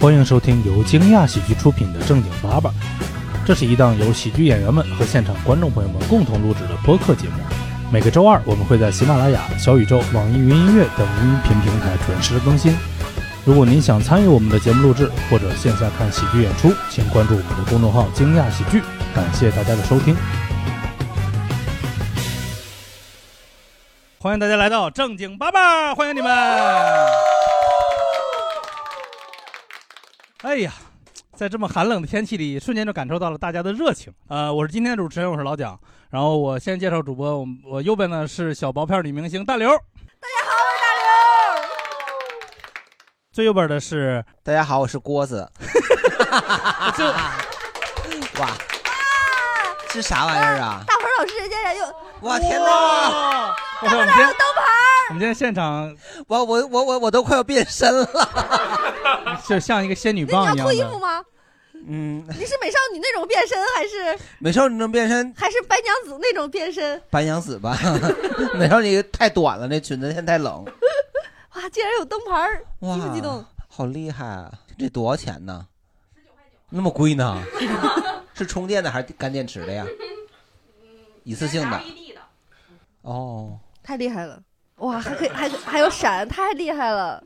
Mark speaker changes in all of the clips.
Speaker 1: 欢迎收听由惊讶喜剧出品的《正经八百》，这是一档由喜剧演员们和现场观众朋友们共同录制的播客节目。每个周二，我们会在喜马拉雅、小宇宙、网易云音乐等音频平台准时更新。如果您想参与我们的节目录制或者线下看喜剧演出，请关注我们的公众号“惊讶喜剧”。感谢大家的收听，欢迎大家来到正经八百，欢迎你们！哎呀，在这么寒冷的天气里，瞬间就感受到了大家的热情。呃，我是今天的主持人，我是老蒋。然后我先介绍主播，我们我右边呢是小薄片女明星大刘。大家好，我是大刘。最右边的是
Speaker 2: 大家好，我是郭子。
Speaker 1: 就
Speaker 2: 哇，这啥玩意儿啊？
Speaker 3: 大伙儿老师人家人又
Speaker 2: 我天哪！
Speaker 1: 哇！我看我们今天
Speaker 3: 灯牌，
Speaker 1: 我们今天现场
Speaker 2: 我我我我我都快要变身了。
Speaker 1: 就像一个仙女
Speaker 3: 那
Speaker 1: 棒一
Speaker 3: 你要
Speaker 1: 样
Speaker 3: 脱衣服
Speaker 1: 的。
Speaker 3: 吗？
Speaker 2: 嗯，
Speaker 3: 你是美少女那种变身，还是
Speaker 2: 美少女能变身
Speaker 3: 还是白娘子那种变身？
Speaker 2: 白娘子吧？ 美少女太短了，那裙子现在太冷。
Speaker 3: 哇，竟然有灯牌儿，
Speaker 2: 哇，
Speaker 3: 激不激动？
Speaker 2: 好厉害啊！这多少钱呢？那么贵 呢？是充电的还是干电池的呀？
Speaker 3: 嗯
Speaker 2: 一次性的。哦，
Speaker 3: 太厉害了！哇，还可以，还可还有闪，太厉害了！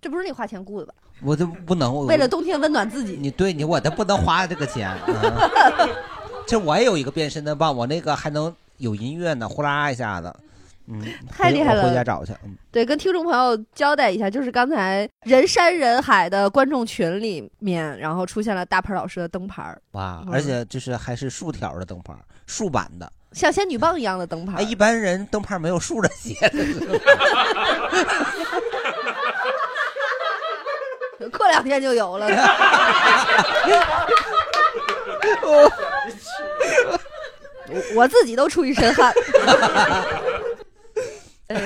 Speaker 3: 这不是你花钱雇的吧？
Speaker 2: 我都不能，我
Speaker 3: 为了冬天温暖自己，
Speaker 2: 你对你我都不能花这个钱。啊、 这我也有一个变身的棒，我那个还能有音乐呢，呼啦一下子。嗯，
Speaker 3: 太厉害了
Speaker 2: 我回家找去。嗯，
Speaker 3: 对，跟听众朋友交代一下，就是刚才人山人海的观众群里面，然后出现了大鹏老师的灯牌儿，
Speaker 2: 哇，
Speaker 3: 嗯
Speaker 2: 而且就是还是竖条的灯牌，竖版的。
Speaker 3: 像仙女棒一样的灯牌
Speaker 2: 哎，
Speaker 3: 儿。
Speaker 2: 一般人灯牌没有竖
Speaker 3: 哦
Speaker 2: 着写的。
Speaker 3: 过两天就有了。 我我自己都出一身汗。呃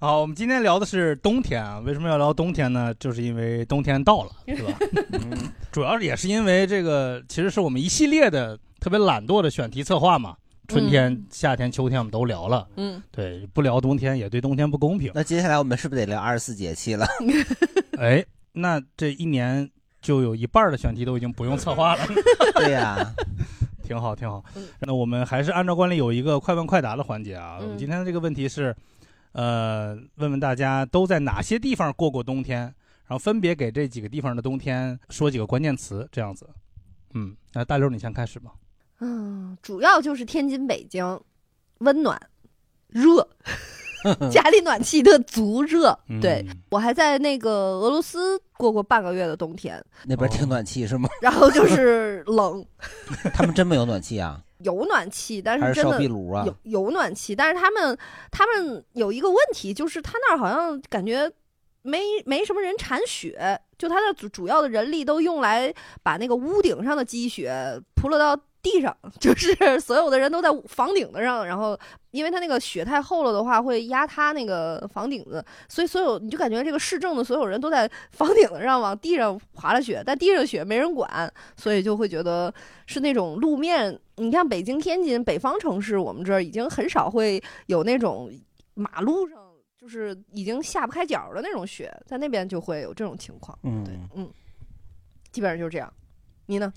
Speaker 1: 好，我们今天聊的是冬天啊。为什么要聊冬天呢？就是因为冬天到了， 是吧？
Speaker 2: 嗯
Speaker 1: 主要也是因为这个，其实是我们一系列的特别懒惰的选题策划嘛。春天、
Speaker 3: 嗯
Speaker 1: 夏天、秋天我们都聊了，
Speaker 3: 嗯，
Speaker 1: 对，不聊冬天也对冬天不公平。
Speaker 2: 那接下来我们是不是得聊二十四节气了？
Speaker 1: 哎，那这一年就有一半的选题都已经不用策划了，
Speaker 2: 对呀、
Speaker 1: 挺好，挺好
Speaker 3: 嗯。
Speaker 1: 那我们还是按照惯例有一个快问快答的环节啊。
Speaker 3: 嗯
Speaker 1: 我们今天的这个问题是，呃，问问大家都在哪些地方过过冬天，然后分别给这几个地方的冬天说几个关键词，这样子。嗯，那大刘你先开始吧。
Speaker 3: 嗯，主要就是天津、北京，温暖、热， 家里暖气特足热。对
Speaker 1: 嗯
Speaker 3: 我还在那个俄罗斯过过半个月的冬天，
Speaker 2: 那边挺暖气是吗？
Speaker 3: 然后就是 冷，
Speaker 2: 他们真没有暖气啊？
Speaker 3: 有暖气，但
Speaker 2: 还
Speaker 3: 是
Speaker 2: 是
Speaker 3: 真
Speaker 2: 烧
Speaker 3: 的
Speaker 2: 壁炉啊
Speaker 3: 有？有暖气，但是他们他们有一个问题，就是他那儿好像感觉没没什么人铲雪，就他的主主要的人力都用来把那个屋顶上的积雪扑落到地上， 就是所有的人都在房顶子上，然后因为它那个雪太厚了的话，会压塌那个房顶子，所以所有你就感觉这个市政的所有人都在房顶子上往地上滑了雪，但地上雪没人管，所以就会觉得是那种路面。你看北京、天津北方城市，我们这儿已经很少会有那种马路上就是已经下不开脚的那种雪，在那边就会有这种情况。 对
Speaker 2: 嗯，，
Speaker 3: 嗯，基本上就是这样。你呢？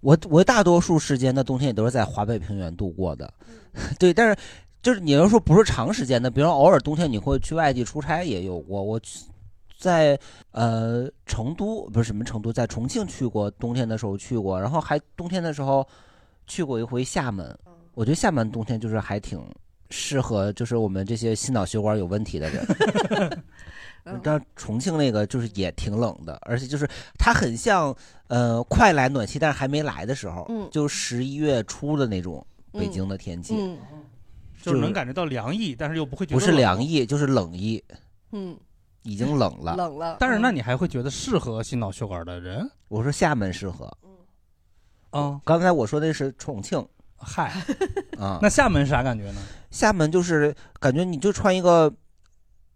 Speaker 2: 我我大多数时间的冬天也都是在华北平原度过的， 对，但是就是你要说不是长时间的，比如说偶尔冬天你会去外地出差也有过，我去在呃成都不是什么成都，在重庆去过，冬天的时候去过，然后还冬天的时候去过一回厦门，
Speaker 3: 嗯
Speaker 2: 我觉得厦门冬天就是还挺。适合就是我们这些心脑血管有问题的人，
Speaker 3: 嗯
Speaker 2: 但重庆那个就是也挺冷的，而且就是它很像呃快来暖气，但是还没来的时候，
Speaker 3: 嗯
Speaker 2: 就十一月初的那种北京的天气，
Speaker 3: 嗯
Speaker 1: 就是能感觉到凉意，但是又不会觉得
Speaker 2: 不是凉
Speaker 1: 意。
Speaker 2: 意就是冷意，
Speaker 3: 嗯，
Speaker 2: 已经冷了。
Speaker 3: 冷了。嗯
Speaker 1: 但是那你还会觉得适合心脑血管的人
Speaker 2: 我说厦门适合，
Speaker 3: 嗯
Speaker 1: 啊？
Speaker 2: 刚才我说的是重庆
Speaker 1: 嗨，
Speaker 2: 啊，
Speaker 1: 那厦门是啥感觉呢？
Speaker 2: 厦门就是感觉你就穿一个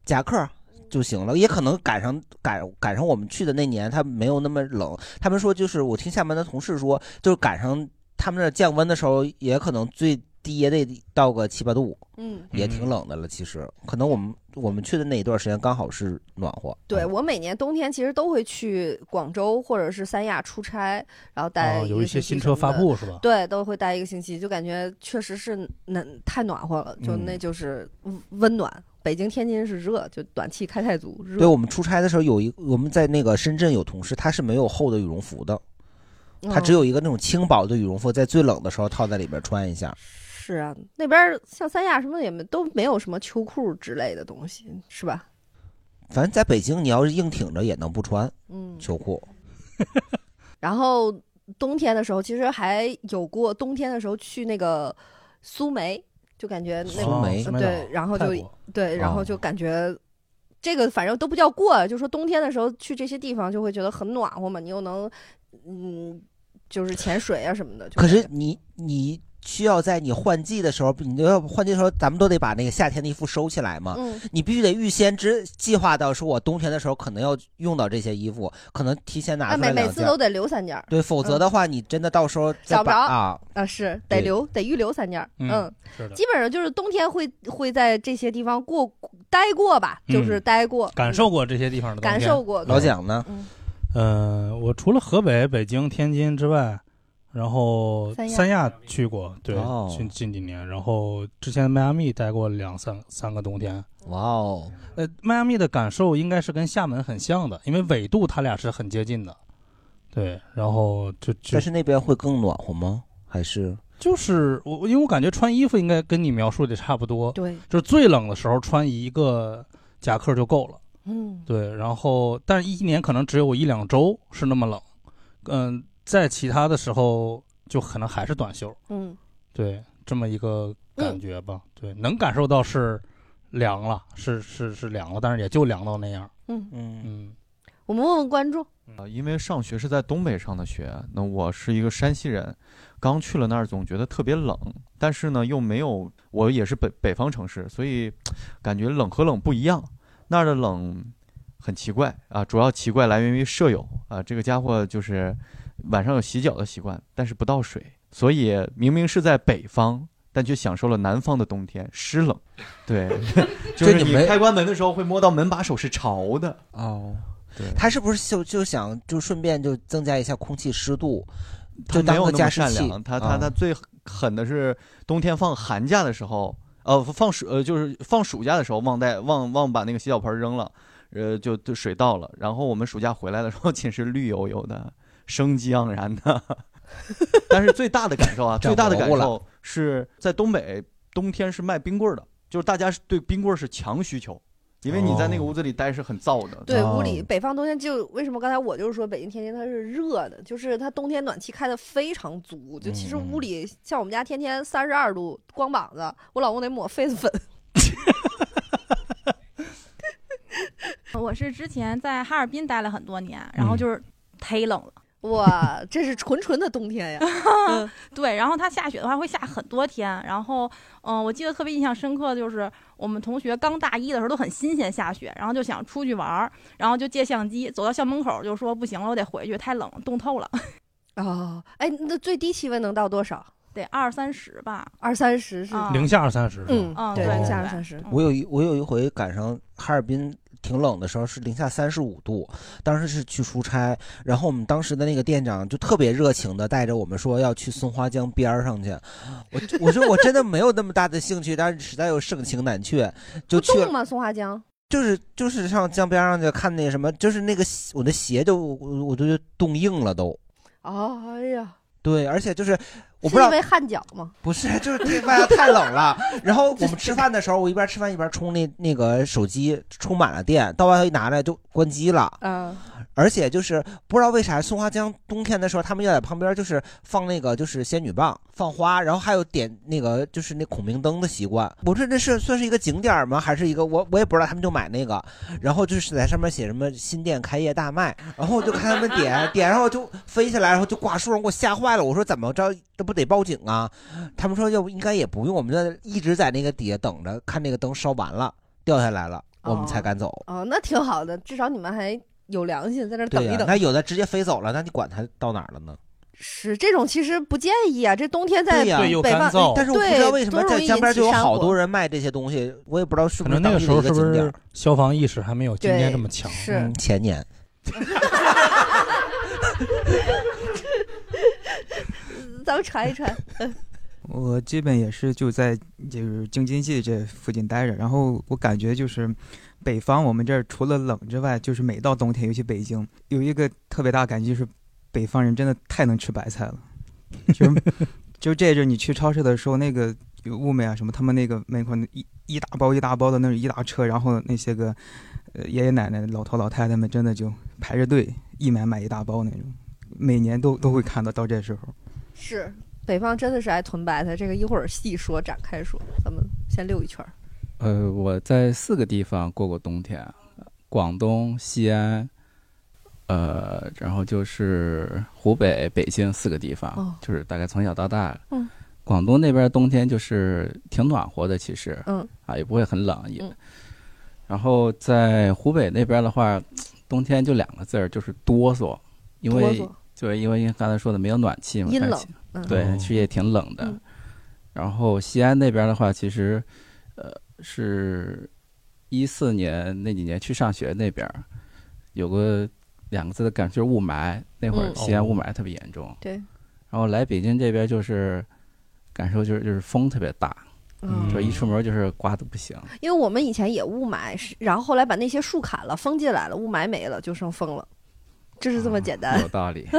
Speaker 2: 夹克。就行了，也可能赶上赶赶上我们去的那年，它没有那么冷。他们说，就是我听厦门的同事说，就是赶上他们那儿降温的时候，也可能最低也得到个七八度，
Speaker 3: 嗯，
Speaker 2: 也挺冷的了。其实可能我们我们去的那一段时间刚好是暖和，
Speaker 3: 对我每年冬天其实都会去广州或者是三亚出差，然后待、
Speaker 1: 哦，有一些新车发。布是吧？
Speaker 3: 对，都会待一个星期，就感觉确实是暖太暖和了，就
Speaker 1: 嗯
Speaker 3: 那就是温温暖。北京、天津是热，就暖气开太足，热。
Speaker 2: 对我们出差的时候有一我们在那个深圳有同事，他是没有厚的羽绒服的，他只
Speaker 3: 有、
Speaker 2: 有一个那种轻薄的羽绒服，在最冷的时候套在里边穿一下。
Speaker 3: 是啊，那边儿像三亚什么的也没都没有什么秋裤之类的东西，是吧？
Speaker 2: 反正在北京，你要是硬挺着也能不穿
Speaker 3: 嗯，
Speaker 2: 秋裤。
Speaker 3: 然后冬天的时候，其实还有过冬天的时候去那个苏梅，就感觉那个、
Speaker 2: 苏梅
Speaker 1: 哦
Speaker 3: 对，然后就
Speaker 1: 泰国
Speaker 3: 对，然后
Speaker 2: 哦
Speaker 3: 就感觉这个反正都不叫过，就说冬天的时候去这些地方就会觉得很暖和嘛，你又能嗯，就是潜水啊什么的。就
Speaker 2: 可是
Speaker 3: 感觉
Speaker 2: 你你需要在你换季的时候，你要换季的时候，咱们都得把那个夏天的衣服收起来嘛。
Speaker 3: 嗯，
Speaker 2: 你必须得预先知计划到，说我冬天的时候可能要用到这些衣服，可能提前拿
Speaker 3: 哎，
Speaker 2: 出
Speaker 3: 每
Speaker 2: 来
Speaker 3: 每
Speaker 2: 两
Speaker 3: 次
Speaker 2: 件。
Speaker 3: 都得留三件儿嗯
Speaker 2: 对，否则的话，你真的到时候再
Speaker 3: 找不
Speaker 2: 把
Speaker 3: 着
Speaker 2: 啊。
Speaker 3: 啊，是得
Speaker 2: 对
Speaker 3: 留得预留三件儿。
Speaker 1: 嗯
Speaker 3: 嗯，
Speaker 1: 是的，
Speaker 3: 基本上就是冬天会会在这些地方过待过吧，就是
Speaker 1: 嗯
Speaker 3: 待过，
Speaker 1: 感受过这些地方的冬
Speaker 3: 嗯感
Speaker 1: 天
Speaker 3: 受过。
Speaker 2: 老蒋呢？
Speaker 3: 嗯，
Speaker 1: 嗯，我除了河北、北京、天津之外，然后
Speaker 3: 三亚
Speaker 1: 三亚去过，对
Speaker 2: 哦，
Speaker 1: 近近几年，然后之前迈阿密待过两三三个冬天。
Speaker 2: 哇哦，
Speaker 1: 呃，迈阿密的感受应该是跟厦门很像的，因为纬度它俩是很接近的，对。然后就就
Speaker 2: 但是那边会更暖和吗？还是
Speaker 1: 就是我，我因为我感觉穿衣服应该跟你描述的差不多，
Speaker 3: 对，
Speaker 1: 就是最冷的时候穿一个夹克就够了。
Speaker 3: 嗯，
Speaker 1: 对，然后但是一年可能只有一两周是那么冷，嗯，在其他的时候就可能还是短袖，
Speaker 3: 嗯，
Speaker 1: 对，这么一个感觉吧，对，能感受到是凉了，是是是凉了，但是也就凉到那样，
Speaker 3: 嗯，
Speaker 2: 嗯
Speaker 1: 嗯，
Speaker 3: 我们问问观众，
Speaker 4: 啊，因为上学是在东北上的学，那我是一个山西人，刚去了那儿总觉得特别冷，但是呢又没有，我也是北北方城市，所以感觉冷和冷不一样。那儿的冷很奇怪啊，主要奇怪来源于舍友啊，这个家伙就是晚上有洗脚的习惯，但是不倒水，所以明明是在北方。但却享受了南方的冬天湿冷，对，
Speaker 2: 这
Speaker 4: 就是
Speaker 2: 你
Speaker 4: 你
Speaker 2: 没
Speaker 4: 开关门的时候会摸到门把手是潮的，
Speaker 2: 哦，
Speaker 4: 对，
Speaker 2: 他是不是就就想就顺便就增加一下空气湿度？
Speaker 4: 他
Speaker 2: 就
Speaker 4: 没
Speaker 2: 当
Speaker 4: 有
Speaker 2: 个
Speaker 4: 那么
Speaker 2: 加湿
Speaker 4: 善
Speaker 2: 器
Speaker 4: 良，他他
Speaker 2: 嗯
Speaker 4: 他最狠的是冬天放寒假的时候，呃，放暑呃就是放暑假的时候忘带忘忘把那个洗脚盆扔了，呃就就水倒了，然后我们暑假回来的时候寝室绿油油的，生机盎然的。 但是最大的感受啊，
Speaker 2: 长
Speaker 4: 最大的
Speaker 2: 蘑
Speaker 4: 感
Speaker 2: 菇了
Speaker 4: 受是在东北冬天是卖冰棍儿的，就是大家是对冰棍儿是强需求，因为你在那个
Speaker 1: 哦
Speaker 4: 屋子里待是很燥的。
Speaker 3: 对，
Speaker 2: 哦
Speaker 3: 屋 里北方冬天就为什么刚才我就是说北京、天津它是热的，就是它冬天暖气开的非常足，就其实
Speaker 2: 嗯嗯
Speaker 3: 屋里像我们家天天三十二度光膀子，我老公得抹痱 子粉。
Speaker 5: 我是之前在哈尔滨待了很多年，然后
Speaker 1: 嗯
Speaker 5: 就是忒冷了。
Speaker 3: 哇，这是纯纯的冬 天呀！嗯
Speaker 5: 对，然后它下雪的话会下很多天。然后，嗯、我记得特别印象深刻，就是我们同学刚大一的时候都很新鲜下雪，然后就想出去玩儿，然后就借相机，走到校门口就说不行了，我得回去，太冷了，冻透了，
Speaker 3: 哦，哎，那最低气温能到多少？
Speaker 5: 得二三十吧。
Speaker 3: 二三十是？
Speaker 5: 啊，
Speaker 1: 零下二三十，
Speaker 3: 嗯
Speaker 5: 嗯，
Speaker 3: 对，
Speaker 2: 对
Speaker 3: 零下二
Speaker 5: 对
Speaker 3: 三十。
Speaker 5: 嗯
Speaker 2: 我有一我有一回赶上哈尔滨挺冷的时候，是零下三十五度，当时是去出差，然后我们当时的那个店长就特别热情的带着我们说要去松花江边儿上去，我我说我真的没有那么大的兴趣，但是实在又盛情难却，就
Speaker 3: 不
Speaker 2: 去
Speaker 3: 冻吗？松花江？
Speaker 2: 就是就是上江边上去看那什么，就是那个鞋我的鞋都我我都冻硬了都，
Speaker 3: 哦，哎呀，
Speaker 2: 对，而且就是我不
Speaker 3: 是
Speaker 2: 知道
Speaker 3: 因为汗脚吗？
Speaker 2: 不是，就是这外头太冷 了。然后我们吃饭的时候，我一边吃饭一边充那那个手机充满了电，到外头一拿来就关机了。
Speaker 3: 嗯，
Speaker 2: 而且就是不知道为啥，松花江冬天的时候，他们要在旁边就是放那个就是仙女棒、放花，然后还有点那个就是那孔明灯的习惯。我说这是算是一个景点吗？还是一个我我也不知道，他们就买那个，然后就是在上面写什么新店开业大卖，然后我就看他们点点，然后就飞下来，然后就挂树上，给我吓坏了。我说怎么着，这不得报警啊？他们说要不应该也不用，我们就一直在那个底下等着，看那个灯烧完了掉下来了，我们才敢走。
Speaker 3: 哦，那挺好的，至少你们还有良心，在那儿等
Speaker 2: 对
Speaker 3: 一
Speaker 2: 呀、
Speaker 3: 等。
Speaker 2: 那有的直接飞走了，那你管它到哪儿了呢？
Speaker 3: 是这种其实不建议啊，这冬天在
Speaker 2: 对呀嗯
Speaker 6: 对，又
Speaker 3: 北
Speaker 6: 干
Speaker 3: 方
Speaker 6: 燥。
Speaker 2: 但是我不
Speaker 3: 对
Speaker 2: 知道为什么
Speaker 3: 多容
Speaker 2: 在
Speaker 3: 易
Speaker 2: 江
Speaker 3: 引
Speaker 2: 边
Speaker 3: 起
Speaker 2: 就有
Speaker 3: 山
Speaker 2: 好
Speaker 3: 火
Speaker 2: 多人卖这些东西，我也不知道是
Speaker 1: 可
Speaker 2: 不是
Speaker 1: 能那
Speaker 2: 当
Speaker 1: 个
Speaker 2: 地
Speaker 1: 时候是
Speaker 2: 的一个
Speaker 1: 不
Speaker 2: 景点
Speaker 1: 是
Speaker 2: 儿。
Speaker 1: 消防意识还没有今
Speaker 3: 对
Speaker 1: 天这么强？
Speaker 3: 是
Speaker 1: 嗯
Speaker 2: 前年
Speaker 3: 咱们传一传，嗯
Speaker 7: 我基本也是就在就是京津冀这附近待着，然后我感觉就是北方我们这儿除了冷之外，就是每到冬天，尤其北京，有一个特别大感觉就是北方人真的太能吃白菜了，就是就这阵儿你去超市的时候，那个有物美啊什么，他们那个门口那一一大包一大包的那种一大车，然后那些个呃爷爷奶奶、老头老太太们真的就排着队一买买一大包那种，每年都都会看到到这时候。
Speaker 3: 是北方真的是爱囤白菜，这个一会儿细说展开说，咱们先溜一圈儿。
Speaker 8: 呃，我在四个地方过过冬天，广东、西安，呃，然后就是湖北、北京四个地方，
Speaker 3: 哦
Speaker 8: 就是大概从小到大。
Speaker 3: 嗯。
Speaker 8: 广东那边冬天就是挺暖和的，其实，
Speaker 3: 嗯，
Speaker 8: 啊，也不会很冷，也。
Speaker 3: 嗯
Speaker 8: 然后在湖北那边的话，冬天就两个字儿，就是哆嗦，因
Speaker 3: 哆
Speaker 8: 为
Speaker 3: 嗦，
Speaker 8: 就是因为刚才说的没有暖气嘛，
Speaker 3: 阴
Speaker 8: 但
Speaker 3: 冷
Speaker 8: 其
Speaker 3: 嗯
Speaker 8: 对，
Speaker 1: 哦
Speaker 8: 其实也挺冷的。
Speaker 3: 嗯
Speaker 8: 然后西安那边的话，其实呃是一四年那几年去上学那边儿有个两个字的感觉，就是雾霾。那会儿
Speaker 3: 嗯
Speaker 8: 西安雾
Speaker 1: 哦
Speaker 8: 霾特别严重，
Speaker 3: 对，
Speaker 8: 然后来北京这边就是感受就是就是风特别大，
Speaker 3: 嗯
Speaker 1: 嗯
Speaker 8: 就一出门就是刮的不行。
Speaker 3: 因为我们以前也雾霾，是然后后来把那些树砍了，风进来了，雾霾没了，就剩风了，这是这
Speaker 2: 啊
Speaker 3: 么简单。
Speaker 8: 有道理。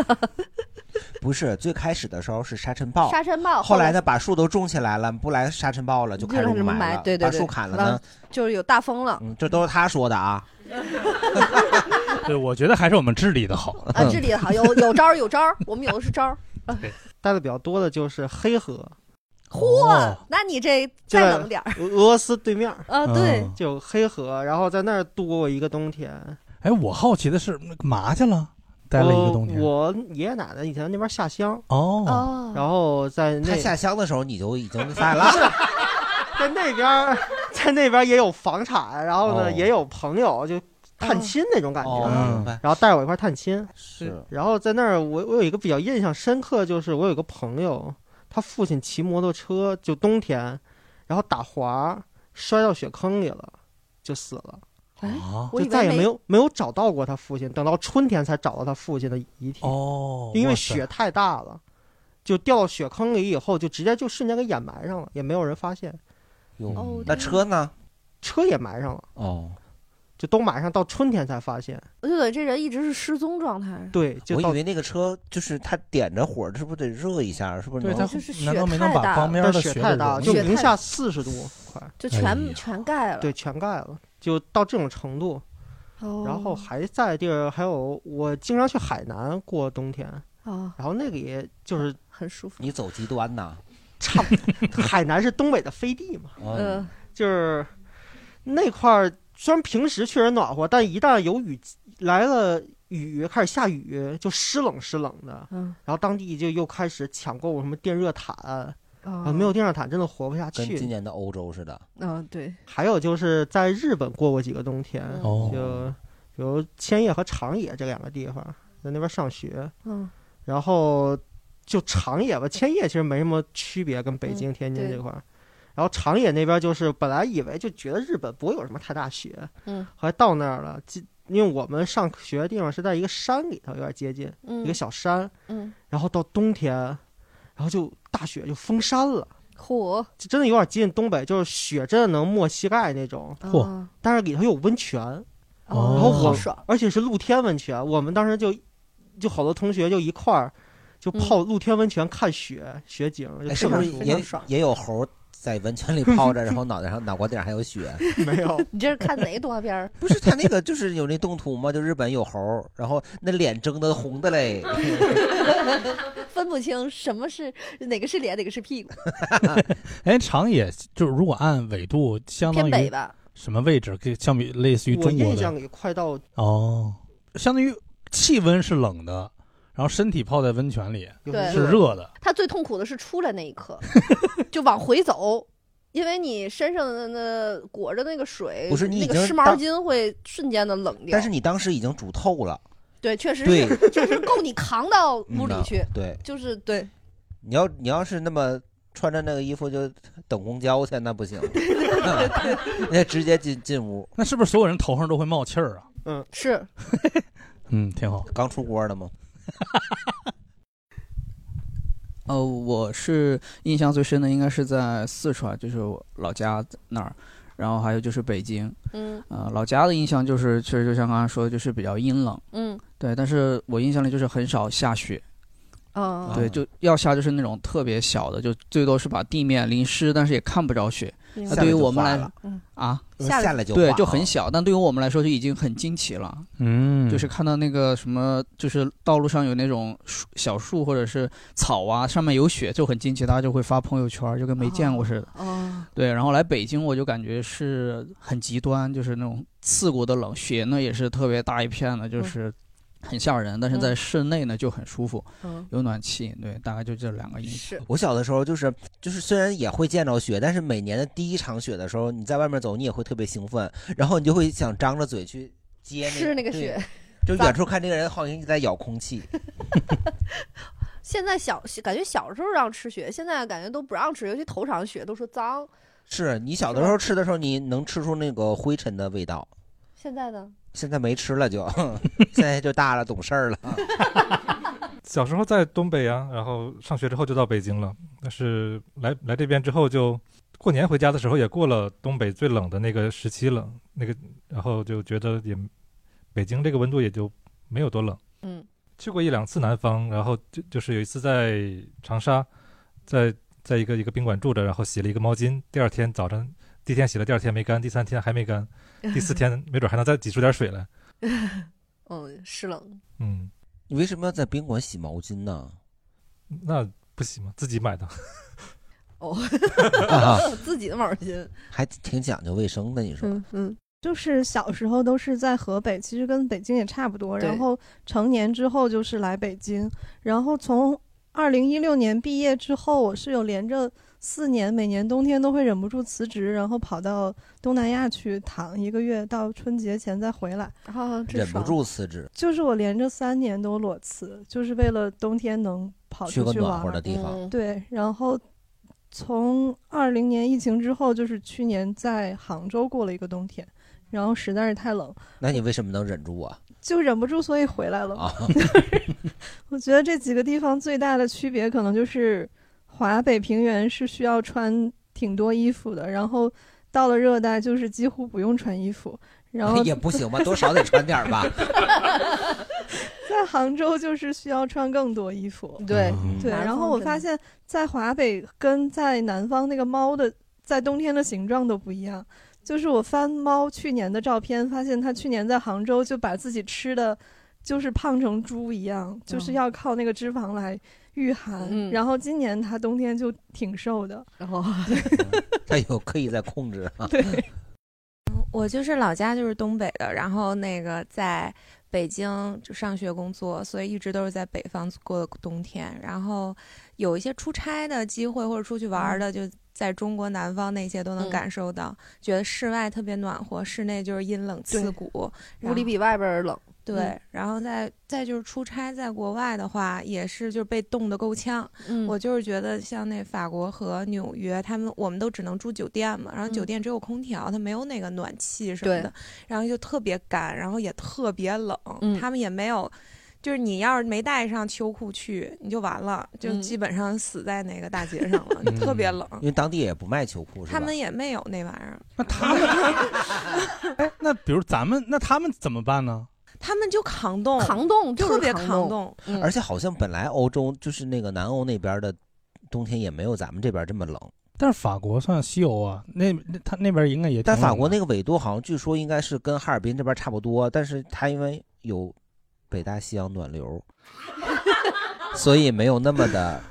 Speaker 2: 不是最开始的时候是沙尘暴，
Speaker 3: 沙尘暴，
Speaker 2: 后来呢把树都种起来了，不来沙尘暴了就开始雾
Speaker 3: 就开始雾
Speaker 2: 霾
Speaker 3: 霾
Speaker 2: 了，
Speaker 3: 对对
Speaker 2: 把
Speaker 3: 对
Speaker 2: 树砍了呢，
Speaker 3: 就是有大风了
Speaker 2: 嗯，这都是他说的啊。
Speaker 1: 对，我觉得还是我们治理的好。
Speaker 3: 啊，
Speaker 6: 嗯
Speaker 3: 治理的好，有有招儿有招儿，我们有的是招 儿。
Speaker 6: 待的比较多的就是黑河，
Speaker 3: 嚯，啊那你这
Speaker 6: 这
Speaker 3: 再冷点儿
Speaker 6: 俄俄罗斯对面儿
Speaker 3: 啊？
Speaker 1: 嗯
Speaker 3: 对，。
Speaker 6: 就有黑河，然后在那儿度过一个冬天。
Speaker 1: 哎，我好奇的是，那干嘛去了？待了一个冬天。
Speaker 6: 我我爷爷奶奶以前那边下乡，
Speaker 1: 哦，
Speaker 3: 哦，
Speaker 6: 然后在
Speaker 2: 他
Speaker 6: 那
Speaker 2: 下乡的时候你就已经散了，
Speaker 6: 在那边儿在那边儿也有房产，然后呢、
Speaker 2: 哦
Speaker 6: 也有朋友，就探亲那种感觉。
Speaker 2: 哦，
Speaker 1: 嗯
Speaker 2: 明白
Speaker 6: 然后带着我一块儿探亲，
Speaker 2: 是
Speaker 6: 然后在那儿我我有一个比较印象深刻，就是我有一个朋友，他父亲骑摩托车就冬天，然后打滑摔到雪坑里了，就死了，
Speaker 3: 哎
Speaker 1: 啊，
Speaker 3: 我
Speaker 6: 就
Speaker 3: 以
Speaker 6: 再
Speaker 3: 为
Speaker 6: 也没有没有找到过他父亲，等到春天才找到他父亲的遗体，
Speaker 1: 哦，
Speaker 6: 因为
Speaker 1: 哇塞
Speaker 6: 雪太大了。就掉到雪坑里以后，就直接就瞬间给掩埋上了，也没有人发现，嗯
Speaker 3: 哦
Speaker 2: 那车呢？
Speaker 6: 车也埋上了，
Speaker 8: 哦，
Speaker 6: 就都埋上，到春天才发现。
Speaker 3: 我就等于这人一直是失踪状态。
Speaker 6: 对，就
Speaker 2: 我以
Speaker 6: 到
Speaker 2: 为那个车就是他点着火，是不是得热一下？是不是
Speaker 1: 对
Speaker 2: 能？
Speaker 1: 他
Speaker 3: 就是雪
Speaker 1: 难道没能
Speaker 3: 太大
Speaker 1: 把旁边的
Speaker 6: 但
Speaker 1: 雪
Speaker 6: 雪
Speaker 1: 给
Speaker 6: 太大，
Speaker 1: 融
Speaker 6: 就
Speaker 3: 雪
Speaker 1: 进
Speaker 6: 零
Speaker 3: 太
Speaker 6: 下四十度，快
Speaker 1: 哎
Speaker 3: 就全、
Speaker 1: 呀
Speaker 3: 全盖了。
Speaker 6: 对，全盖了，就到这种程度。
Speaker 3: 哦，
Speaker 6: 然后还在地儿，还有我经常去海南过冬天，
Speaker 3: 哦，
Speaker 6: 然后那个也就是
Speaker 3: 很舒服。
Speaker 2: 你走极端呐？
Speaker 6: 差不多，海南是东北的飞地嘛，
Speaker 2: 嗯，
Speaker 3: 嗯，
Speaker 6: 就是那块儿虽然平时确实暖和，但一旦有雨来了雨开始下雨，就湿冷湿冷的，
Speaker 3: 嗯
Speaker 6: 然后当地就又开始抢购什么电热毯
Speaker 3: 啊
Speaker 6: 啊，没有电热毯真的活不下
Speaker 2: 跟今
Speaker 6: 去。
Speaker 2: 年的欧洲似的。
Speaker 3: 啊，对，
Speaker 6: 还有就是在日本过过几个冬天，
Speaker 3: 嗯
Speaker 1: 哦，
Speaker 6: 就比如千叶和长野这两个地方，在那边上学，
Speaker 3: 嗯，
Speaker 6: 然后就长野吧，千叶其实没什么区别，跟北京、天津
Speaker 3: 嗯对
Speaker 6: 这块儿。然后长野那边就是本来以为就觉得日本不会有什么太大雪，
Speaker 3: 嗯，
Speaker 6: 后来到那儿了，记因为我们上学的地方是在一个山里头，有点接近、
Speaker 3: 嗯
Speaker 6: 一个小山，
Speaker 3: 嗯，
Speaker 6: 然后到冬天，然后就大雪就封山了，
Speaker 3: 火，
Speaker 6: 就真的有点接近东北，就是雪真的能没膝盖那种，
Speaker 1: 嚯
Speaker 3: 啊
Speaker 6: 但是里头有温泉，
Speaker 1: 哦
Speaker 6: 然后
Speaker 3: 好
Speaker 6: 我
Speaker 3: 爽，
Speaker 6: 而且是露天温泉，我们当时就就好多同学就一块儿就泡露天温泉看雪、雪景，就
Speaker 2: 哎，是
Speaker 6: 特
Speaker 2: 不
Speaker 6: 别
Speaker 2: 是
Speaker 6: 舒服
Speaker 3: 非
Speaker 2: 也
Speaker 3: 常爽
Speaker 2: 也有猴在温泉里泡着，然后脑袋上脑瓜顶上还有 雪？
Speaker 6: 没有
Speaker 3: 你这是看哪个动画 片儿？
Speaker 2: 不是他那个 就是有那动图吗？就日本有猴，然后那脸蒸的红的嘞。
Speaker 3: 分不清什么是哪个是脸，哪个是屁股，
Speaker 1: 哎，长野就是如果按纬度，相当
Speaker 3: 偏北
Speaker 1: 于
Speaker 3: 吧？
Speaker 1: 什么位置？跟相比类似于
Speaker 6: 我
Speaker 1: 中国
Speaker 6: 印
Speaker 1: 的
Speaker 6: 象里快到
Speaker 1: 哦，相当于气温是冷的，然后身体泡在温泉里
Speaker 6: 有
Speaker 3: 对
Speaker 6: 点
Speaker 1: 是热的。
Speaker 3: 他最痛苦的是出来那 一刻，就往回走。因为你身上的那裹着那个水，
Speaker 2: 不是你
Speaker 3: 那
Speaker 2: 已
Speaker 3: 个
Speaker 2: 经
Speaker 3: 湿毛
Speaker 2: 当
Speaker 3: 巾会瞬间的冷掉。
Speaker 2: 但是你当时已经煮透了，
Speaker 3: 对，确实
Speaker 2: 对嗯
Speaker 3: 是，确实够你扛到屋里去，
Speaker 2: 对，
Speaker 3: 就是对，
Speaker 2: 你要你要是那么穿着那个衣服就等公交去，那不行， 那直接进进屋。
Speaker 1: 那是不是所有人头上都会冒气儿啊？
Speaker 6: 嗯，
Speaker 3: 是
Speaker 1: 嗯，挺好。
Speaker 2: 刚出锅的吗？
Speaker 8: 呃，我是印象最深的应该是在四川，就是我老家那儿，然后还有就是北京。
Speaker 3: 嗯
Speaker 8: 呃，老家的印象就是，确实就像刚才说的，就是比较阴冷。
Speaker 3: 嗯
Speaker 8: 对，但是我印象里就是很少下雪，
Speaker 3: 哦
Speaker 8: 对，就要下就是那种特别小的，就最多是把地面淋湿，但是也看不着雪
Speaker 3: 明
Speaker 8: 那
Speaker 3: 白
Speaker 8: 对于我们
Speaker 2: 下
Speaker 8: 来
Speaker 2: 来就化了
Speaker 3: 嗯
Speaker 8: 啊，
Speaker 3: 下来
Speaker 2: 下来就
Speaker 8: 对，
Speaker 2: 化
Speaker 8: 就
Speaker 2: 了
Speaker 8: 很小，但对于我们来说就已经很惊奇了。
Speaker 1: 嗯，
Speaker 8: 就是看到那个什么，就是道路上有那种树、小树或者是草啊，上面有雪，就很惊奇，大家就会发朋友圈，就跟没见过似的。
Speaker 3: 哦，
Speaker 8: 对，然后来北京，我就感觉是很极端，就是那种刺骨的冷，雪呢也是特别大一片
Speaker 3: 嗯
Speaker 8: 的，就是很吓人。但是在室内呢就很舒服，
Speaker 3: 嗯
Speaker 8: 有暖气。对，大概就这两个印象。
Speaker 3: 是
Speaker 2: 我小的时候就是就是虽然也会见着雪，但是每年的第一场雪的时候，你在外面走，你也会特别兴奋，然后你就会想张着嘴去接
Speaker 3: 吃那个，
Speaker 2: 对
Speaker 3: 雪。
Speaker 2: 就远处看这个人好像一直在咬空气。
Speaker 3: 现在小感觉小时候让吃雪，现在感觉都不让吃，尤其头场雪都说脏。
Speaker 2: 是你小的时候吃的时候，你能吃出那个灰尘的味道，
Speaker 3: 现在 呢？
Speaker 2: 现在没吃了就， 现在就大了懂事儿了。
Speaker 9: 啊小时候在东北啊，然后上学之后就到北京了。但是来来这边之后就，过年回家的时候也过了东北最冷的那个时期了。那个然后就觉得也，北京这个温度也就没有多冷。
Speaker 3: 嗯
Speaker 9: 去过一两次南方，然后就就是有一次在长沙，在在一个一个宾馆住着，然后洗了一个毛巾，第二天早晨第一天洗了，第二天没干，第三天还没干，第四天没准还能再挤出点水来。
Speaker 3: 嗯，是冷。
Speaker 9: 嗯，
Speaker 2: 你为什么要在宾馆洗毛巾呢？
Speaker 9: 那不洗吗？自己买的。
Speaker 3: 哦，
Speaker 2: 啊
Speaker 3: 自己的毛巾。
Speaker 2: 还挺讲究卫生的，你说？
Speaker 10: 嗯嗯，就是小时候都是在河北，其实跟北京也差不多。
Speaker 3: 对
Speaker 10: 然后成年之后就是来北京，然后从二零一六年毕业之后，我是有连着四年，每年冬天都会忍不住辞职，然后跑到东南亚去躺一个月，到春节前再回来。
Speaker 3: 啊，
Speaker 9: 嗯
Speaker 3: 真
Speaker 2: 忍不
Speaker 3: 爽。
Speaker 2: 住辞职
Speaker 10: 就是我连着三年都裸辞，就是为了冬天能跑
Speaker 2: 去
Speaker 10: 出
Speaker 2: 个
Speaker 10: 去
Speaker 2: 暖
Speaker 10: 玩
Speaker 2: 和的
Speaker 10: 儿。
Speaker 2: 地方。
Speaker 3: 嗯
Speaker 10: 对，然后从二零年疫情之后，就是去年在杭州过了一个冬天，然后实在是太冷，
Speaker 2: 那你为什么能忍住啊？
Speaker 10: 就忍不住，所以回来了。
Speaker 2: 啊，
Speaker 10: 我觉得这几个地方最大的区别，可能就是华北平原是需要穿挺多衣服的，然后到了热带就是几乎不用穿衣服。然 后
Speaker 2: 也不行吧，多少得穿点儿 吧。
Speaker 10: 在杭州就是需要穿更多衣服，
Speaker 3: 对，
Speaker 1: 嗯
Speaker 10: 对。
Speaker 3: 南
Speaker 10: 然后
Speaker 3: 方
Speaker 10: 我
Speaker 3: 真
Speaker 10: 发
Speaker 3: 的
Speaker 10: 现，在华北跟在南方那个猫的，在冬天的形状都不一样。就是我翻猫去年的照片，发现它去年在杭州就把自己吃的，就是胖成猪一样，就是要靠那个脂肪来御寒。
Speaker 3: 嗯哦
Speaker 10: 然后今年它冬天就挺瘦的，
Speaker 3: 然后
Speaker 2: 他有刻意在控制啊。
Speaker 10: 对，
Speaker 11: 我就是老家就是东北的，然后那个在北京就上学工作，所以一直都是在北方过的冬天。然后有一些出差的机会或者出去玩儿的，就在中国南方那些都
Speaker 3: 嗯
Speaker 11: 能感受到，觉得室外特别暖和，室内就是阴冷刺
Speaker 3: 对
Speaker 11: 骨，然
Speaker 3: 屋里
Speaker 11: 后
Speaker 3: 比外边儿冷。
Speaker 11: 对
Speaker 3: 嗯。
Speaker 11: 然后再再就是出差在国外的话，也是就是被冻得够呛。
Speaker 3: 嗯
Speaker 11: 我就是觉得像那法国和纽约，他们我们都只能住酒店嘛，然后酒
Speaker 3: 嗯
Speaker 11: 店只有空调，它没有那个暖气什
Speaker 3: 对
Speaker 11: 么的，然后就特别干，然后也特别冷，
Speaker 3: 嗯
Speaker 11: 他们也没有。就是你要是没带上秋裤去，你就完了，就
Speaker 3: 嗯
Speaker 11: 基本上死在那个大街上了，就特别冷。
Speaker 2: 因为当地也不卖秋裤，是吧？
Speaker 11: 他们也没有那玩意儿，
Speaker 1: 那他们，哎， 那比如咱们，那他们怎么办呢？
Speaker 11: 他们就扛冻，
Speaker 3: 扛冻就是
Speaker 11: 特别
Speaker 3: 扛
Speaker 11: 扛
Speaker 3: 冻，
Speaker 11: 冻。
Speaker 3: 嗯
Speaker 2: 而且好像本来欧洲就是那个南欧那边的冬天也没有咱们这边这么冷，
Speaker 1: 但是法国算西欧啊，那那他那边应该也挺冷的。
Speaker 2: 但法国那个纬度好像据说应该是跟哈尔滨这边差不多，但是它因为有北大西洋暖流， 所以没有那么的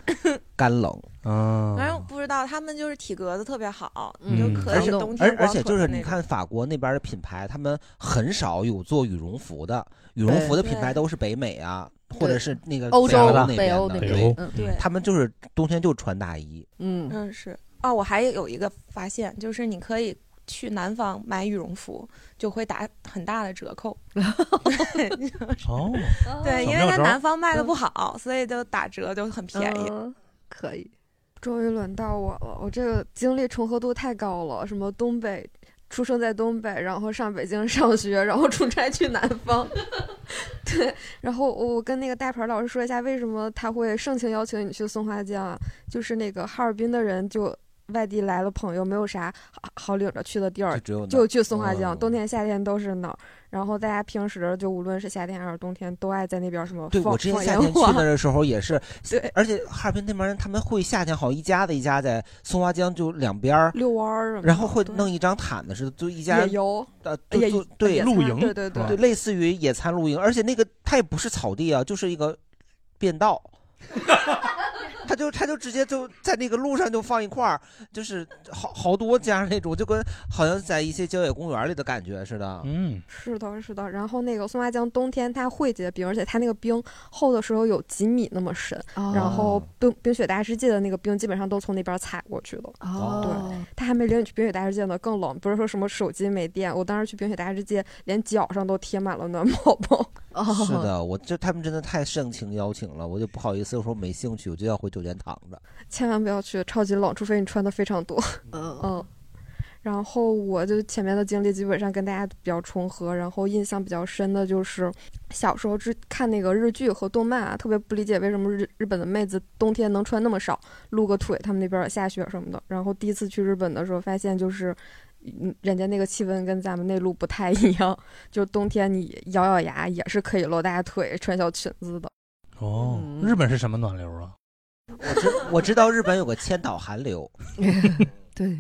Speaker 2: 干冷。
Speaker 1: 啊，
Speaker 11: 反正不知道，他们就是体格子特别好，
Speaker 3: 嗯
Speaker 11: 你就可
Speaker 2: 嗯而
Speaker 11: 以
Speaker 2: 且
Speaker 11: 冬天
Speaker 2: 而而
Speaker 11: 光
Speaker 2: 且
Speaker 11: 腿
Speaker 2: 就是
Speaker 11: 的那
Speaker 2: 你
Speaker 11: 种
Speaker 2: 看法国那边的品牌，他们很少有做羽绒服的，羽绒服的品牌都是北美啊，或者是那个
Speaker 3: 欧
Speaker 2: 北欧
Speaker 3: 洲
Speaker 2: 那
Speaker 3: 北
Speaker 2: 边
Speaker 3: 欧
Speaker 2: 的，
Speaker 3: 那
Speaker 1: 边
Speaker 2: 对
Speaker 1: 北欧
Speaker 3: 嗯
Speaker 11: 对，
Speaker 2: 他们就是冬天就穿大衣。
Speaker 3: 嗯
Speaker 11: 嗯是哦，我还有一个发现，就是你可以去南方买羽绒服就会打很大的折扣。
Speaker 1: 哦，
Speaker 11: 对，因为在南方
Speaker 2: 嗯
Speaker 11: 卖的不好，所以就打折就很便宜。
Speaker 12: 嗯可以。终于轮到我了，我这个经历重合度太高了，什么东北。出生在东北，然后上北京上学，然后出差去南方， 对，然后我跟那个大鹏老师说一下，为什么他会盛情邀请你去松花江啊？就是那个哈尔滨的人就外地来了朋友，没有啥好好领着去的地儿，
Speaker 2: 就只有那儿
Speaker 12: 就去松花江，
Speaker 2: 哦
Speaker 12: 冬天夏天都是那儿。然后大家平时就无论是夏天还是冬天，都爱在那边什么
Speaker 2: 对
Speaker 12: 放
Speaker 2: 我之前
Speaker 12: 放
Speaker 2: 夏
Speaker 12: 烟
Speaker 2: 天去
Speaker 12: 花
Speaker 2: 那儿的时候也是，
Speaker 12: 对，
Speaker 2: 而且哈尔滨那边人他们会夏天好一家子一家在松花江就两边儿
Speaker 12: 遛弯儿什么的，
Speaker 2: 然后会
Speaker 12: 对
Speaker 2: 弄一张毯子似的，就一家
Speaker 12: 野
Speaker 2: 人
Speaker 12: 游，哎
Speaker 2: 呃，就
Speaker 12: 野
Speaker 2: 就
Speaker 12: 野
Speaker 2: 对
Speaker 12: 餐对对对
Speaker 2: 对，类似于野餐露营，而且那个它也不是草地啊，就是一个 便道，他就他就直接就在那个路上就放一块儿，就是好好多家那种，就跟好像在一些郊野公园里的感觉似的。
Speaker 1: 嗯，
Speaker 12: 是的，是的。然后那个松花江冬天它会结冰，而且它那个冰厚的时候有几米那么深。然后冰冰雪大世界的那个冰基本上都从那边踩过去的。
Speaker 3: 哦
Speaker 12: 对，它还没领你去冰雪大世界呢，更冷。不是说什么手机没电，我当时去冰雪大世界，连脚上都贴满了暖宝宝。
Speaker 2: 是的，我这他们真的太盛情邀请了，我就不好意思，我说没兴趣，我就要回酒店躺着。
Speaker 12: 千万不要去，超级冷，除非你穿的非常多。
Speaker 3: 嗯
Speaker 12: 然后我就前面的经历基本上跟大家比较重合，然后印象比较深的就是小时候之看那个日剧和动漫啊，特别不理解为什么日日本的妹子冬天能穿那么少，露个腿，他们那边下雪什么的。然后第一次去日本的时候，发现就是。嗯，人家那个气温跟咱们内陆不太一样，就是冬天你咬咬牙也是可以露大腿、穿小裙子的。
Speaker 1: 哦，
Speaker 12: 嗯
Speaker 1: 日本是什么暖流啊？
Speaker 2: 我知我知道日本有个千岛寒流，
Speaker 3: 对，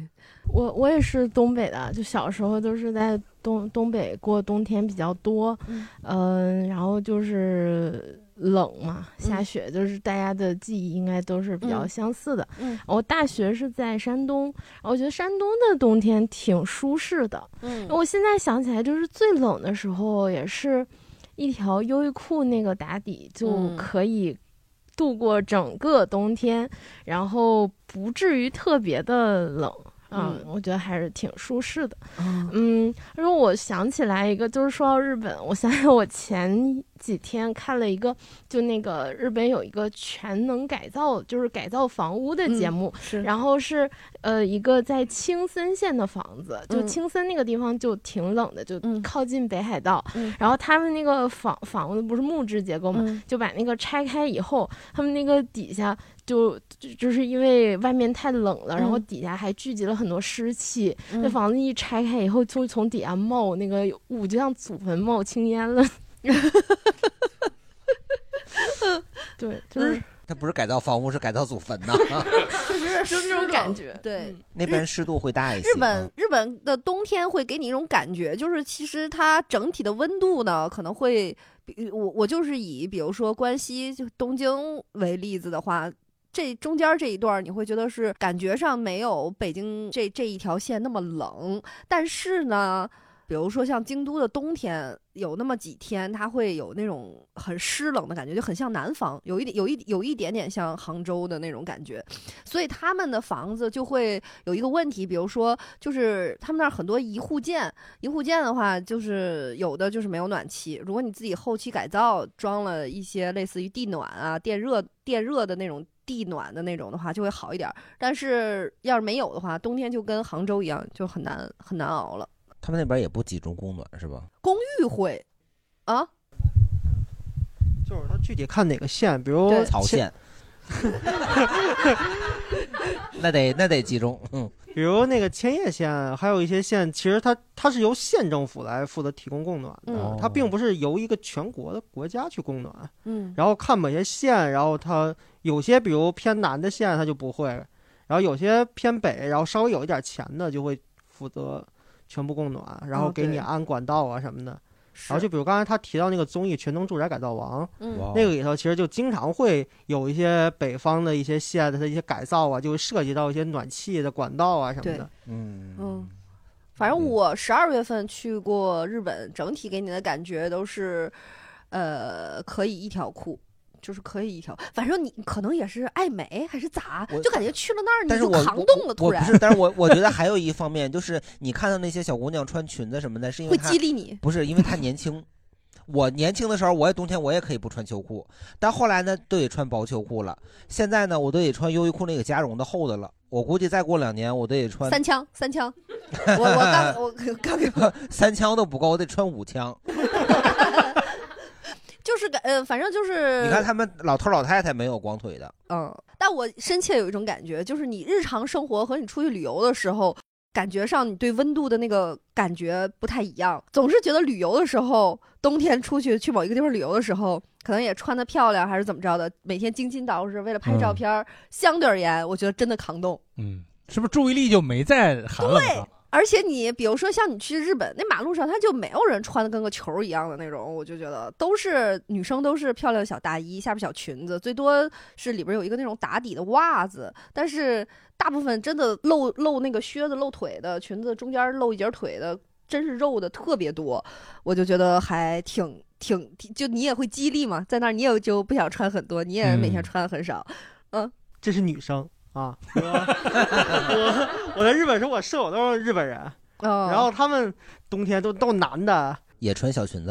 Speaker 13: 我我也是东北的，就小时候都是在东东北过冬天比较多，
Speaker 12: 嗯、
Speaker 13: 然后就是冷嘛，下雪，就是大家的记忆应该都是比较
Speaker 12: 嗯
Speaker 13: 相似的。
Speaker 12: 嗯
Speaker 13: 我大学是在山东，然后我觉得山东的冬天挺舒适的。
Speaker 12: 嗯
Speaker 13: 我现在想起来，就是最冷的时候也是一条优衣库那个打底就
Speaker 12: 嗯
Speaker 13: 可以度过整个冬天，然后不至于特别的冷。啊
Speaker 12: 嗯
Speaker 13: 我觉得还是挺舒适的。嗯，然后我想起来一个，就是说到日本，我想想我前几天看了一个，就那个日本有一个全能改造，就是改造房屋的节目，
Speaker 12: 嗯是
Speaker 13: 然后是呃一个在青森县的房子，就
Speaker 12: 嗯
Speaker 13: 青森那个地方就挺冷的，就靠近北海道，
Speaker 12: 嗯
Speaker 13: 然后他们那个房房子不是木质结构嘛，
Speaker 12: 嗯
Speaker 13: 就把那个拆开以后，他们那个底下就就就是因为外面太冷了，然后
Speaker 12: 嗯
Speaker 13: 底下还聚集了很多湿气，
Speaker 12: 嗯
Speaker 13: 那房子一拆开以后，就从底下冒那个雾，就像祖坟冒青烟了。 对，就是
Speaker 12: 嗯
Speaker 2: 它不是改造房屋，是改造祖坟 呐。
Speaker 3: 就是
Speaker 13: 就这种感觉。
Speaker 3: 对，
Speaker 2: 那边湿度会大一些。嗯
Speaker 3: 日本日本的冬天会给你一种感觉，就是其实它整体的温度呢，可能会比我我就是以比如说关西就东京为例子的话。这中间这一段，你会觉得是感觉上没有北京这这一条线那么冷，但是呢，比如说像京都的冬天，有那么几天，它会有那种很湿冷的感觉，就很像南方，有一点有一有一点点像杭州的那种感觉。所以他们的房子就会有一个问题，比如说就是他们那儿很多一户建，一户建的话就是有的就是没有暖气，如果你自己后期改造装了一些类似于地暖啊、电热电热的那种。地暖的那种的话就会好一点儿，但是要是没有的话，冬天就跟杭州一样，就很难很难熬了。
Speaker 2: 他们那边也不集中供暖是吧？
Speaker 3: 公寓会啊，
Speaker 6: 就是它具体看哪个县，比如
Speaker 2: 曹县， 那得那得集中，嗯，
Speaker 6: 比如那个千叶县，还有一些县，其实它它是由县政府来负责提供供暖的，
Speaker 3: 嗯
Speaker 6: 它并不是由一个全国的国家去供暖。
Speaker 3: 嗯
Speaker 6: 然后看某些县，然后它有些比如偏南的县它就不会，然后有些偏北，然后稍微有一点钱的就会负责全部供暖，然后
Speaker 12: 哦
Speaker 6: 给你
Speaker 12: 对
Speaker 6: 安管道啊什么的。
Speaker 3: 是
Speaker 6: 然后就比如刚才他提到那个综艺《全能住宅改造王》，
Speaker 3: 嗯
Speaker 8: 哇哦
Speaker 6: 那个里头其实就经常会有一些北方的一些县的它一些改造啊，就会涉及到一些暖气的管道啊什么的。
Speaker 2: 嗯
Speaker 3: 嗯，反正我十二月份去过日本，整体给你的感觉都是，呃，可以一条裤，就是可以一条，反正你可能也是爱美还是咋
Speaker 2: 我，
Speaker 3: 就感觉去了那儿你
Speaker 2: 但是
Speaker 3: 就
Speaker 2: 我
Speaker 3: 扛
Speaker 2: 我
Speaker 3: 冻了，
Speaker 2: 我
Speaker 3: 突然
Speaker 2: 不是，但是我我觉得还有一方面就是，你看到那些小姑娘穿裙子什么的，是因为
Speaker 3: 会
Speaker 2: 她
Speaker 3: 激励你
Speaker 2: 不是因为她年轻。我年轻的时候，我也冬天我也可以不穿秋裤，但后来呢，都得穿薄秋裤了。现在呢，我都得穿优衣库那个加绒的厚的了。我估计再过两年，我都得穿
Speaker 3: 三枪三 枪，我我刚我刚给
Speaker 2: 三枪都不够，我得穿五枪。
Speaker 3: 就是感呃，反正就是
Speaker 2: 你看他们老头老太太没有光腿的，
Speaker 3: 嗯，但我深切有一种感觉，就是你日常生活和你出去旅游的时候，感觉上你对温度的那个感觉不太一样。总是觉得旅游的时候，冬天出去去某一个地方旅游的时候，可能也穿的漂亮还是怎么着的，每天精心捯饬为了拍照片儿，相对而言，我觉得真的扛冻。
Speaker 1: 嗯，是不是注意力就没在寒冷上？
Speaker 3: 而且你比如说像你去日本那马路上，他就没有人穿的跟个球儿一样的那种，我就觉得都是女生都是漂亮的小大衣，下边小裙子，最多是里边有一个那种打底的袜子，但是大部分真的露露那个靴子、露腿的裙子中间露一截腿的，真是肉的特别多，我就觉得还挺挺挺，就你也会激励嘛，在那儿你也就不想穿很多，你也每
Speaker 6: 嗯
Speaker 3: 天穿很少，嗯
Speaker 6: 这是女生啊。 我我 我在日本时候，我舍友都是日本人，
Speaker 3: 哦
Speaker 6: 然后他们冬天都都男的，
Speaker 2: 也穿小裙子。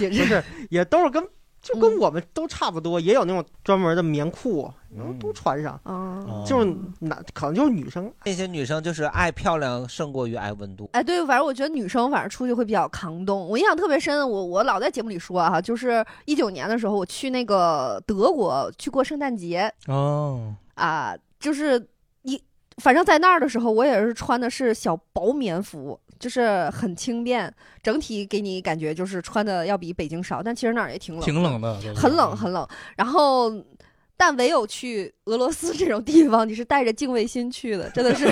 Speaker 3: 也嗯
Speaker 6: 不是也都是跟就跟我们都差不多，也有那种专门的棉裤，然后都穿上，
Speaker 3: 哦
Speaker 6: 就是男可能就是女生。
Speaker 2: 那些女生就是爱漂亮胜过于爱温度。
Speaker 3: 哎，对，反正我觉得女生反正出去会比较抗冻。我印象特别深，我我老在节目里说啊哈、就是一九年的时候，我去那个德国去过圣诞节
Speaker 1: 哦，
Speaker 3: 啊，就是一反正在那儿的时候，我也是穿的是小薄棉服，就是很轻便，整体给你感觉就是穿的要比北京少，但其实那儿也挺冷，
Speaker 1: 挺冷的嗯对吧
Speaker 3: 很冷很冷。然后。但唯有去俄罗斯这种地方，你是带着敬畏心去的，真的 是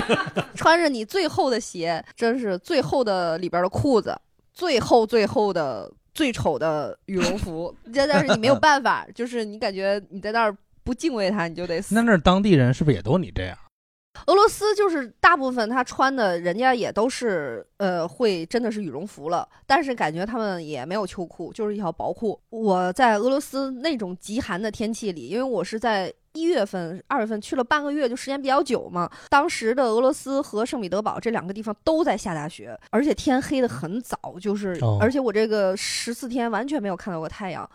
Speaker 3: 穿着你最厚的鞋，真是最厚的里边的裤子，最厚最厚的最丑的羽绒服。 但但是你没有办法，就是你感觉你在那儿不敬畏它，你就得死。
Speaker 1: 那那儿当地人是不是也都你这样？
Speaker 3: 俄罗斯就是大部分他穿的，人家也都是呃会真的是羽绒服了，但是感觉他们也没有秋裤，就是一条薄裤。我在俄罗斯那种极寒的天气里，因为我是在。一月份、二月份去了半个月，就时间比较久嘛。当时的俄罗斯和圣彼得堡这两个地方都在下大雪，而且天黑的很早，就是、
Speaker 14: 哦
Speaker 3: 而且我这个十四天完全没有看到过太阳。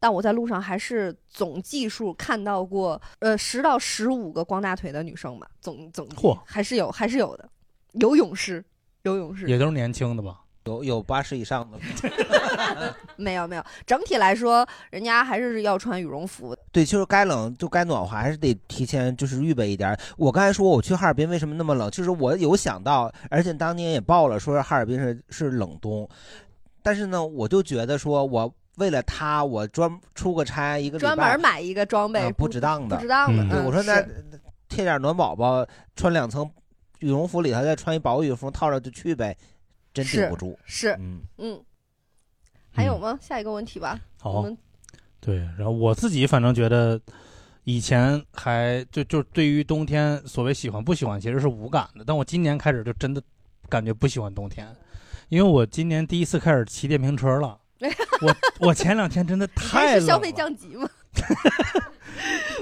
Speaker 3: 但我在路上还是总计数看到过，呃，十到十五个光大腿的女生吧，总总计
Speaker 1: 嚯
Speaker 3: 还是有，还是有的，游泳师，游泳师
Speaker 1: 也都是年轻的吧？
Speaker 2: 有有八十以上的。
Speaker 3: 没有没有，整体来说，人家还是要穿羽绒服的。
Speaker 2: 对，就是该冷就该暖和，还是得提前就是预备一点儿。我刚才说我去哈尔滨为什么那么冷，就是我有想到，而且当年也报了，说是哈尔滨是是冷冬，但是呢，我就觉得说我为了他，我专出个差一个礼拜
Speaker 3: 专门买一个装备，
Speaker 2: 呃不值当的，
Speaker 3: 不值当的。
Speaker 2: 对，
Speaker 3: 嗯
Speaker 2: 我说那
Speaker 3: 是
Speaker 2: 贴点暖宝宝，穿两层羽绒服里头，再穿一薄羽绒服套上就去呗，真顶
Speaker 3: 是
Speaker 2: 不住。
Speaker 3: 是，
Speaker 2: 嗯
Speaker 3: 嗯，还有吗？下一个问题吧。
Speaker 1: 嗯好
Speaker 3: 我们
Speaker 1: 对，然后我自己反正觉得，以前还就就对于冬天所谓喜欢不喜欢其实是无感的，但我今年开始就真的感觉不喜欢冬天，因为我今年第一次开始骑电瓶车了。我我前两天真的太
Speaker 3: 还是消
Speaker 1: 冷
Speaker 3: 费降级吗？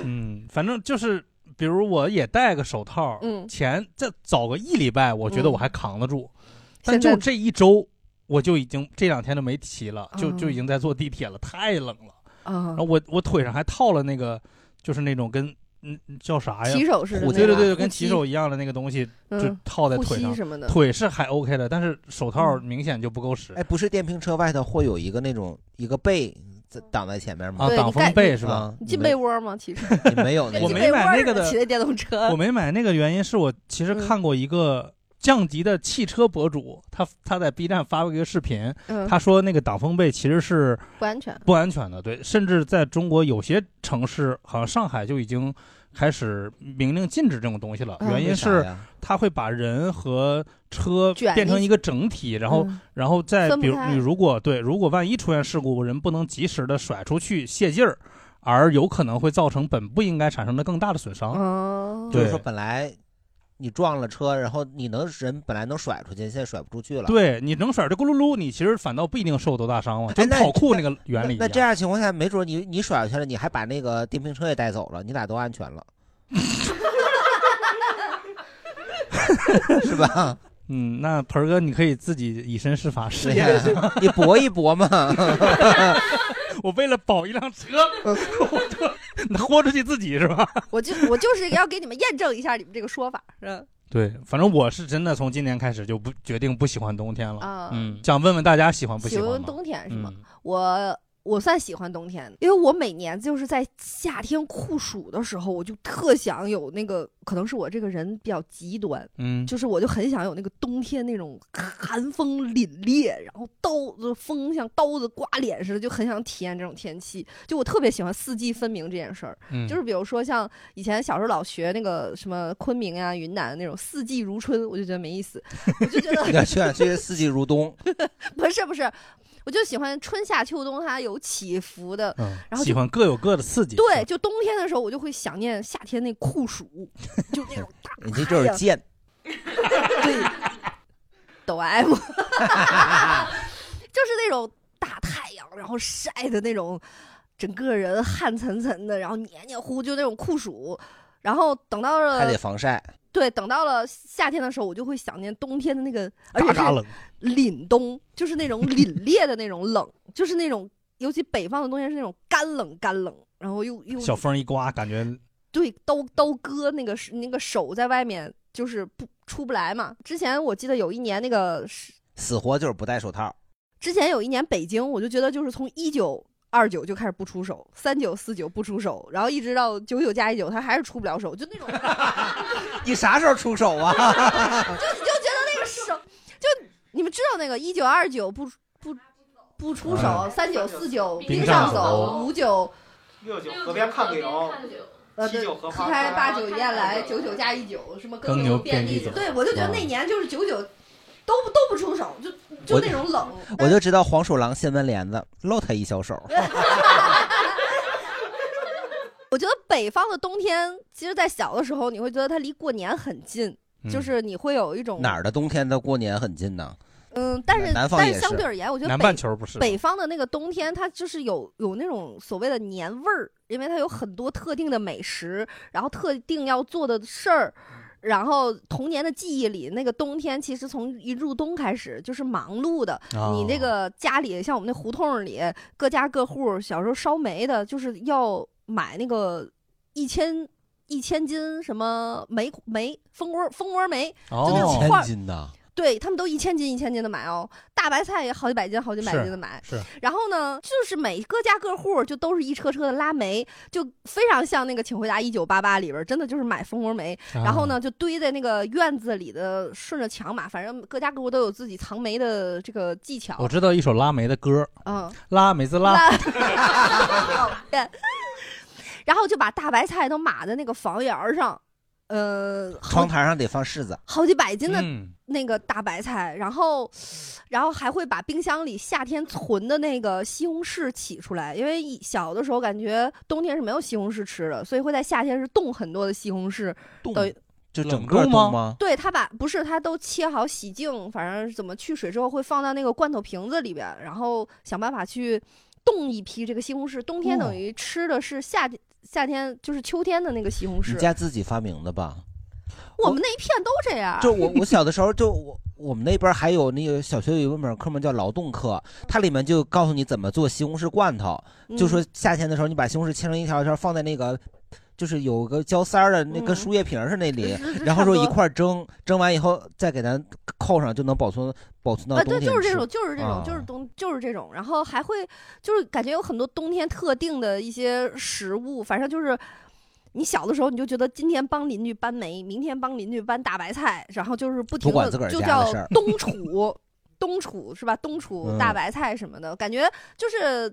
Speaker 1: 嗯，反正就是，比如我也戴个手套，
Speaker 3: 嗯
Speaker 1: 前再早个一礼拜，我觉得
Speaker 3: 嗯
Speaker 1: 我还扛得住，但
Speaker 3: 现在
Speaker 1: 就这一周，我就已经这两天都没骑了，就
Speaker 3: 哦
Speaker 1: 就已经在坐地铁了，太冷了。
Speaker 3: 啊
Speaker 1: 然后我我腿上还套了那个，就是那种跟嗯叫啥呀？
Speaker 3: 骑手似的
Speaker 1: 虎
Speaker 3: 那
Speaker 1: 对对
Speaker 3: 个
Speaker 1: 对，
Speaker 3: 护
Speaker 1: 跟
Speaker 3: 膝
Speaker 1: 骑手一样的那个东西，就
Speaker 2: 嗯
Speaker 1: 套在
Speaker 2: 护
Speaker 1: 腿
Speaker 2: 膝
Speaker 1: 上
Speaker 2: 什么的
Speaker 1: 腿是还 OK 的，但是手套明显就不够使。
Speaker 2: 哎，不是电瓶车外头会有一个那种一个被在挡在前面吗？
Speaker 1: 啊对挡你风盖被是吧
Speaker 2: 啊
Speaker 3: 你进
Speaker 2: 没
Speaker 3: 被窝吗？其实
Speaker 2: 你没有那个
Speaker 1: 我没买那个的
Speaker 3: 骑的电动 车，
Speaker 1: 我没买那个原因是我其
Speaker 3: 嗯
Speaker 1: 实看过一个降级的汽车博主，他他在 B 站发过一个视频，
Speaker 3: 嗯
Speaker 1: 他说那个挡风被其实是
Speaker 3: 不安全。
Speaker 1: 不安全的，对，甚至在中国有些城市，好像上海就已经开始明令禁止这种东西了。
Speaker 3: 嗯
Speaker 1: 原因
Speaker 3: 为啥
Speaker 1: 是
Speaker 3: 呀
Speaker 1: 它会把人和车
Speaker 3: 卷一
Speaker 1: 变成一个整体，然后
Speaker 3: 嗯
Speaker 1: 然后再
Speaker 3: 分不
Speaker 1: 比如
Speaker 3: 开
Speaker 1: 你如果对，如果万一出现事故，人不能及时的甩出去泄劲儿。而有可能会造成本不应该产生的更大的损伤。
Speaker 3: 哦
Speaker 2: 就是
Speaker 1: 啊对
Speaker 2: 说本来你撞了车，然后你能人本来能甩出去，现在甩不出去了。
Speaker 1: 对你能甩就咕噜噜，你其实反倒不一定受多大伤亡，就跟跑酷那个原理一
Speaker 2: 哎那
Speaker 1: 样。
Speaker 2: 这样情况下，没准你你甩出去了，你还把那个电瓶车也带走了，你俩都安全了， 是吧？
Speaker 1: 嗯，那盆儿哥，你可以自己以身试法试
Speaker 2: 对
Speaker 1: 验
Speaker 2: 呀
Speaker 1: 一下。
Speaker 2: 你搏一搏嘛。
Speaker 1: 我为了保一辆车，我就豁 出去 自己是吧？
Speaker 3: 我就我就是要给你们验证一下你们这个说法，是吧？
Speaker 1: 对，反正我是真的从今年开始就不决定不喜欢冬天了。
Speaker 3: 啊
Speaker 1: 嗯，想问问大家喜欢不
Speaker 3: 喜
Speaker 1: 欢
Speaker 3: 欢
Speaker 1: 吗？
Speaker 3: 冬天是吗？
Speaker 1: 嗯
Speaker 3: 我我算喜欢冬天的，因为我每年就是在夏天酷暑的时候，我就特想有那个，可能是我这个人比较极端，
Speaker 1: 嗯
Speaker 3: 就是我就很想有那个冬天那种寒风凛冽，然后刀子风像刀子刮脸似的，就很想体验这种天气。就我特别喜欢四季分明这件事儿，
Speaker 14: 嗯
Speaker 3: 就是比如说像以前小时候老学那个什么昆明啊、云南那种四季如春，我就觉得没意思，
Speaker 2: 你要去去四季如冬，
Speaker 3: 不是不是，我就喜欢春夏秋冬它有起伏的，
Speaker 1: 嗯，
Speaker 3: 然后
Speaker 1: 喜
Speaker 3: 就
Speaker 1: 欢各有各的刺激。
Speaker 3: 对，就冬天的时候我就会想念夏天那酷暑，
Speaker 2: 你这就是 贱。
Speaker 3: 抖 M，就是 那种大太阳，然后晒的那种，整个人汗涔涔的，然后黏黏糊，就那种酷暑。然后等到了
Speaker 2: 还得防晒。
Speaker 3: 对，等到了夏天的时候，我就会想念冬天的那个，而且
Speaker 2: 嘎
Speaker 3: 是
Speaker 2: 嘎冷
Speaker 3: 凛冬，就是那种凛冽的那种冷， 就是那种，尤其北方的冬天是那种干冷干冷，然后又又
Speaker 1: 小风一刮，感觉
Speaker 3: 对刀刀割那个是那个手在外面就是不出不来嘛。之前我记得有一年那个是
Speaker 2: 死活就是不戴手套。
Speaker 3: 之前有一年北京，我就觉得就是从一九二九就开始不出手，三九四九不出手，然后一直到九九加一九，他还是出不了手，就那种
Speaker 2: 你啥时候出手啊？
Speaker 3: 你就觉得那个手，就你们知道那个一九二九不不不出手
Speaker 6: 嗯，
Speaker 3: 三九四九
Speaker 6: 冰
Speaker 3: 冰
Speaker 6: 上
Speaker 3: 上
Speaker 6: 走
Speaker 3: 走，五九
Speaker 6: 六九河边看柳，
Speaker 3: 呃
Speaker 6: 七
Speaker 3: 对
Speaker 6: 九，河
Speaker 3: 合拍八九雁来，九九加一九，什么
Speaker 1: 耕牛遍
Speaker 3: 地
Speaker 1: 地走
Speaker 3: 对我就觉得那年就是九九都不都不出手，就就
Speaker 2: 我
Speaker 3: 那种冷。
Speaker 2: 我就知道黄鼠狼掀门帘子，露他一小手。
Speaker 3: 嗯我觉得北方的冬天，其实在小的时候，你会觉得它离过年很近，
Speaker 2: 嗯
Speaker 3: 就是你会有一种
Speaker 2: 哪儿的冬天到过年很近呢？
Speaker 3: 嗯，但是
Speaker 2: 南方
Speaker 3: 但
Speaker 2: 也
Speaker 3: 是相
Speaker 2: 是
Speaker 3: 对而言，我觉得
Speaker 2: 南
Speaker 3: 北
Speaker 2: 半球不是
Speaker 3: 北方的那个冬天，它就是有有那种所谓的年味儿，因为它有很多特定的美食，然后特定要做的事儿，然后童年的记忆里，那个冬天其实从一入冬开始就是忙碌的。
Speaker 14: 哦
Speaker 3: 你那个家里像我们那胡同里，各家各户小时候烧煤的，就是要买那个一千。一千斤什么煤煤蜂窝蜂窝煤，就那种块
Speaker 2: 哦千
Speaker 3: 儿
Speaker 2: 斤呐，
Speaker 3: 对他们都一千斤一千斤的买哦，大白菜也好几百斤好几百斤的买。
Speaker 2: 是
Speaker 3: 然后呢，就是每各家各户就都是一车车的拉煤，就非常像那个《请回答一九八八》里边儿，真的就是买蜂窝煤，
Speaker 1: 啊
Speaker 3: 然后呢就堆在那个院子里的顺着墙嘛，反正各家各户都有自己藏煤的这个技巧。
Speaker 1: 我知道一首拉煤的歌，
Speaker 3: 嗯，
Speaker 1: 拉梅子 拉，
Speaker 3: 讨厌。然后就把大白菜都码在那个房檐儿上，呃，
Speaker 2: 窗台上得放柿子。
Speaker 3: 好几百斤的
Speaker 2: 嗯
Speaker 3: 那个大白菜，然后，然后还会把冰箱里夏天存的那个西红柿起出来，因为以小的时候感觉冬天是没有西红柿吃的，所以会在夏天是冻很多的西红柿。等于
Speaker 2: 就
Speaker 1: 冻
Speaker 2: 整个
Speaker 1: 吗
Speaker 2: 冻吗？
Speaker 3: 对他把不是他都切好洗净，反正怎么去水之后会放到那个罐头瓶子里边，然后想办法去冻一批这个西红柿。冬天
Speaker 2: 哦
Speaker 3: 等于吃的是夏天。夏天就是秋天的那个西红
Speaker 2: 你
Speaker 3: 柿，
Speaker 2: 家自己发明的吧？
Speaker 3: 我们那一片都这样。
Speaker 2: 就我我小的时候就我。我们那边还有那个小学有一门课嘛，叫劳动课，它里面就告诉你怎么做西红柿罐头，
Speaker 3: 嗯
Speaker 2: 就说夏天的时候你把西红柿切成一条一条放在那个，就是有个胶塞儿的那
Speaker 3: 嗯
Speaker 2: 跟输液瓶儿似的那里，
Speaker 3: 是是
Speaker 2: 然后
Speaker 3: 差
Speaker 2: 说
Speaker 3: 不多
Speaker 2: 一块儿蒸，蒸完以后再给咱扣上就能保存保存到
Speaker 3: 啊，
Speaker 2: 冬
Speaker 3: 对，
Speaker 2: 天吃。
Speaker 3: 就是这种，就是这种，
Speaker 2: 啊
Speaker 3: 就是冬，就是这种。然后还会就是感觉有很多冬天特定的一些食物，反正就是你小的时候你就觉得今天帮邻居搬煤，明天帮邻居搬大白菜，然后就是不停
Speaker 2: 管
Speaker 3: 的
Speaker 2: 自个儿
Speaker 3: 就
Speaker 2: 家
Speaker 3: 叫
Speaker 2: 的事儿
Speaker 3: 冬储，冬储是吧？冬储
Speaker 2: 嗯
Speaker 3: 大白菜什么的，感觉就是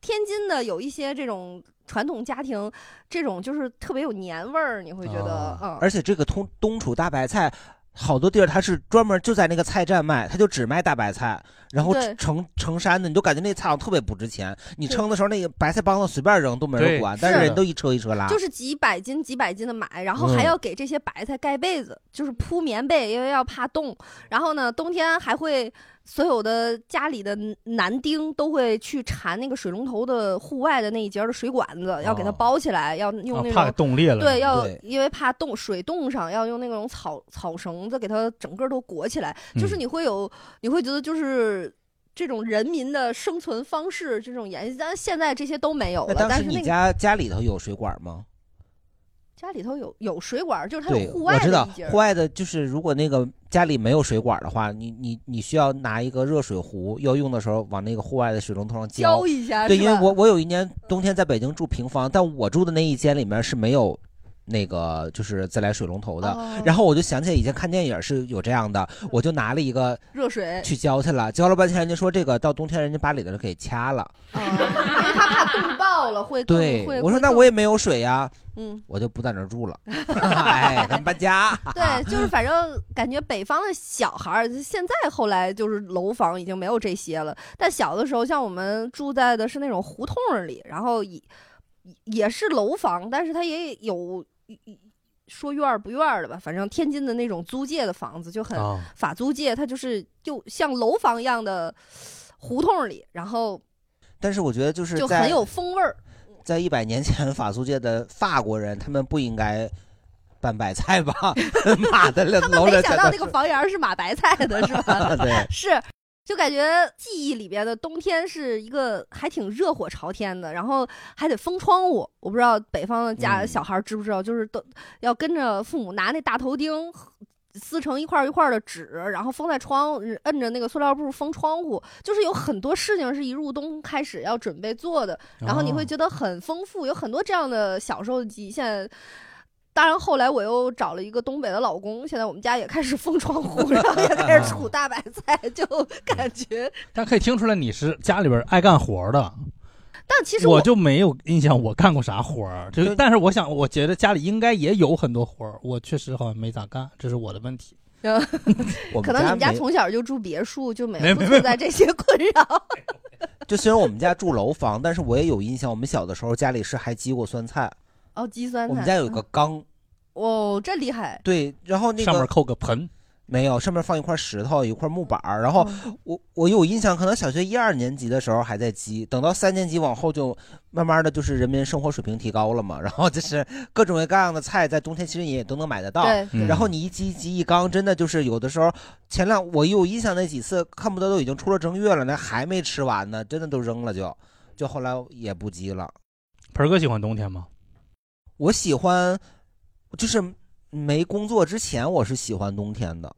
Speaker 3: 天津的有一些这种传统家庭，
Speaker 2: 啊
Speaker 3: 这种就是特别有年味儿，你会觉得，嗯，
Speaker 2: 而且这个冬冬储大白菜，好多地儿它是专门就在那个菜站卖，它就只卖大白菜，然后
Speaker 3: 对
Speaker 2: 成成山的，你就感觉那菜好像特别不值钱。你称的时候，那个白菜帮子随便扔都没人
Speaker 3: 对
Speaker 2: 管，
Speaker 3: 是
Speaker 2: 但是人
Speaker 3: 的
Speaker 2: 都一车一车拉。
Speaker 3: 就是几百斤几百斤的买，然后
Speaker 2: 嗯
Speaker 3: 还要给这些白菜盖被子，就是铺棉被，因为要怕冻。然后呢，冬天还会所有的家里的男丁都会去缠那个水龙头的户外的那一节的水管子，要给它包起来，要用
Speaker 1: 啊
Speaker 3: 那种、
Speaker 1: 怕冻裂了
Speaker 3: 对，要
Speaker 1: 对
Speaker 3: 因为怕冻水冻上，要用那种草草绳子给它整个都裹起来。就是
Speaker 1: 嗯
Speaker 3: 你会有，你会觉得就是。这种人民的生存方式，这种沿，但现在这些都没有
Speaker 2: 那
Speaker 3: 了。
Speaker 2: 当
Speaker 3: 但
Speaker 2: 时
Speaker 3: 是那
Speaker 2: 你
Speaker 3: 个
Speaker 2: 家家里头有水管吗？
Speaker 3: 家里头有有水管儿，就是它
Speaker 2: 对，
Speaker 3: 有户
Speaker 2: 我
Speaker 3: 外
Speaker 2: 知道
Speaker 3: 的一节儿
Speaker 2: 户外的，就是如果那个家里没有水管的话，你你你需要拿一个热水壶，要用的时候往那个户外的水龙头上
Speaker 3: 浇一下
Speaker 2: 对，
Speaker 3: 是
Speaker 2: 因为
Speaker 3: 吧嗯
Speaker 2: 我我有一年冬天在北京住平房，但我住的那一间里面是没有。那个就是自来水龙头的，
Speaker 3: 哦嗯
Speaker 2: 然后我就想起来以前看电影是有这样的，我就拿了一个
Speaker 3: 热水
Speaker 2: 去浇去了，浇了半天，人家说这个到冬天人家把里头给掐了。
Speaker 3: 因为它怕冻爆了会更
Speaker 2: 对
Speaker 3: 哎会，
Speaker 2: 我说
Speaker 3: 会
Speaker 2: 那
Speaker 3: 更
Speaker 2: 我也没有水呀、
Speaker 3: 嗯，
Speaker 2: 我就不在那儿住 了，哎，咱们搬家。
Speaker 3: 对，就是反正感觉北方的小孩儿，现在后来就是楼房已经没有这些了，但小的时候像我们住在的是那种胡同儿里，然后也也是楼房，但是它也有。说院儿不院儿的吧，反正天津的那种租界的房子就很、
Speaker 14: 哦
Speaker 3: 法租界，它就是就像楼房一样的胡同儿里，然后
Speaker 2: 但是我觉得就是
Speaker 3: 就
Speaker 2: 在
Speaker 3: 很有风味儿。
Speaker 2: 在一百年前法租界的法国人，他们不应该拌白菜吧？ 妈的，
Speaker 3: 他们
Speaker 2: 楼
Speaker 3: 没
Speaker 2: 人
Speaker 3: 想
Speaker 2: 在？
Speaker 3: 到那个房檐儿是马白菜的，是 吧
Speaker 2: 对
Speaker 3: 是，就感觉记忆里边的冬天是一个还挺热火朝天的，然后还得封窗户。我不知道北方的家
Speaker 11: 嗯
Speaker 3: 小孩儿知不知道，就是都要跟着父母拿那大头钉。撕成一块儿一块儿的纸，然后封在窗，嗯摁着那个塑料布封窗户，就是有很多事情是一入冬开始要准备做的，然后你会
Speaker 11: 哦
Speaker 3: 觉得很丰富，有很多这样的小时候的记忆。现在当然，后来我又找了一个东北的老公，现在我们家也开始封窗户，然后也 开始储大白菜，就感
Speaker 2: 嗯
Speaker 3: 觉。
Speaker 1: 但可以听出来你是家里边爱干活的。
Speaker 3: 但其实
Speaker 1: 我
Speaker 3: 我
Speaker 1: 就没有印象我干过啥活儿，就
Speaker 3: 对
Speaker 1: 但是我想，我觉得家里应该也有很多活儿，我确实好像没咋干，这是我的问题。
Speaker 3: 呃 可能你们家
Speaker 2: 没
Speaker 3: 从小就住别墅，就没
Speaker 2: 没
Speaker 3: 不
Speaker 2: 没
Speaker 3: 存在这些困扰。
Speaker 2: 就虽然我们家住楼房，但是我也有印象，我们小的时候家里是还积过酸菜。
Speaker 3: 哦，鸡酸菜。
Speaker 2: 我们家有个缸，
Speaker 3: 哦，这厉害。
Speaker 2: 对，然后那个
Speaker 1: 上面扣个盆，
Speaker 2: 没有，上面放一块石头，一块木板儿。然后
Speaker 1: 嗯
Speaker 2: 我我有印象，可能小学一二年级的时候还在积，等到三年级往后就慢慢的就是人民生活水平提高了嘛，然后就是各种各样的菜在冬天其实你也都能买得到
Speaker 1: 对。对
Speaker 2: 然后你一积一积一缸，真的就是有的时候前两我有印象那几次，恨不得都已经出了正月了，那还没吃完呢，真的都扔了就，就后来也不积了。
Speaker 1: 盆儿哥喜欢冬天吗？
Speaker 2: 我喜欢，就是没工作之前，我是喜欢冬天的，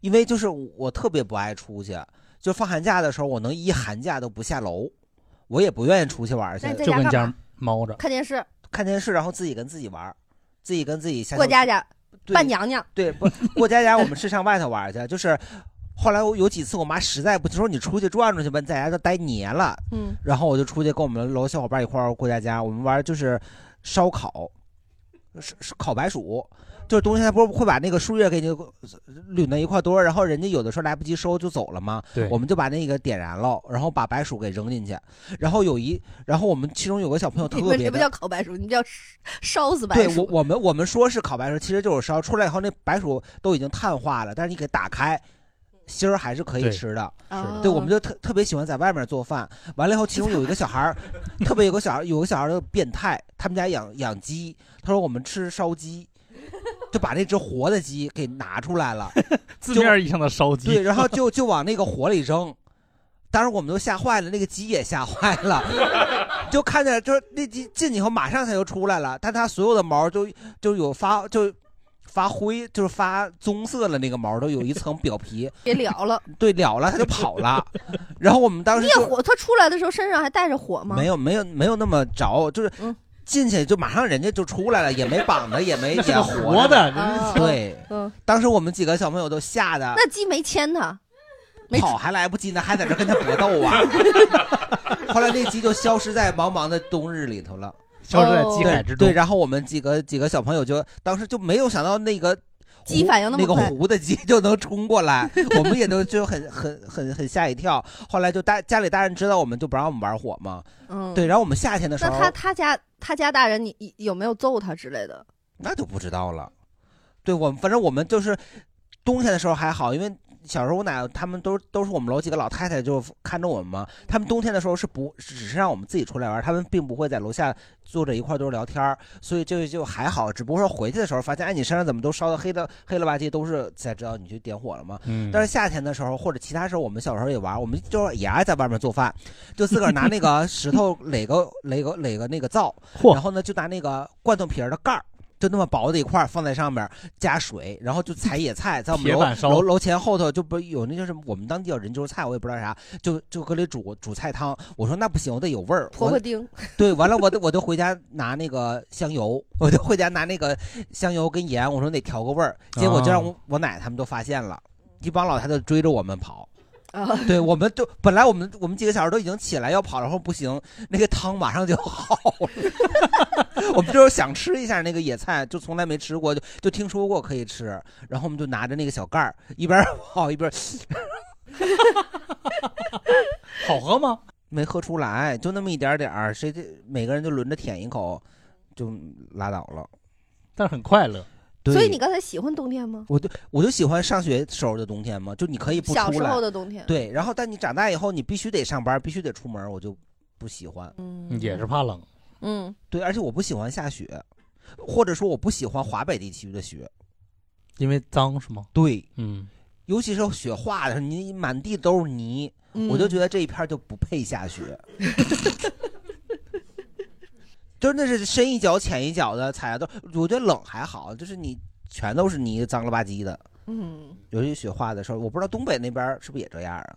Speaker 2: 因为就是我特别不爱出去，就放寒假的时候，我能一寒假都不下楼，我也不愿意出去玩去
Speaker 3: 那你，在就家跟干家嘛
Speaker 1: 猫着
Speaker 3: 看电视，
Speaker 2: 看电视，然后自己跟自己玩，自己跟自己下
Speaker 3: 过
Speaker 2: 象
Speaker 3: 家家，
Speaker 2: 对
Speaker 3: 扮娘娘。
Speaker 2: 对，不过家家我们是上外头玩去，就是后来我有几次我妈实在不行说你出去转转去吧，你在家都待黏了，
Speaker 3: 嗯，
Speaker 2: 然后我就出去跟我们楼小伙伴一块儿过家家，我们玩就是烧烤，是是烤白薯。就是冬天，它不是会把那个树叶给你呃捋到一块堆儿，然后人家有的时候来不及收就走了嘛。
Speaker 1: 对
Speaker 2: 我们就把那个点燃了，然后把白薯给扔进去，然后有一，然后我们其中有个小朋友特
Speaker 3: 你
Speaker 2: 别
Speaker 3: 们
Speaker 2: 的，
Speaker 3: 这不叫烤白薯，你们叫烧烧死白
Speaker 2: 对
Speaker 3: 薯。
Speaker 2: 我我们我们说是烤白薯，其实就是烧出来以后，那白薯都已经碳化了，但是你给打开，芯儿还是可以
Speaker 1: 对
Speaker 2: 吃的。
Speaker 3: 是的
Speaker 2: 对，我们就特特别喜欢在外面做饭。完了以后，其中有一个小孩儿，特别有个小孩儿有个小孩儿就变态，他们家养养鸡，他说我们吃烧鸡。就把那只活的鸡给拿出来了，
Speaker 1: 字面意义上的烧鸡。
Speaker 2: 对，然后就就往那个火里扔，当时我们都吓坏了，那个鸡也吓坏了， 就看见就是那鸡进去以后马上它就出来了，但它所有的毛就就有发就发灰，就是发棕色的那个毛都有一层表皮，
Speaker 3: 别聊了，
Speaker 2: 对，了了它就跑了，然后我们当时
Speaker 3: 灭
Speaker 2: 就
Speaker 3: 火，它出来的时候身上还带着火吗？嗯
Speaker 2: 没有没有没有那么着，就是。进去就马上人家就出来了，也没绑的，也没
Speaker 1: 那是
Speaker 2: 也
Speaker 1: 个活的
Speaker 3: 啊
Speaker 2: 对，
Speaker 3: 嗯，
Speaker 2: 当时我们几个小朋友都吓得，
Speaker 3: 那鸡没牵它，
Speaker 2: 啊跑还来不及呢，还在这跟他搏斗啊！ 后来那鸡就消失在茫茫的冬日里头了，
Speaker 1: 消失在鸡海之中
Speaker 2: 对，对然后我们几个几个小朋友就当时就没有想到那个
Speaker 3: 鸡反应那么
Speaker 2: 那个
Speaker 3: 快
Speaker 2: 糊的鸡就能冲过来， 我们也都就很很很很吓一跳。后来就大家里大人知道我们就不让我们玩火嘛，
Speaker 3: 嗯，
Speaker 2: 对，然后我们夏天的时
Speaker 3: 那
Speaker 2: 候
Speaker 3: 他他家他家大人，你你有没有揍他之类的？
Speaker 2: 那就不知道了。对我们，反正我们就是冬天的时候还好，因为小时候我奶他们都都是我们楼几个老太太就看着我们嘛。他们冬天的时候是不只是让我们自己出来玩，他们并不会在楼下坐着一块儿都是聊天儿，所以这就还好。只不过说回去的时候发现，哎，你身上怎么都烧的黑的黑了吧唧，都是才知道你去点火了嘛。
Speaker 1: 嗯
Speaker 2: 但是夏天的时候或者其他时候，我们小时候也玩，我们就是也爱在外面做饭，就自个儿拿那个石头垒个垒个垒个那个灶，然后呢就拿那个罐头皮儿的盖儿。就那么薄的一块儿放在上面，加水，然后就采野菜，在我们
Speaker 1: 铁
Speaker 2: 楼
Speaker 1: 板烧
Speaker 2: 楼楼前后头就不有那就是我们当地叫人头菜，我也不知道啥，就就搁里煮煮菜汤。我说那不行，我得有味儿。
Speaker 3: 婆婆
Speaker 2: 我
Speaker 3: 丁，
Speaker 2: 对，完了我得我就回家拿那个香油，我就回家拿那个香油跟盐，我说得调个味儿。结果就让我、
Speaker 1: 哦
Speaker 2: 我奶他们都发现了，一帮老太太追着我们跑。
Speaker 3: 啊，
Speaker 2: 对，我们就本来我们我们几个小孩都已经起来要跑，然后不行，那个汤马上就好了。 我们就是想吃一下那个野菜，就从来没吃过，就就听说过可以吃，然后我们就拿着那个小盖儿一边儿跑一边儿，
Speaker 1: 好喝吗？
Speaker 2: 没喝出来，就那么一点点儿，谁这每个人就轮着舔一口，就拉倒了。
Speaker 1: 但是很快乐。
Speaker 2: 对
Speaker 3: 所以你刚才喜欢冬天吗？
Speaker 2: 我就我就喜欢上学时候的冬天嘛，就你可以不出来。
Speaker 3: 小时候的冬天
Speaker 2: 对，然后但你长大以后，你必须得上班，必须得出门，我就不喜欢。
Speaker 3: 嗯
Speaker 1: 也是怕冷。
Speaker 3: 嗯，
Speaker 2: 对，而且我不喜欢下雪，或者说我不喜欢华北地区的雪。
Speaker 1: 因为脏是吗？
Speaker 2: 对，
Speaker 1: 嗯，
Speaker 2: 尤其是雪化的时候，你满地都是泥，我
Speaker 1: 嗯
Speaker 2: 就觉得这一片儿就不配下 雪。就是那是深一脚浅一脚的踩的，我觉得冷还好，就是你全都是泥，脏了吧唧的。
Speaker 3: 嗯，
Speaker 2: 尤其雪化的时候，我不知道东北那边儿是不是也这样啊？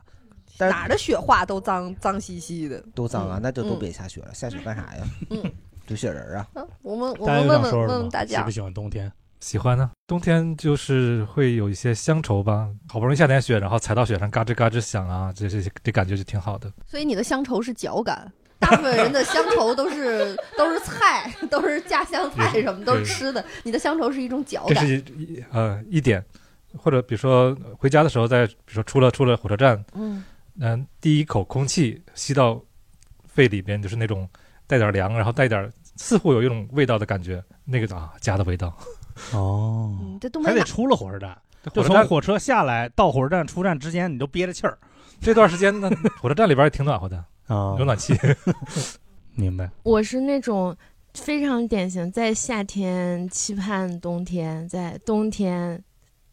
Speaker 2: 但是
Speaker 3: 嗯哪儿的雪化都脏脏兮兮的，
Speaker 2: 都脏啊，
Speaker 3: 嗯
Speaker 2: 那就都
Speaker 3: 嗯
Speaker 2: 别下雪了，下雪干啥呀？
Speaker 3: 嗯，
Speaker 2: 堆雪人儿啊。
Speaker 3: 嗯我们我
Speaker 9: 大家
Speaker 3: 们
Speaker 9: 有想
Speaker 3: 问问
Speaker 9: 说
Speaker 3: 问
Speaker 9: 什么
Speaker 3: 问大
Speaker 9: 喜
Speaker 3: 家
Speaker 9: 不，喜欢冬天？喜欢呢、冬天就是会有一些乡愁吧，好不容易下点雪，然后踩到雪上嘎吱嘎吱响啊，这这这感觉就挺好的。
Speaker 3: 所以你的乡愁是脚感。大部分人的乡愁都是都是菜，都是家乡菜什么，都是吃的。你的乡愁是一种脚
Speaker 9: 这
Speaker 3: 感
Speaker 9: 是，一 一呃一点，或者比如说回家的时候在，比如说出了出了火车站，
Speaker 3: 嗯
Speaker 9: 嗯、第一口空气吸到肺里边，就是那种带点凉，然后带点似乎有一种味道的感觉，那个啊家的味道。
Speaker 1: 哦，
Speaker 3: 嗯，这东北
Speaker 1: 还得
Speaker 3: 哪
Speaker 1: 出了火车站，
Speaker 9: 火
Speaker 1: 就
Speaker 9: 车
Speaker 1: 从
Speaker 9: 站
Speaker 1: 火车下来到火车站出站之间，你都憋着气儿
Speaker 9: 这段时间呢，火车站里边也挺暖和的，
Speaker 1: 啊
Speaker 9: 有暖气。
Speaker 1: 明白？
Speaker 13: 我是那种非常典型，在夏天期盼冬天，在冬天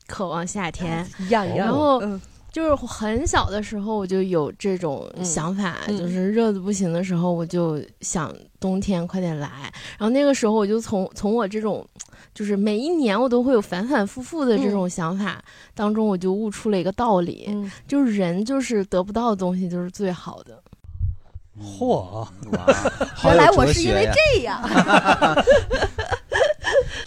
Speaker 13: 渴望夏天
Speaker 11: 哎
Speaker 3: 一样
Speaker 11: 哦
Speaker 3: 一样
Speaker 13: 然后
Speaker 3: 嗯
Speaker 13: 就是很小的时候，我就有这种想法，
Speaker 3: 嗯嗯
Speaker 13: 就是热的不行的时候，我就想冬天快点来。然后那个时候，我就从从我这种，就是每一年我都会有反反复复的这种想法、当中，我就悟出了一个道理，
Speaker 3: 嗯
Speaker 13: 就是人就是得不到的东西就是最好的。
Speaker 1: 嚯，
Speaker 2: 好
Speaker 3: 原
Speaker 2: 有
Speaker 3: 来我
Speaker 2: 哲
Speaker 3: 是因
Speaker 2: 学
Speaker 3: 为
Speaker 2: 呀
Speaker 3: 这样。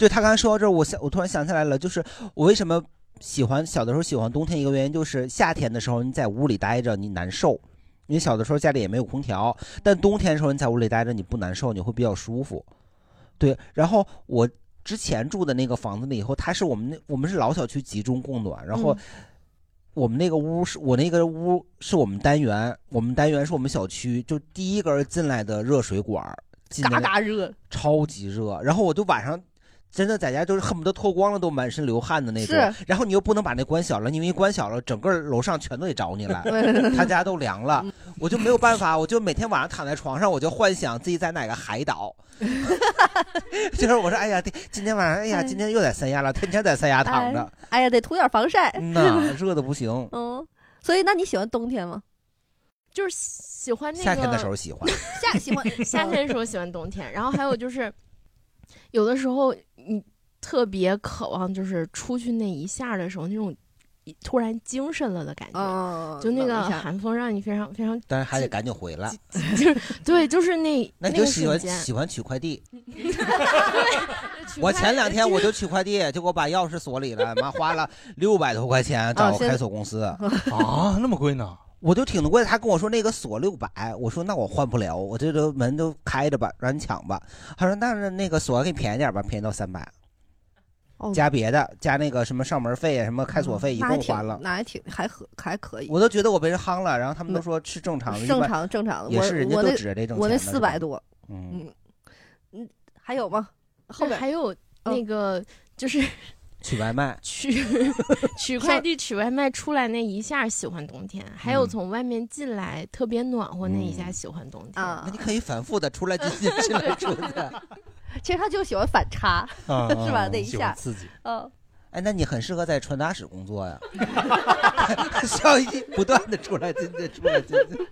Speaker 2: 对他刚才说到这儿，我想我突然想起来了，就是我为什么喜欢小的时候喜欢冬天，一个原因就是夏天的时候你在屋里待着你难受，因为小的时候家里也没有空调，但冬天的时候你在屋里待着你不难受，你会比较舒服。对，然后我之前住的那个房子里以后，它是我们那我们是老小区集中供暖，然后
Speaker 3: 嗯
Speaker 2: 我们那个屋是我那个屋是我们单元，我们单元是我们小区就第一根进来的热水管儿，进来
Speaker 3: 嘎
Speaker 2: 的
Speaker 3: 嘎 热，
Speaker 2: 超级热，然后我就晚上。真的在家就是恨不得脱光了都满身流汗的那种
Speaker 3: 是，
Speaker 2: 然后你又不能把那关小了，因为一关小了，整个楼上全都得找你 来
Speaker 3: 对，
Speaker 2: 他家都凉了，我就没有办法，我就每天晚上躺在床上，我就幻想自己在哪个海岛， 就是我说哎呀，今天晚上哎呀，今天又在三亚了，天天在三亚躺着，
Speaker 3: 嗯哎呀，得涂点防晒。
Speaker 2: 嗯呐，热的不行。
Speaker 3: 嗯，所以那你喜欢冬天吗？
Speaker 13: 就是喜欢那个
Speaker 2: 夏天的时候喜欢，
Speaker 3: 夏喜欢
Speaker 13: 夏天的时候喜欢冬天，然后还有就是，有的时候你特别渴望，就是出去那一下的时候，那种一突然精神了的感觉，
Speaker 3: 嗯，
Speaker 13: 就那个
Speaker 3: 冷一下
Speaker 13: 寒风让你非常非常，
Speaker 2: 但是还得赶紧回来。
Speaker 13: 对，就是那
Speaker 2: 那你
Speaker 13: 个
Speaker 2: 就喜
Speaker 13: 瞬
Speaker 2: 欢
Speaker 13: 间。
Speaker 2: 喜欢取快 递，
Speaker 13: 取
Speaker 2: 我
Speaker 13: 快
Speaker 2: 前两天我就取快递，结果把钥匙锁里 了，妈花了六百多块钱找
Speaker 3: 现在
Speaker 2: 开锁公 司，
Speaker 1: 啊，那么贵呢？
Speaker 2: 我就挺贵。他跟我说那个锁六百，我说那我换不了，我这个门都开着吧，让你抢吧。他说那那那个锁给你便宜点吧，便宜到三百。
Speaker 3: 哦嗯
Speaker 2: 加别的，加那个什么上门费啊，什么开锁费，一
Speaker 3: 那还
Speaker 2: 共
Speaker 3: 挺
Speaker 2: 还了，。
Speaker 3: 那还挺还可还可以。
Speaker 2: 我都觉得我被人夯了，然后他们都说是正常的，啊一
Speaker 3: 正
Speaker 2: 般
Speaker 3: 常正常的，
Speaker 2: 也
Speaker 3: 我
Speaker 2: 是人家
Speaker 3: 我
Speaker 2: 都
Speaker 3: 那
Speaker 2: 指着这挣
Speaker 3: 我那
Speaker 2: 钱的
Speaker 3: 四百多，
Speaker 2: 嗯
Speaker 3: 嗯嗯，还有吗？后
Speaker 13: 对
Speaker 3: 边嗯
Speaker 13: 还有那个就是
Speaker 2: 取外卖，
Speaker 13: 取取快递、取外卖出来那一下喜欢冬天，还有
Speaker 2: 嗯
Speaker 13: 从外面进来特别暖和那一下喜欢冬天。
Speaker 3: 啊，
Speaker 2: 可以反复的出来进 进进来出来。
Speaker 3: 其实他就喜欢反差，
Speaker 2: 啊
Speaker 3: 是吧？那一
Speaker 2: 喜
Speaker 3: 下
Speaker 2: 欢刺激，
Speaker 3: 嗯，
Speaker 2: 哎，那你很适合在传达室工作 呀，笑一不断的出来进进出来进进。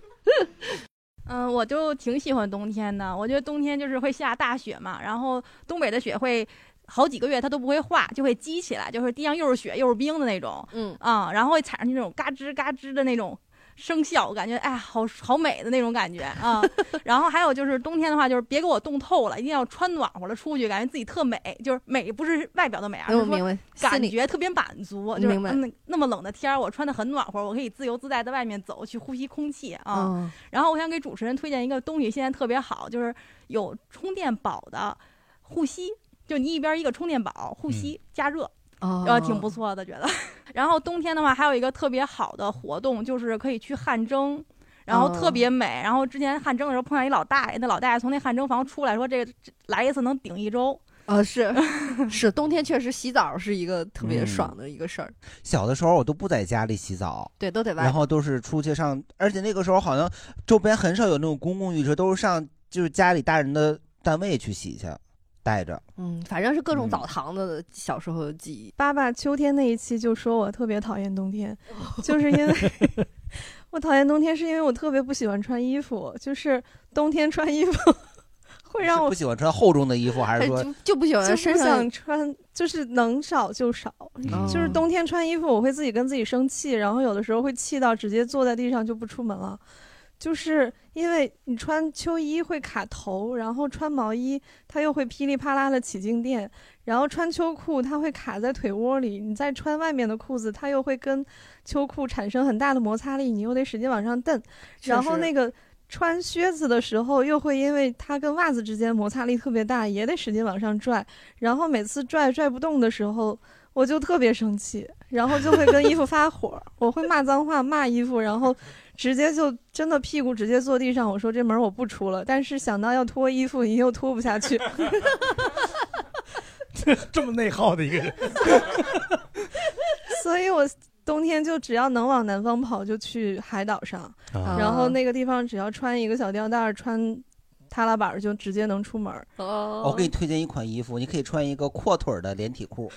Speaker 5: 嗯，我就挺喜欢冬天的。我觉得冬天就是会下大雪嘛，然后东北的雪会好几个月它都不会化，就会积起来，就是地上又是雪又是冰的那种。
Speaker 3: 嗯
Speaker 5: 啊、然后会踩上去那种嘎吱嘎吱的那种声效，我感觉哎，好好美的那种感觉 啊。然后还有就是冬天的话，就是别给我冻透了，一定要穿暖和了出去，感觉自己特美，就是美不是外表的美，而啊
Speaker 3: 哎我
Speaker 5: 是
Speaker 3: 明白
Speaker 5: 说
Speaker 3: 心
Speaker 5: 感
Speaker 3: 里
Speaker 5: 觉特别满足，就是
Speaker 3: 明白
Speaker 5: 嗯那么冷的天儿，我穿的很暖和，我可以自由自在在外面走，去呼吸空气啊。
Speaker 3: 嗯
Speaker 5: 然后我想给主持人推荐一个东西，现在特别好，就是有充电宝的护膝，就你一边一个充电宝护膝加热，
Speaker 3: 嗯哦
Speaker 5: 呃，挺不错的，觉得。 然后冬天的话，还有一个特别好的活动，就是可以去汗蒸。然后特
Speaker 3: 哦
Speaker 5: 别美，然后之前汗蒸的时候碰上一老大爷，那老大爷从那汗蒸房出来，说这个这来一次能顶一周。
Speaker 3: 啊，是 是，冬天确实洗澡是一个特别
Speaker 2: 嗯
Speaker 3: 爽的一个事儿，
Speaker 2: 小的时候我都不在家里洗澡，
Speaker 3: 对，都得外
Speaker 2: 然后都是出去上，而且那个时候好像周边很少有那种公共浴池，都是上就是家里大人的单位去洗去，带着。
Speaker 3: 嗯，反正是各种澡堂子的小时候的记忆。
Speaker 10: 爸爸秋天那一期就说我特别讨厌冬天，
Speaker 3: 哦
Speaker 10: 就是因为 我讨厌冬天，是因为我特别不喜欢穿衣服，就是冬天穿衣服会让我
Speaker 2: 不喜欢穿厚重的衣服，还 是说
Speaker 3: 哎就不喜
Speaker 10: 就
Speaker 3: 欢
Speaker 10: 不
Speaker 3: 身上哦
Speaker 10: 想穿，就是能少就少。就是冬天穿衣服，我会自己跟自己生气，然后有的时候会气到直接坐在地上就不出门了。就是因为你穿秋衣会卡头，然后穿毛衣它又会噼里啪啦的起静电，然后穿秋裤它会卡在腿窝里，你再穿外面的裤子，它又会跟秋裤产生很大的摩擦力，你又得使劲往上蹬，
Speaker 11: 确
Speaker 10: 然后
Speaker 11: 实
Speaker 10: 那个。穿靴子的时候，又会因为它跟袜子之间摩擦力特别大，也得使劲往上拽。然后每次拽拽不动的时候，我就特别生气，然后就会跟衣服发火，我会骂脏话、骂衣服，然后直接就真的屁股直接坐地上。我说这门我不出了，但是想到要脱衣服，你又脱不下去。
Speaker 1: 这么内耗的一个人，
Speaker 10: 所以我冬天就只要能往南方跑，就去海岛上，
Speaker 1: 啊
Speaker 10: 然后那个地方只要穿一个小吊带儿，穿踏拉板儿就直接能出门儿。
Speaker 3: 哦
Speaker 2: 我给你推荐一款衣服，你可以穿一个阔腿儿的连体 裤，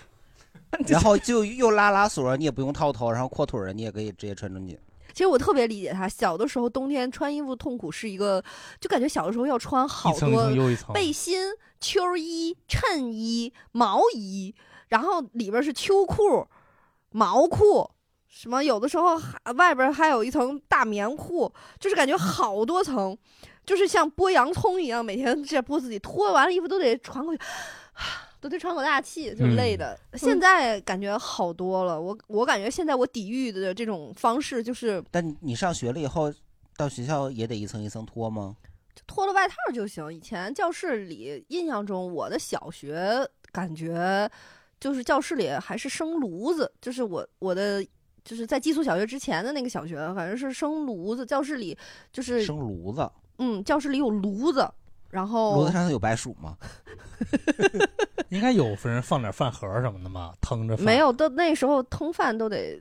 Speaker 2: 然后就又拉拉锁，你也不用套头，然后阔腿儿的你也可以直接穿进去。
Speaker 3: 其实我特别理解他，小的时候冬天穿衣服痛苦是一个，就感觉小的时候要穿好
Speaker 1: 一层一
Speaker 3: 多
Speaker 1: 层又一层
Speaker 3: 背心、秋衣、衬衣、毛衣，然后里边是秋裤、毛裤，什么有的时候还外边还有一层大棉裤，就是感觉好多层，就是像剥洋葱一样，每天这剥自己脱完了衣服都得传过去。 都得喘口大气，
Speaker 1: 嗯
Speaker 3: 就累的。现在感觉好多了，我我感觉现在我抵御的这种方式就是
Speaker 2: 但你上学了以后，到学校也得一层一层脱吗？
Speaker 3: 脱了外套就行。以前教室里，印象中我的小学感觉就是教室里还是生炉子，就是我我的就是在寄宿小学之前的那个小学，反正是生炉子，教室里就是
Speaker 2: 生炉子，
Speaker 3: 嗯，教室里有炉子，然
Speaker 2: 炉
Speaker 3: 后
Speaker 2: 子上头有白薯吗？
Speaker 1: 应该有人放点饭盒什么的嘛，腾着饭。
Speaker 3: 没有，都那时候通饭都得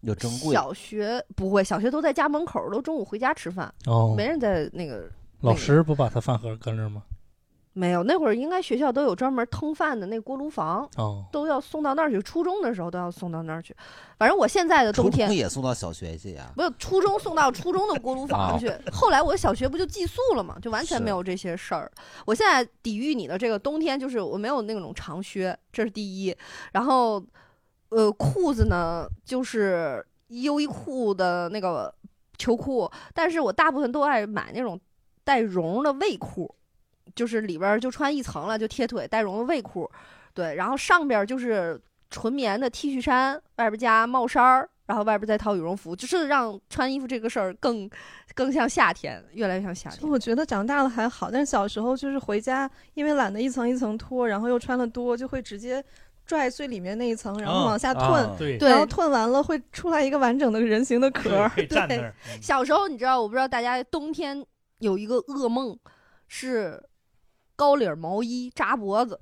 Speaker 2: 有珍贵。
Speaker 3: 小学不会，小学都在家门口，都中午回家吃饭，
Speaker 1: 哦
Speaker 3: 没人在那个
Speaker 1: 老师不把他饭盒跟着吗？
Speaker 3: 没有，那会儿应该学校都有专门腾饭的那锅炉房，
Speaker 1: 哦
Speaker 3: 都要送到那儿去。初中的时候都要送到那儿去，反正我现在的冬
Speaker 2: 初
Speaker 3: 天
Speaker 2: 中也送到小学去呀、
Speaker 3: 不是初中送到初中的锅炉房去
Speaker 2: 哦。
Speaker 3: 后来我小学不就寄宿了嘛，就完全没有这些事儿。我现在抵御你的这个冬天，就是我没有那种长靴，这是第一。然后，呃，裤子呢，就是优衣库的那个秋裤，但是我大部分都爱买那种带绒的卫裤，就是里边儿就穿一层了，就贴腿带绒的卫裤。对，然后上边儿就是纯棉的 T 恤衫，外边儿加帽衫儿，然后外边儿再套羽绒服，就是让穿衣服这个事儿更更像夏天，越来越像夏天。
Speaker 10: 我觉得长大了还好，但是小时候就是回家，因为懒得一层一层脱，然后又穿的多，就会直接拽最里面那一层，然
Speaker 3: 啊
Speaker 2: 哦
Speaker 10: 后往下
Speaker 3: 啊
Speaker 10: 吞，
Speaker 3: 对
Speaker 10: 然后吞完了会出来一个完整的人形的壳儿，对，
Speaker 1: 嗯
Speaker 3: 小时候你知道，我不知道大家冬天有一个噩梦是高领毛衣扎脖 子，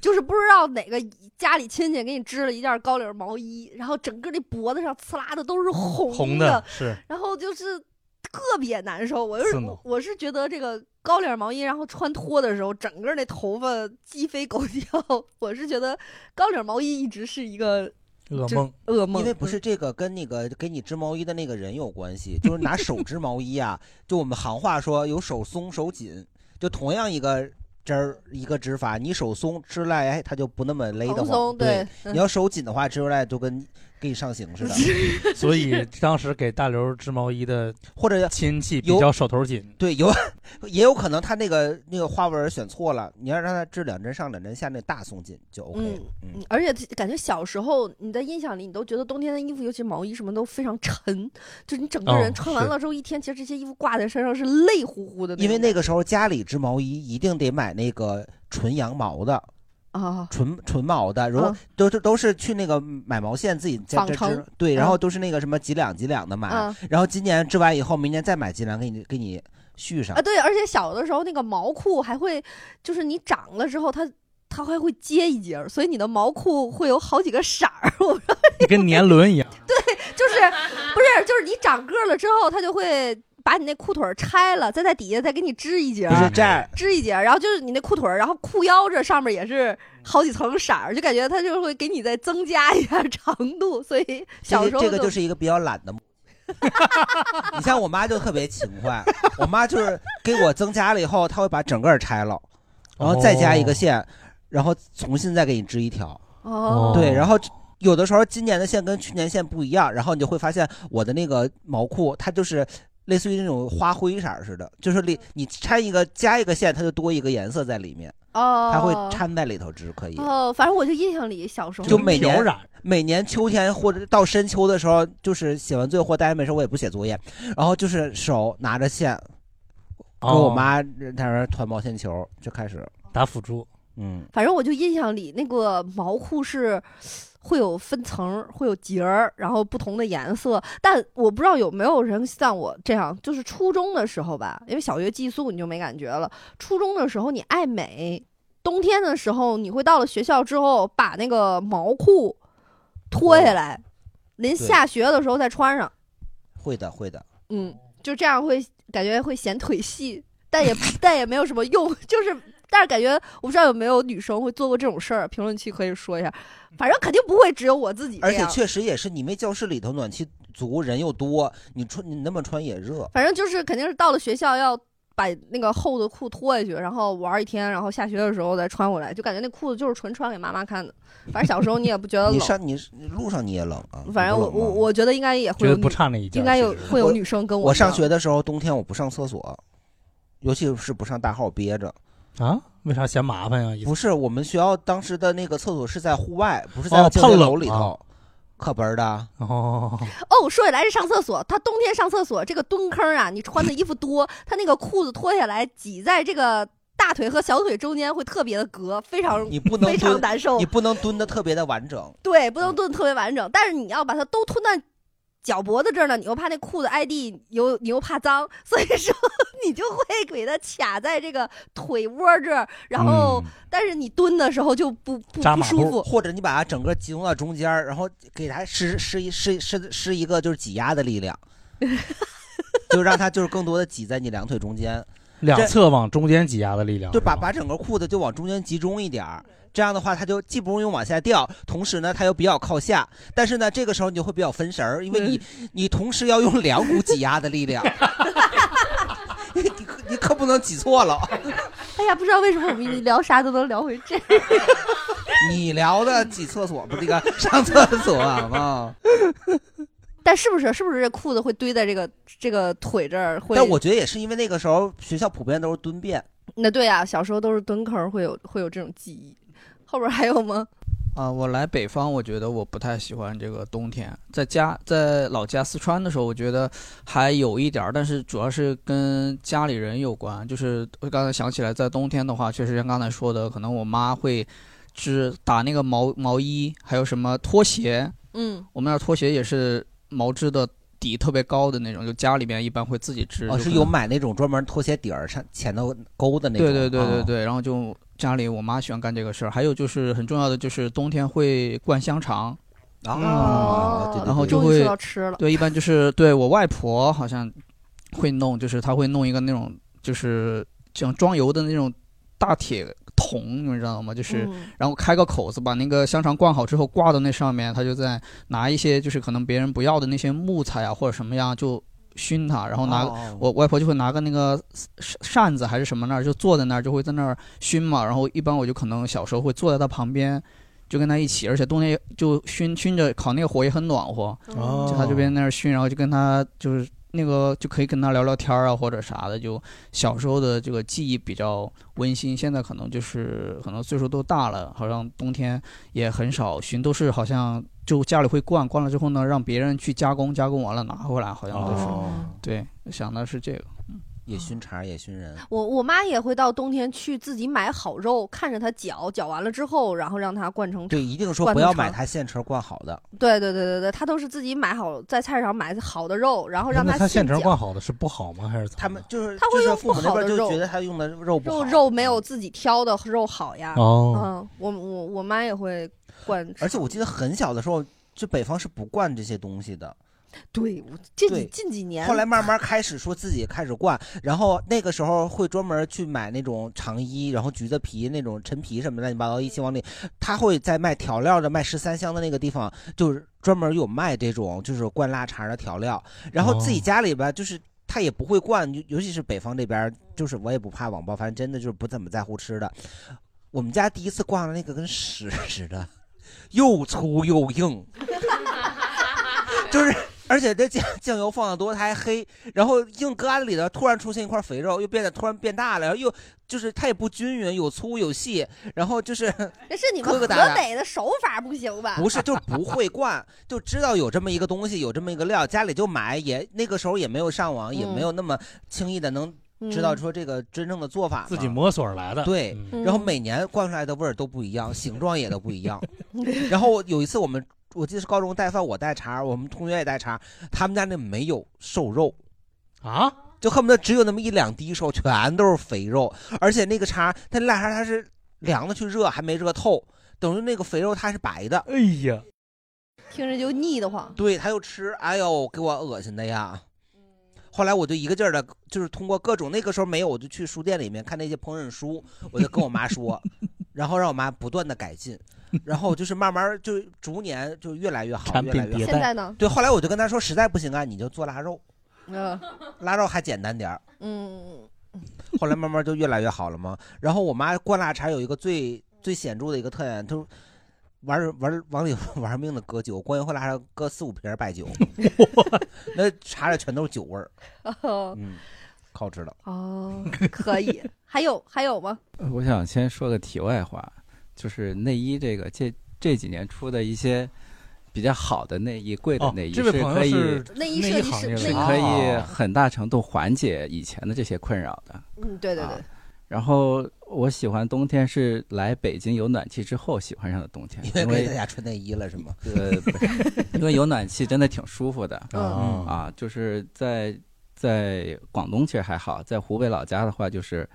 Speaker 3: 就是不知道哪个家里亲戚给你织了一件高领毛衣，然后整个那脖子上刺啦的都是红
Speaker 1: 红
Speaker 3: 的
Speaker 1: 的，是
Speaker 3: 然后就是特别难受。我是
Speaker 1: 刺挠
Speaker 3: 我是觉得这个高领毛衣，然后穿脱的时候，整个那头发鸡飞狗跳。我是觉得高领毛衣一直是一个就噩梦，
Speaker 2: 因为不
Speaker 3: 嗯
Speaker 2: 是这个跟那个给你织毛衣的那个人有关系，就是拿手织毛衣啊，就我们行话说有手松手紧，就同样一个针儿一个织法，你手松织出来，哎，它就不那么勒得
Speaker 3: 蓬
Speaker 2: 慌。
Speaker 3: 松
Speaker 2: 对
Speaker 3: 对，
Speaker 2: 你
Speaker 3: 嗯
Speaker 2: 要手紧的话，织出来就跟给你上刑似的。
Speaker 1: 所以当时给大刘织毛衣的
Speaker 2: 或者
Speaker 1: 亲戚比
Speaker 2: 有
Speaker 1: 较手头紧，
Speaker 2: 对，有也有可能他那个那个花纹选错了，你要让他织两针上两针下，那大松紧就 OK 了。
Speaker 3: 嗯，而且感觉小时候你在印象里，你都觉得冬天的衣服，尤其毛衣什么都非常沉，就是你整个
Speaker 2: 哦
Speaker 3: 人穿完
Speaker 2: 是
Speaker 3: 了之后一天，其实这些衣服挂在身上是累乎乎的种。
Speaker 2: 因为那个时候家里织毛衣一定得买那个纯羊毛的，
Speaker 3: 啊，
Speaker 2: 纯纯毛的，如果
Speaker 3: 嗯
Speaker 2: 都是都是去那个买毛线自己家
Speaker 3: 纺
Speaker 2: 这织
Speaker 3: 成，
Speaker 2: 对，然
Speaker 3: 嗯
Speaker 2: 后都是那个什么几两几两的买
Speaker 3: 嗯，
Speaker 2: 然后今年织完以后，明年再买几两给你给你续上
Speaker 3: 啊，。对，而且小的时候那个毛裤还会，就是你长了之后它。它还会接一截儿，所以你的毛裤会有好几个色儿。我
Speaker 1: 你跟年轮一样。
Speaker 3: 就是不是就是你长个儿了之后，它就会把你那裤腿儿拆了，再在底下再给你织一截儿，
Speaker 2: 不是这样
Speaker 3: 织一截儿，然后就是你那裤腿儿，然后裤腰这上面也是好几层色儿，就感觉它就会给你再增加一下 长度，所以
Speaker 2: 这
Speaker 3: 小
Speaker 2: 个
Speaker 3: 时候
Speaker 2: 这个就是一个比较懒的。 你像我妈就特别勤快，我妈就是给我增加了以后，她会把整个儿拆了，然后再加一个线，然后重新再给你织一条。
Speaker 3: 哦
Speaker 2: 对，然后有的时候今年的线跟去年线不一样，然后你就会发现我的那个毛裤它就是。类似于那种花灰色儿似的，就是里
Speaker 3: 嗯
Speaker 2: 你掺一个加一个线，它就多一个颜色在里面，
Speaker 3: 哦，
Speaker 2: 它会掺在里头织，可以。
Speaker 3: 哦，反正我就印象里小时候
Speaker 2: 就每年每年秋天或者到深秋的时候，就是写完作业或大家没事，我也不写作业，然后就是手拿着线，跟我妈在那儿团毛线球，就开始
Speaker 1: 打辅助。
Speaker 2: 嗯，
Speaker 3: 反正我就印象里那个毛裤是会有分层儿，会有节儿，然后不同的颜色。但我不知道有没有人像我这样，就是初中的时候吧，因为小学寄宿你就没感觉了。初中的时候你爱美，冬天的时候你会到了学校之后把那个毛裤脱下来，临
Speaker 2: 对
Speaker 3: 下学的时候再穿上。
Speaker 2: 会的会的。
Speaker 3: 嗯，就这样会感觉会显腿细，但也但也没有什么用， 就是但是感觉我不知道有没有女生会做过这种事儿，评论区可以说一下。
Speaker 2: 嗯
Speaker 3: 反正肯定不会只有我自己这
Speaker 2: 而且
Speaker 3: 样，
Speaker 2: 确实也是，你为教室里头暖气足，人又多，你穿你那么穿也热。
Speaker 3: 反正就是肯定是到了学校要把那个厚的裤脱下去，然后玩一天，然后下学的时候再穿回来，就感觉那裤子就是纯穿给妈妈看的。反正小时候你也不觉得
Speaker 2: 你
Speaker 3: 冷，
Speaker 2: 上你你路上你也冷啊。
Speaker 3: 反正我我我觉得应该也会
Speaker 2: 觉
Speaker 3: 有
Speaker 2: 得不
Speaker 3: 女
Speaker 2: 差那一件
Speaker 3: 应该有
Speaker 2: 其实
Speaker 3: 会有
Speaker 2: 我
Speaker 3: 女生跟
Speaker 2: 我
Speaker 3: 我一
Speaker 2: 上
Speaker 3: 样
Speaker 2: 学的时候，冬天我不上厕所，尤其是不上大号憋着。
Speaker 1: 啊？为啥嫌麻烦呀？
Speaker 2: 不是，我们学校当时的那个厕所是在户外，不是
Speaker 1: 哦
Speaker 2: 在教
Speaker 1: 怕
Speaker 2: 学
Speaker 1: 冷
Speaker 2: 楼里
Speaker 1: 啊
Speaker 2: 头，可本儿的。
Speaker 1: 哦，
Speaker 3: 哦，说起来是上厕所，他冬天上厕所这个蹲坑啊，你穿的衣服多，他那个裤子脱下来挤在这个大腿和小腿中间会特别的隔，非常
Speaker 2: 你不能
Speaker 3: 非常
Speaker 2: 蹲
Speaker 3: 难受
Speaker 2: 你。不能蹲的特别的完整。
Speaker 3: 对，不能蹲得特别完整，但是你要把它都吞到脚脖子这儿呢，你又怕那裤子挨地，你又你又怕脏，所以说 你就会给它卡在这个腿窝这儿，然后、
Speaker 2: 嗯
Speaker 3: 但是你蹲的时候就不不不舒服，
Speaker 2: 或者你把它整个集中到中间儿，然后给它施施一施施施一个就是挤压的力 量，就让它就是更多的挤在你两腿中间，
Speaker 1: 两
Speaker 2: 这
Speaker 1: 侧往中间挤压的力量，
Speaker 2: 就把把整个裤子就往中间集中一点儿。这样的话，它就既不容易往下掉，同时呢，它又比较靠下。但是呢，这个时候你就会比较分神儿，因为你
Speaker 3: 嗯
Speaker 2: 你同时要用两股挤压的力量， 你你可你可不能挤错了。
Speaker 3: 哎呀，不知道为什么我们一聊啥都能聊回这。
Speaker 2: 你聊的挤厕所不是这个上厕所啊？
Speaker 3: 但是不是是不是这裤子会堆在这个这个腿这儿会？
Speaker 2: 但我觉得也是因为那个时候学校普遍都是蹲便
Speaker 3: 那对啊，小时候都是蹲坑儿会有会有这种记忆。后边还有吗？
Speaker 14: 啊，我来北方，我觉得我不太喜欢这个冬天。在家，在老家四川的时候，我觉得还有一点儿，但是主要是跟家里人有关。就是我刚才想起来，在冬天的话，确实像刚才说的，可能我妈会只打那个毛毛衣，还有什么拖鞋，
Speaker 3: 嗯，
Speaker 14: 我们那儿拖鞋也是毛织的底特别高的那种，就家里面一般会自己织。
Speaker 2: 哦，
Speaker 14: 就是可能
Speaker 2: 有买那种专门拖鞋底儿上前头勾的那种。
Speaker 14: 对对对对
Speaker 2: 啊
Speaker 14: 对，然后就家里我妈喜欢干这个事儿，还有就是很重要的就是冬天会灌香肠。
Speaker 2: 哦对对对
Speaker 14: 然后就
Speaker 2: 终于
Speaker 14: 会
Speaker 2: 吃到吃了
Speaker 14: 对，一般就是对我外婆好像会弄，就是她会弄一个那种就是像装油的那种大铁桶，你知道吗？就是、
Speaker 15: 嗯
Speaker 14: 然后开个口子，把那个香肠灌好之后挂到那上面，她就在拿一些就是可能别人不要的那些木材啊或者什么样就熏它，然后拿、
Speaker 2: 哦
Speaker 14: 我外婆就会拿个那个扇扇子还是什么那儿，就坐在那儿就会在那儿熏嘛。然后一般我就可能小时候会坐在她旁边，就跟她一起，而且冬天就熏熏着烤那个火也很暖和，
Speaker 2: 哦
Speaker 14: 就她这边那儿熏，然后就跟她就是那个就可以跟她聊聊天儿啊或者啥的。就小时候的这个记忆比较温馨，现在可能就是可能岁数都大了，好像冬天也很少熏，都是好像。就家里会灌，灌了之后呢，让别人去加工，加工完了拿回来，好像都是。
Speaker 2: 哦
Speaker 14: 对，想的是这个。嗯
Speaker 2: 也熏肠儿也熏人。
Speaker 3: 我我妈也会到冬天去自己买好肉，看着它绞，绞完了之后，然后让它灌成
Speaker 2: 对，一定说
Speaker 3: 灌
Speaker 2: 不
Speaker 3: 成
Speaker 2: 要
Speaker 3: 肠
Speaker 2: 买它现成灌好的。
Speaker 3: 对对对对对，她都是自己买好，在菜市场买好的肉，然后让
Speaker 1: 那它现成
Speaker 3: 绞。
Speaker 1: 灌好的是不好吗？还是他
Speaker 2: 们就是
Speaker 3: 她会
Speaker 2: 就是
Speaker 3: 用
Speaker 2: 父母
Speaker 3: 不
Speaker 2: 那
Speaker 3: 好
Speaker 2: 边
Speaker 3: 的
Speaker 2: 就
Speaker 3: 肉
Speaker 2: 觉得他用的肉不好。
Speaker 3: 肉肉没有自己挑的肉好呀。
Speaker 2: 哦
Speaker 3: 嗯，我我我妈也会灌肠，
Speaker 2: 而且我记得很小的时候，就北方是不灌这些东西的。
Speaker 3: 对我这几
Speaker 2: 对
Speaker 3: 近几年，
Speaker 2: 后来慢慢开始说自己开始灌，然后那个时候会专门去买那种长衣，然后橘子皮那种陈皮什么乱七八糟一起往里，他会在卖调料的卖十三香的那个地方，就是专门有卖这种就是灌腊肠的调料，然后自己家里吧就是。他也不会灌，尤尤其是北方这边儿，就是我也不怕网暴，反正真的就是不怎么在乎吃的。我们家第一次灌了那个跟屎 似的，又粗又硬，就是而且这酱酱油放的多，它还黑，然后硬疙瘩里头突然出现一块肥肉，又变得突然变大了，然后又就是它也不均匀，有粗有细，然后就是
Speaker 3: 那是你们
Speaker 2: 疙
Speaker 3: 河
Speaker 2: 疙瘩瘩
Speaker 3: 北的手法不行吧？
Speaker 2: 不是，就不会灌，就知道有这么一个东西，有这么一个料，家里就买，也那个时候也没有上网，也
Speaker 3: 嗯
Speaker 2: 没有那么轻易的能知道说这个真正的做法嘛，
Speaker 1: 自己摸索而来的。
Speaker 2: 对
Speaker 1: 嗯，
Speaker 2: 然后每年灌出来的味儿都不一 样，形状也都不一样。然后有一次我们，我记得是高中带饭，我带肠儿，我们同学也带肠儿，他们家那没有瘦肉
Speaker 1: 啊，
Speaker 2: 就恨不得只有那么一两滴瘦，全都是肥肉，而且那个肠儿，它腊肠儿它是凉的去热，还没热透，等于那个肥肉它是白的。
Speaker 1: 哎呀，
Speaker 3: 听着就腻得慌。
Speaker 2: 对，他又吃，哎呦，给我恶心的呀！
Speaker 8: 嗯
Speaker 2: 后来我就一个劲儿的，就是通过各种那个时候没有，我就去书店里面看那些烹饪书，我就跟我妈 说，然后让我妈不断的改进，然后就是慢慢儿就逐年就越来越好，
Speaker 8: 产
Speaker 2: 越
Speaker 8: 品
Speaker 2: 来越好。
Speaker 8: 迭代现在呢
Speaker 2: 对，后来我就跟她说，实在不行啊，你就做腊肉，
Speaker 3: 嗯
Speaker 2: 腊肉还简单点儿。
Speaker 3: 嗯，
Speaker 2: 后来慢慢就越来越好了嘛。然后我妈灌腊肠有一个最最显著的一个特点，就是玩儿玩儿往里 玩命的搁酒，光一回腊肠搁四五瓶儿白 酒，那茶里全都是酒味儿，
Speaker 3: 哦
Speaker 2: 嗯，靠吃了。
Speaker 3: 哦，可以。还有还有吗？
Speaker 8: 呃我想先说个题外话，就是内衣这个这这几年出的一些比较好的内衣、贵的
Speaker 1: 哦
Speaker 8: 内衣，
Speaker 1: 这位朋友
Speaker 8: 可以
Speaker 1: 是
Speaker 3: 内衣
Speaker 1: 内
Speaker 3: 设
Speaker 1: 衣
Speaker 3: 计
Speaker 1: 行
Speaker 3: 师
Speaker 1: 业的
Speaker 3: 内
Speaker 8: 是
Speaker 3: 衣
Speaker 8: 可以很大程度缓解以前的这些困扰的。啊
Speaker 3: 嗯，对对对，
Speaker 8: 然后我喜欢冬天是来北京有暖气之后喜欢上的冬天，因
Speaker 2: 因为
Speaker 8: 为
Speaker 2: 在家穿内衣了是 吗？
Speaker 8: 呃，不是因为有暖气真的挺舒服的。
Speaker 2: 嗯
Speaker 8: 啊，就是在在广东其实还好，在湖北老家的话，就是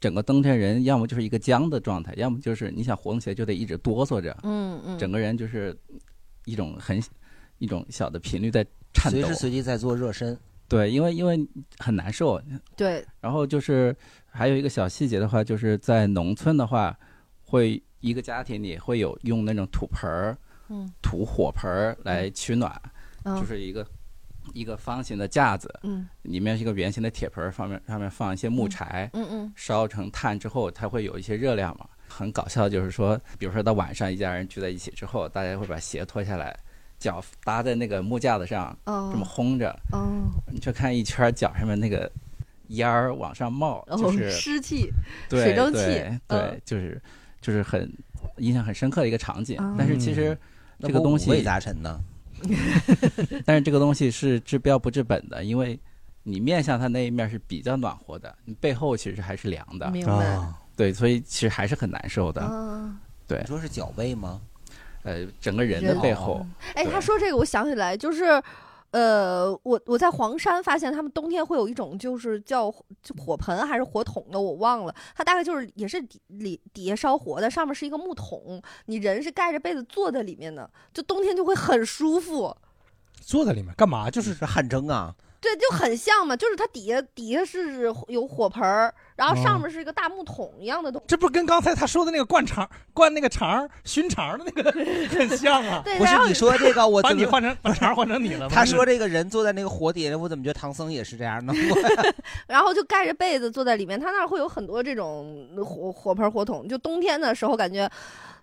Speaker 8: 整个冬天人要么就是一个僵的状态，要么就是你想活动起来就得一直哆嗦着，
Speaker 3: 嗯嗯
Speaker 8: 整个人就是一种很一种小的频率在颤抖，
Speaker 2: 随时随地在做热身。
Speaker 8: 对，因为因为很难受，
Speaker 3: 对，
Speaker 8: 然后就是还有一个小细节的话，就是在农村的话，会一个家庭里会有用那种土盆儿、
Speaker 3: 嗯
Speaker 8: 土火盆儿来取暖，
Speaker 3: 嗯
Speaker 8: 就是一个一个方形的架子，
Speaker 3: 嗯
Speaker 8: 里面是一个圆形的铁盆儿，上面上面放一些木柴，
Speaker 3: 嗯嗯
Speaker 8: 烧成炭之后，它会有一些热量嘛。很搞笑，就是说，比如说到晚上一家人聚在一起之后，大家会把鞋脱下来，脚搭在那个木架子上，
Speaker 3: 哦
Speaker 8: 这么烘着，
Speaker 3: 哦
Speaker 8: 你就看一圈儿脚上面那个烟儿往上冒，就
Speaker 3: 哦，
Speaker 8: 是、
Speaker 3: 湿气、
Speaker 8: 对
Speaker 3: 水蒸气
Speaker 8: 对，
Speaker 3: 嗯
Speaker 8: 对，就是就是很印象很深刻的一个场景
Speaker 3: 哦。
Speaker 8: 但是其实
Speaker 2: 嗯那
Speaker 8: 这个
Speaker 2: 不
Speaker 8: 东
Speaker 2: 五
Speaker 8: 西
Speaker 2: 味杂陈呢，
Speaker 8: 但是这个东西是治标不治本的，因为你面向它那一面是比较暖和的，你背后其实还是凉的。
Speaker 3: 明白哦
Speaker 8: 对，所以其实还是很难受的。
Speaker 3: 啊，
Speaker 8: 对，
Speaker 2: 啊你说是脚背吗？
Speaker 8: 呃，整个人的
Speaker 3: 人
Speaker 8: 背后。
Speaker 3: 哎，
Speaker 8: 对
Speaker 3: 他说这个，我想起来，就是，呃，我我在黄山发现他们冬天会有一种就是叫就火盆还是火筒的，我忘了，它大概就是也是底里底下烧火的，上面是一个木桶，你人是盖着被子坐在里面的，就冬天就会很舒服。
Speaker 1: 坐在里面干嘛？就是
Speaker 2: 汗蒸啊。
Speaker 3: 对，就很像嘛，就是它底下底下是有火盆儿，然后上
Speaker 1: 哦
Speaker 3: 面是一个大木桶一样的东西。
Speaker 1: 这不是跟刚才他说的那个灌肠、灌那个肠、熏肠的那 个 很像啊？
Speaker 3: 对
Speaker 2: 不是然后你说这个我
Speaker 1: 把
Speaker 2: 怎么
Speaker 1: 你换成把肠换成你了吗？
Speaker 2: 他说这个人坐在那个火底下，我怎么觉得唐僧也是这样呢？
Speaker 3: 然后就盖着被子坐在里面，它那儿会有很多这种呃火火盆儿火桶。就冬天的时候，感觉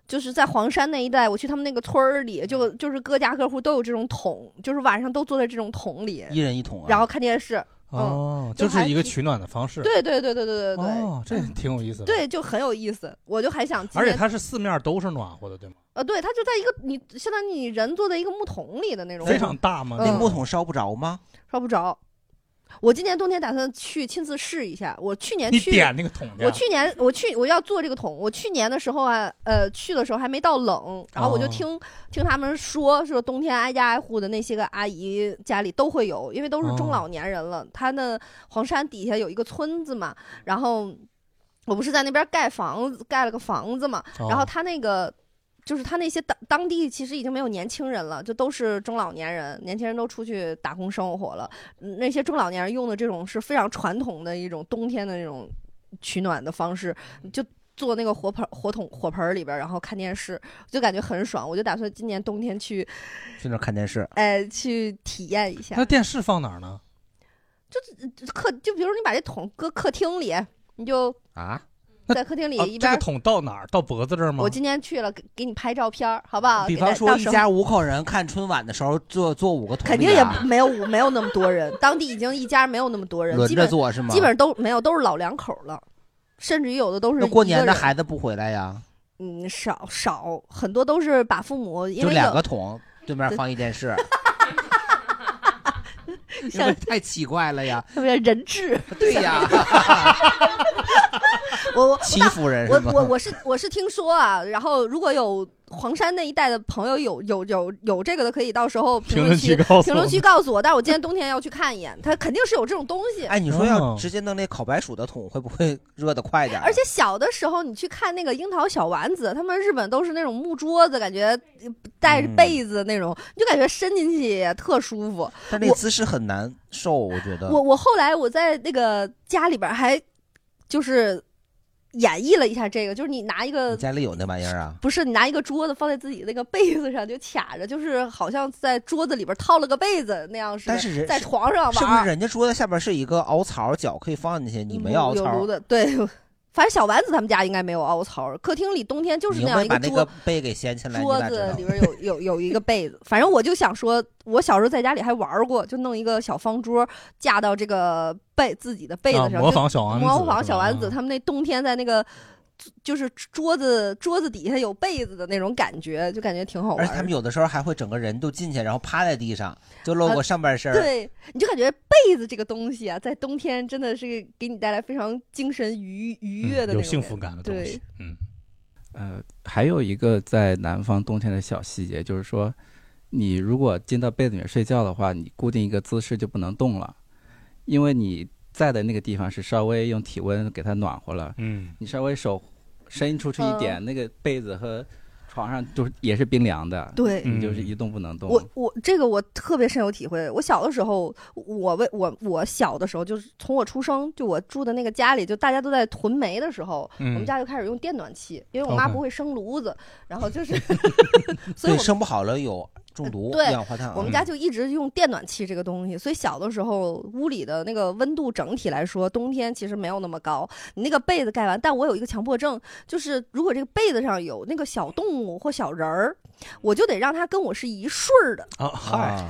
Speaker 3: 就是在黄山那一带，我去他们那个村儿里，就
Speaker 1: 嗯
Speaker 3: 就是各家各户都有这种桶，就是晚上都坐在这种桶里，
Speaker 2: 一人一桶啊
Speaker 3: 然后看电视。
Speaker 1: 哦
Speaker 3: 嗯，，
Speaker 1: 就是
Speaker 3: 还
Speaker 1: 一个
Speaker 3: 挺
Speaker 1: 取暖的方式。
Speaker 3: 对对对对对对对，嗯
Speaker 1: 哦，这挺有意思的。，
Speaker 3: 对就很有意思。我就还想今
Speaker 1: 而且
Speaker 3: 年
Speaker 1: 它是四面都是暖和的，对吗？
Speaker 3: 呃，对，它就在一个你相当于你人坐在一个木桶里的那种，
Speaker 1: 非常大吗
Speaker 2: 那
Speaker 3: 嗯
Speaker 2: 木桶烧不着吗？
Speaker 3: 烧不着。我今年冬天打算去亲自试一下。我去年
Speaker 2: 你
Speaker 3: 哎去
Speaker 2: 点那个桶去啊
Speaker 3: 我去年我去我要做这个桶。我去年的时候啊，呃，去的时候还没到冷，然后我就
Speaker 11: 哦
Speaker 3: 听、听他们说，说冬天挨家挨户的那些个阿姨家里都会有，因为都是中
Speaker 11: 哦
Speaker 3: 老年人了。他那黄山底下有一个村子嘛，然后我不是在那边盖房子，盖了个房子嘛，
Speaker 11: 哦
Speaker 3: 然后他那个。就是他那些当当地其实已经没有年轻人了，就都是中老年人，年轻人都出去打工生活了。嗯那些中老年人用的这种是非常传统的一种冬天的那种取暖的方式，就坐那个火盆火桶火盆儿里边儿，然后看电视，就感觉很爽。我就打算今年冬天去，
Speaker 2: 去那儿看电视。
Speaker 3: 哎，去体验一下呃
Speaker 1: 那。电视放哪儿呢？
Speaker 3: 客就比如你把这桶搁客厅里，你就
Speaker 1: 啊，
Speaker 3: 在客厅里
Speaker 1: 啊
Speaker 3: 一
Speaker 1: 这
Speaker 3: 边
Speaker 1: 个
Speaker 3: 儿。
Speaker 1: 桶到哪儿？到脖子这儿吗？
Speaker 3: 我今天去了，给给你拍照片儿，好不好？
Speaker 2: 嗯比
Speaker 3: 给大
Speaker 2: 方说
Speaker 3: 啊到
Speaker 2: 一
Speaker 3: 时候
Speaker 2: 家五口人看春晚的时候，坐坐五个桶、啊，
Speaker 3: 肯定也没有没有那么多人，当地已经一家没有那么多人，
Speaker 2: 轮
Speaker 3: 基
Speaker 2: 着
Speaker 3: 本
Speaker 2: 坐是吗
Speaker 3: 基本上都没有，都是老两口了，甚至于有的都是
Speaker 2: 那过
Speaker 3: 一个
Speaker 2: 年的
Speaker 3: 人
Speaker 2: 孩子不回来呀，
Speaker 3: 嗯少少很多都是把父母因
Speaker 2: 就
Speaker 3: 为
Speaker 2: 两
Speaker 3: 有
Speaker 2: 个桶，对面放一电 视，是不
Speaker 3: 像
Speaker 2: 是太奇怪了呀？
Speaker 3: 特别 人质，
Speaker 2: 对呀，
Speaker 3: 我我
Speaker 2: 欺负人
Speaker 3: 我
Speaker 2: 是吗
Speaker 3: 我我是我是听说啊，然后如果有黄山那一带的朋友有有有有这个的，可以到时候评
Speaker 2: 评
Speaker 3: 论
Speaker 2: 论
Speaker 3: 区
Speaker 2: 区告诉我
Speaker 3: 评论
Speaker 2: 们
Speaker 3: 区告诉我，但是我今年冬天要去看一眼，它肯定是有这种东西。
Speaker 2: 哎，你说
Speaker 3: 哦
Speaker 2: 要直接弄那烤白薯的桶，会不会热的快点儿？啊
Speaker 3: 而且小的时候，你去看那个樱桃小丸子，他们日本都是那种木桌子，感觉呃带着被子那种，你就感觉伸进去也特舒服。
Speaker 2: 但那姿势很难受，我觉得。
Speaker 3: 我我后来我在那个家里边儿还就是演绎了一下这个，就是你拿一个
Speaker 2: 你家里有那玩意儿啊？
Speaker 3: 不是你拿一个桌子放在自己那个被子上就卡着，就是好像在桌子里边套了个被子那样似的，
Speaker 2: 但是人
Speaker 3: 在床上玩
Speaker 2: 是
Speaker 3: 儿，
Speaker 2: 不是人家桌子下边是一个凹槽，脚可以放进去，你没凹
Speaker 3: 有
Speaker 2: 槽
Speaker 3: 炉，子对。 反正小丸子他们家应该没有凹槽，客厅里冬天就是
Speaker 2: 你
Speaker 3: 那
Speaker 2: 又
Speaker 3: 样
Speaker 2: 没
Speaker 3: 一
Speaker 2: 把那
Speaker 3: 个桌
Speaker 2: 个背给掀起来，你
Speaker 3: 桌
Speaker 2: 咋知
Speaker 3: 子
Speaker 2: 道
Speaker 3: 里边有有有一个被子，反正我就想说，我小时候在家里还玩过，就弄一个小方桌架到这个被自己的被子上，
Speaker 1: 啊模仿小丸子
Speaker 3: 就模仿小丸
Speaker 8: 啊
Speaker 3: 子，他们那冬天在那个就是桌子桌子底下有被子的那种感觉，就感觉挺好
Speaker 2: 而
Speaker 3: 玩
Speaker 2: 且他
Speaker 3: 的
Speaker 2: 们。有的时候还会整个人都进去，然后趴在地上，就露
Speaker 3: 啊
Speaker 2: 过上半身儿。
Speaker 3: 对，你就感觉被子这个东西啊，在冬天真的是给你带来非常精神愉愉悦的、
Speaker 8: 嗯有幸福感的东
Speaker 3: 对
Speaker 8: 西，嗯，呃，还有一个在南方冬天的小细节，就是说，你如果进到被子里面睡觉的话，你固定一个姿势就不能动了，因为你在的那个地方是稍微用体温给它暖和了，
Speaker 1: 嗯，
Speaker 8: 你稍微手伸出去一点，
Speaker 3: 嗯
Speaker 8: 那个被子和床上就是也是冰凉的，
Speaker 3: 对
Speaker 8: 你就是一动不能动。
Speaker 3: 我我这个我特别深有体会。我小的时候，我为我我小的时候就是从我出生就我住的那个家里，就大家都在囤煤的时候，
Speaker 2: 嗯
Speaker 3: 我们家就开始用电暖气，因为我妈
Speaker 2: OK
Speaker 3: 不会生炉子，然 后就是所以
Speaker 2: 对，
Speaker 3: 我们呃
Speaker 2: 生不好了有中毒
Speaker 3: 对
Speaker 2: 一氧化碳啊。
Speaker 3: 我们家就一直用电暖气这个东西，所以小的时候屋里的那个温度整体来说，冬天其实没有那么高。你那个被子盖完，但我有一个强迫症，就是如果这个被子上有那个小动物或小人儿，我就得让它跟我是一顺儿的。
Speaker 1: 啊，嗨，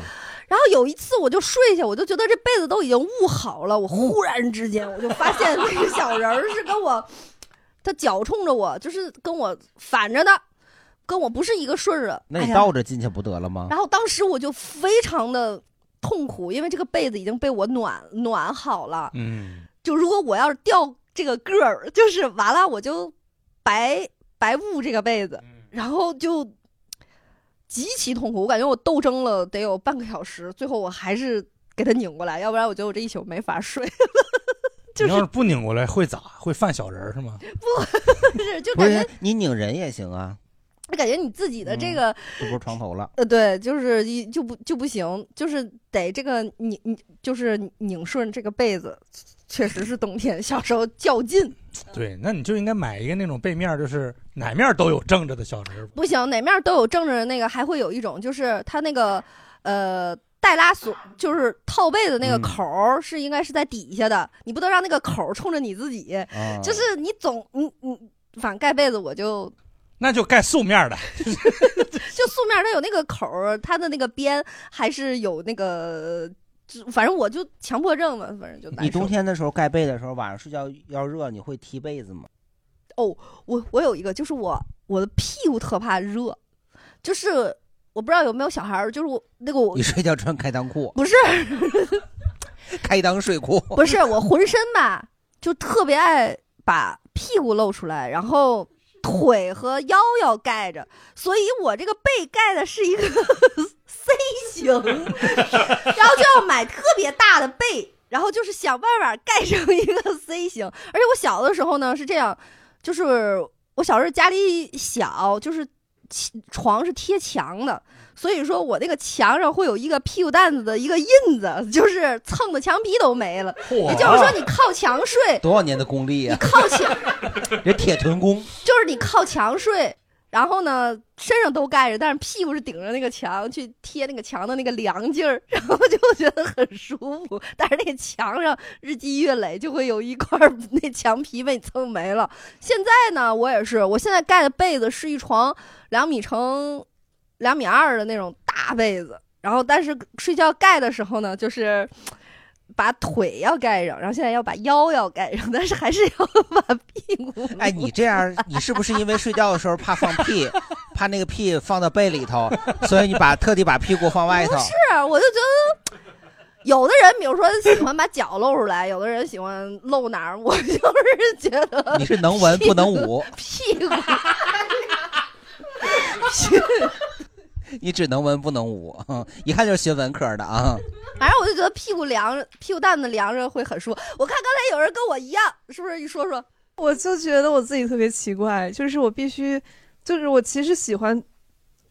Speaker 3: 然后有一次我就睡下，我就觉得这被子都已经捂好了，
Speaker 2: 嗯
Speaker 3: 我忽然之间我就发现那个小人儿是跟我，他脚冲着我，就是跟我反着的，跟我不是一个顺儿的。
Speaker 2: 那
Speaker 3: 哎
Speaker 2: 你
Speaker 3: 呀
Speaker 2: 倒着进去不得了吗？
Speaker 3: 然后当时我就非常的痛苦，因为这个被子已经被我暖暖好了。
Speaker 1: 嗯，
Speaker 3: 就如果我要是掉这个个儿，就是完了我就白白捂这个被子，然后就极其痛苦。我感觉我斗争了得有半个小时，最后我还是给它拧过来，要不然我觉得我这一宿没法睡。
Speaker 1: 你要是不拧过来会咋？会犯小人儿是吗？
Speaker 3: 不是，就
Speaker 2: 不
Speaker 3: 感觉
Speaker 2: 是你拧人也行啊，
Speaker 3: 就感觉你自己的这个、
Speaker 2: 这不是床头了。
Speaker 3: 呃，对，就是一就不就不行，就是得这个拧，拧就是拧顺这个被子，确实是冬天小时候较劲。
Speaker 1: 对，那你就应该买一个那种背面儿就是哪面儿都有正着的小人儿。
Speaker 3: 不行，哪面都有正着的那个，还会有一种就是它那个呃带拉锁，就是套被子那
Speaker 2: 嗯
Speaker 3: 个口儿是应该是在底下的，你不能让那个口儿冲着你自己，
Speaker 1: 啊
Speaker 3: 就是你总你你反正盖被子我就
Speaker 1: 那就盖素面儿的，
Speaker 3: 就素面儿它有那个口儿，它的那个边还是有那个。就反正我就强迫症嘛，反正就难
Speaker 2: 你
Speaker 3: 受
Speaker 2: 冬天的时候盖被的时候，晚上睡觉要热，你会踢被子吗？
Speaker 3: 哦，我我有一个，就是我我的屁股特怕热，就是我不知道有没有小孩儿，就是我那个我
Speaker 2: 你睡觉穿开裆裤，
Speaker 3: 不是
Speaker 2: 开裆睡裤，
Speaker 3: 不是我浑身吧，就特别爱把屁股露出来，然后腿和腰要盖着，所以我这个背盖的是一个 C 型， 然后就要买特别大的被，然后就是想办法盖成一个 C 型。而且我小的时候呢是这样，就是我小时候家里小，就是起床是贴墙的，所以说我那个墙上会有一个屁股蛋子的一个印子，就是蹭的墙皮都没了。也就是说，你靠墙睡，
Speaker 2: 多少年的功力啊！
Speaker 3: 靠墙
Speaker 2: 人铁臀功，
Speaker 3: 就是你靠墙睡，然后呢身上都盖着，但是屁股是顶着那个墙去贴那个墙的那个凉劲儿， 然后就觉得很舒服。但是那个墙上日积月累，就会有一块儿那墙皮被你蹭没了。现在呢，我也是，我现在盖的被子是一床两米乘两米二的那种大被子，然后但是睡觉盖的时候呢，就是。把腿要盖上，然后现在要把腰要盖上，但是还是要
Speaker 2: 哎，你这样，你是不是因为睡觉的时候怕放屁，怕那个屁放到被里头，所以你把特地把屁股放外头
Speaker 3: 不？是，我就觉得有的人，比如说喜欢把脚露出来，有的人喜欢露哪儿，我就是觉 得
Speaker 2: 你是能文不能武，
Speaker 3: 屁股。
Speaker 2: 你只能文不能武， 一看就是学文科的啊。
Speaker 3: 反正我就觉得屁股凉着，屁股蛋子凉着会很舒服。我看刚才有人跟我一样，是不是？你说说，
Speaker 10: 我就觉得我自己特别奇怪，就是我必须，就是我其实喜欢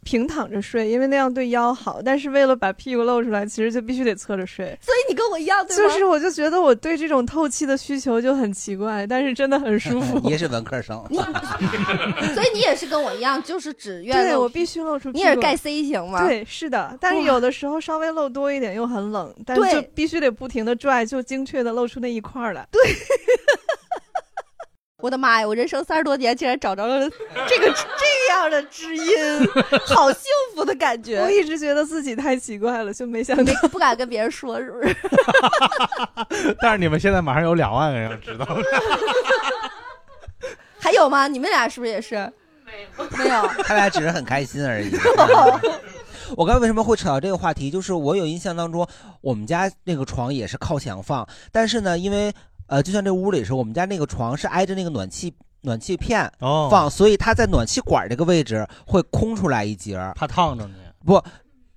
Speaker 10: 平躺着睡，因为那样对腰好，但是为了把屁股露出来，其实就必须得侧着睡。
Speaker 3: 所哎以你跟我一样，对
Speaker 10: 就
Speaker 3: 吗？
Speaker 10: 是我就觉得我对这种透气的需求就很奇怪，但是真的很舒 服。
Speaker 2: 你也是文科生，
Speaker 3: 所以你也是跟我一样，就是只愿
Speaker 10: 对
Speaker 3: 露
Speaker 10: 我必须露出屁股，
Speaker 3: 你也是盖 C 型吗？
Speaker 10: 对，是的，但是有的时候稍微露多一点又很冷，但是
Speaker 3: 对
Speaker 10: 就必须得不停的拽，就精确的露出那一块儿来。
Speaker 3: 我的妈呀！我人生三十多年，竟然找着了这个这样的知音，好幸福的感 觉。
Speaker 10: 我一直觉得自己太奇怪了，就没想
Speaker 3: 没不敢跟别人说，是不是？
Speaker 1: 但是你们现在马上有两万人要知道了。
Speaker 3: 还有吗？你们俩是不是也是？没有，
Speaker 2: 他俩只是很开心而已。 我刚才为什么会扯到这个话题？就是我有印象当中，我们家那个床也是靠墙放，但是呢，因为呃，就像这屋里是，我们家那个床是挨着那个暖气暖气片
Speaker 1: 哦
Speaker 2: 放，所以它在暖气管这个位置会空出来一截儿。
Speaker 1: 怕烫着你？
Speaker 2: 不，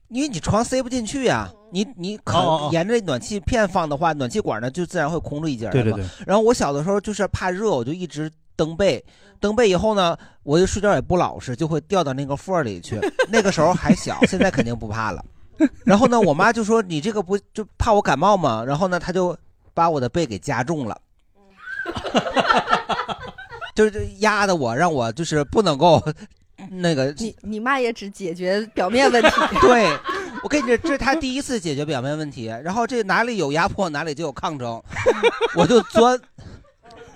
Speaker 2: 因为你床塞不进去呀、你你
Speaker 1: 哦
Speaker 2: 可
Speaker 1: 哦哦
Speaker 2: 沿着暖气片放的话，暖气管呢就自然会空出一截儿来嘛
Speaker 1: 对对对
Speaker 2: 然后我小的时候就是怕热，我就一直蹬被，蹬被以后呢，我就睡觉也不老实，就会掉到那个缝儿里去。那个时候还小，现在肯定不怕了。然后呢，我妈就说你这个不就怕我感冒吗？然后呢，她就把我的被给加重了。 就是压的我，让我就是不能够那个
Speaker 3: 你你妈也只解决表面问题。
Speaker 2: 对，我跟你这这是他第一次解决表面问题，然后这哪里有压迫哪里就有抗争， 我就钻，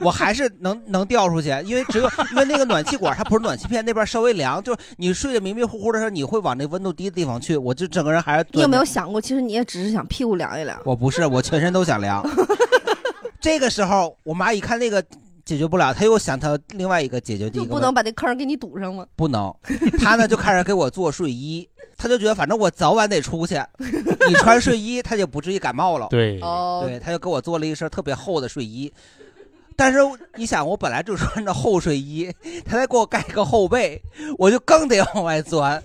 Speaker 2: 我还是能 能掉出去，因为只有因为那个暖气管它不是暖气片，那边稍微凉，就是你睡得迷迷糊糊的时候，你会往那温度低的地方去，我就整个人还是
Speaker 3: 你有没有
Speaker 2: 钻
Speaker 3: 想过，其实你也只是想屁股凉一凉
Speaker 2: 着？？我不是，我全身都想凉。 这个时候，我妈一看那个解决不了，她又想她另外一个解决第一
Speaker 3: 就
Speaker 2: 个
Speaker 3: 不
Speaker 2: 问
Speaker 3: 能
Speaker 2: 题
Speaker 3: 把那坑儿给你堵上吗？
Speaker 2: 不能， 他呢就开始给我做睡衣，他就觉得反正我早晚得出去，你穿睡衣他就不至于感冒了。
Speaker 1: 对
Speaker 3: 哦
Speaker 2: 对，他就给我做了一身特别厚的睡衣，但是你想，我本来就穿着厚睡衣， 他再给我盖个厚被，我就更得往外钻。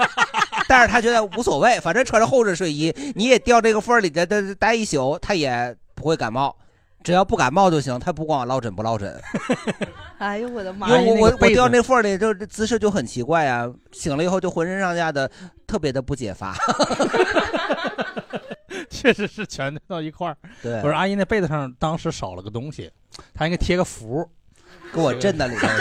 Speaker 2: 但是他觉得无所谓，反正穿着厚着睡衣，你也掉这个缝儿里待待待一宿，他也不会感冒。只要不感冒就行，他不管我落枕不落枕，
Speaker 10: 哎呦我的妈
Speaker 2: 因为
Speaker 10: 呀！
Speaker 2: 我我我掉那缝儿里，就这姿势就很奇怪啊。醒了以后就浑身上下的特别的不解乏。
Speaker 1: 确实是全堆到一块儿。
Speaker 2: 对
Speaker 1: 我说阿姨那被子上当时少了个东西，她应该贴个符，
Speaker 2: 给我震到里头。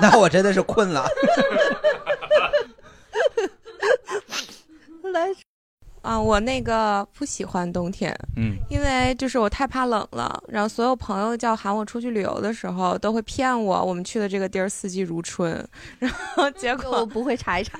Speaker 2: 那我真的是困 了。
Speaker 3: 啊
Speaker 10: 来
Speaker 11: 啊，我那个不喜欢冬天，
Speaker 1: 嗯，
Speaker 11: 因为就是我太怕冷了。然后所有朋友叫喊我出去旅游的时候，都会骗我，我们去的这个地儿四季如春。然后结果我
Speaker 3: 不会查一查，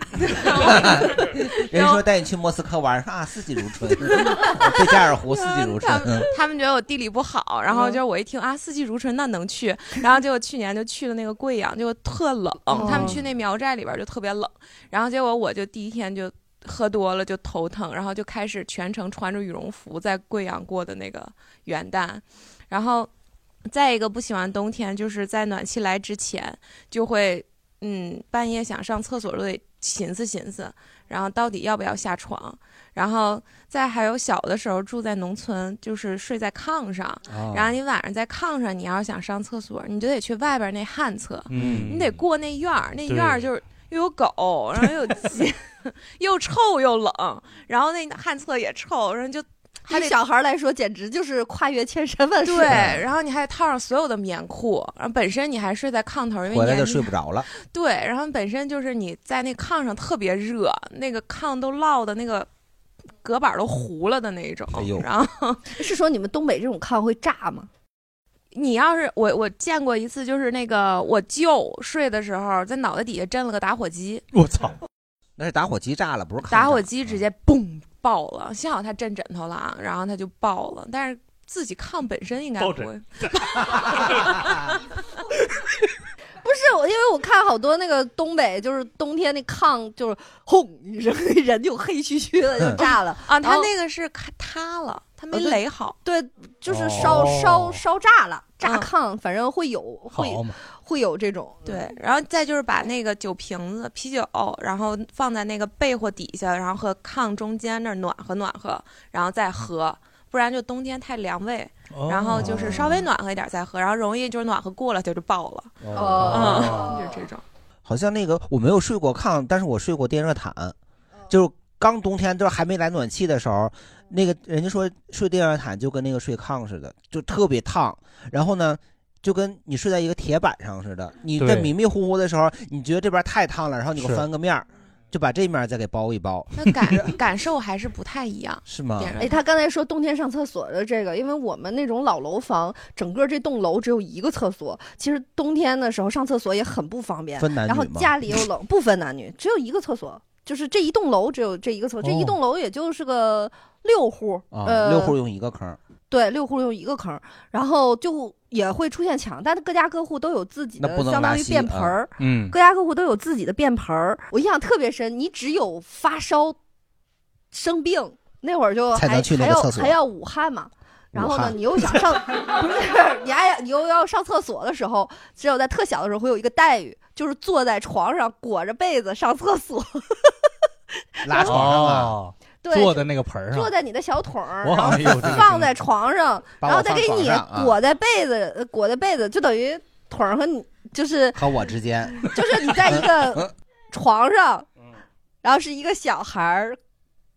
Speaker 2: 人家说带你去莫斯科玩，说啊四季如 春，贝加尔湖四季如春嗯
Speaker 11: 他。们他们觉得我地理不好，然后就是我一听啊，四季如春，那能去。然后结果去年就去了那个贵阳，结果特冷，
Speaker 13: 哦
Speaker 11: 他们去那苗寨里边就特别冷。然后结果我就第一天就喝多了，就头疼，然后就开始全程穿着羽绒服在贵阳过的那个元旦，然后。再一个不喜欢冬天，就是在暖气来之前，就会嗯半夜想上厕所都得寻思寻思，然后到底要不要下床。然后再还有小的时候住在农村，就是睡在炕上，
Speaker 13: 哦
Speaker 11: 然后你晚上在炕上，你要是想上厕所，你就得去外边那旱厕，
Speaker 13: 嗯
Speaker 11: 你得过那院儿，那
Speaker 13: 对
Speaker 11: 院儿就是又有狗，然后又有鸡， 又臭又冷，然后那旱厕也臭，然后就。还
Speaker 3: 对
Speaker 11: 得
Speaker 3: 小孩儿来说，简直就是跨越千山万水。
Speaker 11: 对，然后你还得套上所有的棉裤，然后本身你还睡在炕头，因为
Speaker 2: 回来就
Speaker 11: 年纪
Speaker 2: 睡不着了，
Speaker 11: 对，然后本身就是你在那炕上特别热，那个炕都落的那个隔板都糊了的那一种。
Speaker 3: 哎呦
Speaker 11: 然后
Speaker 3: 是说你们东北这种炕会炸吗？
Speaker 11: 你要是我我见过一次，就是那个我舅睡的时候，在脑袋底下震了个打火机，
Speaker 1: 我操！
Speaker 2: 那是打火机炸了，嗯不是炕
Speaker 11: 打火
Speaker 2: 炸
Speaker 3: 嗯
Speaker 11: 机直接嘣爆了，幸好他震枕头了啊，然后他就爆了，但是。自己炕本身应该
Speaker 2: 爆
Speaker 11: 不
Speaker 2: 枕
Speaker 11: 会，
Speaker 3: 不是我，因为我看好多那个东北，就是冬天那炕就是轰一声， 人就黑黢黢的就炸了
Speaker 11: 啊！他
Speaker 3: 然后
Speaker 11: 那个是咔塌了，他没
Speaker 3: 呃对
Speaker 11: 垒好。嗯
Speaker 3: 对，就是烧、
Speaker 11: 哦
Speaker 3: 烧烧炸了，炸炕，反正会有会
Speaker 11: 嘛
Speaker 3: 会有这种
Speaker 11: 对，然后再就是把那个酒瓶子、啤酒，然后放在那个被窝底下，然后和炕中间那儿暖和暖和，然后再喝，不然就冬天太凉胃。然后就是稍微暖和一点再喝，然后容易就是暖和过了它就爆了。
Speaker 2: 哦
Speaker 11: 嗯，就是这种。
Speaker 2: 好像那个我没有睡过炕，但是我睡过电热毯，就是刚冬天就是还没来暖气的时候，那个人家说睡电热毯就跟那个睡炕似的，就特别烫。然后呢，就跟你睡在一个铁板上似的，你在
Speaker 1: 对
Speaker 2: 迷迷糊糊的时候，你觉得这边太烫了，然后你给我
Speaker 1: 是
Speaker 2: 翻个面儿，就把这面儿再给包一包，
Speaker 11: 那感感受还是不太一样。
Speaker 2: 是吗？
Speaker 3: 哎，他刚才说冬天上厕所的这个，因为我们那种老楼房，整个这栋楼只有一个厕所。其实冬天的时候上厕所也很不方便，
Speaker 2: 分男女
Speaker 3: 然后
Speaker 2: 吗
Speaker 3: 家里又冷，不分男女，只有一个厕所，就是这一栋楼只有这一个厕所，这一
Speaker 2: 哦
Speaker 3: 栋楼也就是个六户，
Speaker 2: 啊，
Speaker 3: 呃，
Speaker 2: 六户用一个坑儿，
Speaker 3: 对，六户用一个坑儿，然后就也会出现抢，但是各家各户都有自己
Speaker 2: 那
Speaker 3: 的
Speaker 2: 不能
Speaker 3: 相当
Speaker 2: 拉
Speaker 3: 于
Speaker 2: 稀
Speaker 3: 便
Speaker 2: 啊
Speaker 3: 盆儿，
Speaker 2: 嗯
Speaker 3: 各家各户都有自己的便盆儿。我印象特别深，你只有发烧、生病那会儿就
Speaker 2: 才
Speaker 3: 还
Speaker 2: 能去那
Speaker 3: 还
Speaker 2: 个
Speaker 3: 要
Speaker 2: 厕所
Speaker 3: 还要捂汗嘛。然后
Speaker 2: 武
Speaker 3: 呢，
Speaker 2: 汉
Speaker 3: 你又想上， 不是你还你又要上厕所的时候，只有在特小的时候会有一个待遇，就是坐在床上裹着被子上厕所，
Speaker 1: 拉床上啊，
Speaker 3: 对
Speaker 1: 坐在那个盆儿上
Speaker 3: 坐，在你的小桶儿，
Speaker 1: 我
Speaker 3: 然
Speaker 1: 好
Speaker 3: 后
Speaker 1: 像有这个
Speaker 3: 放在床上，
Speaker 1: 把
Speaker 3: 然后
Speaker 1: 我
Speaker 3: 再
Speaker 1: 放
Speaker 3: 给
Speaker 1: 床
Speaker 3: 你
Speaker 2: 上啊
Speaker 3: 裹在被子，呃裹在被子，就等于腿儿和你 就是
Speaker 2: 和我之间，嗯
Speaker 3: 就是你在一个床上，然后是一个小孩儿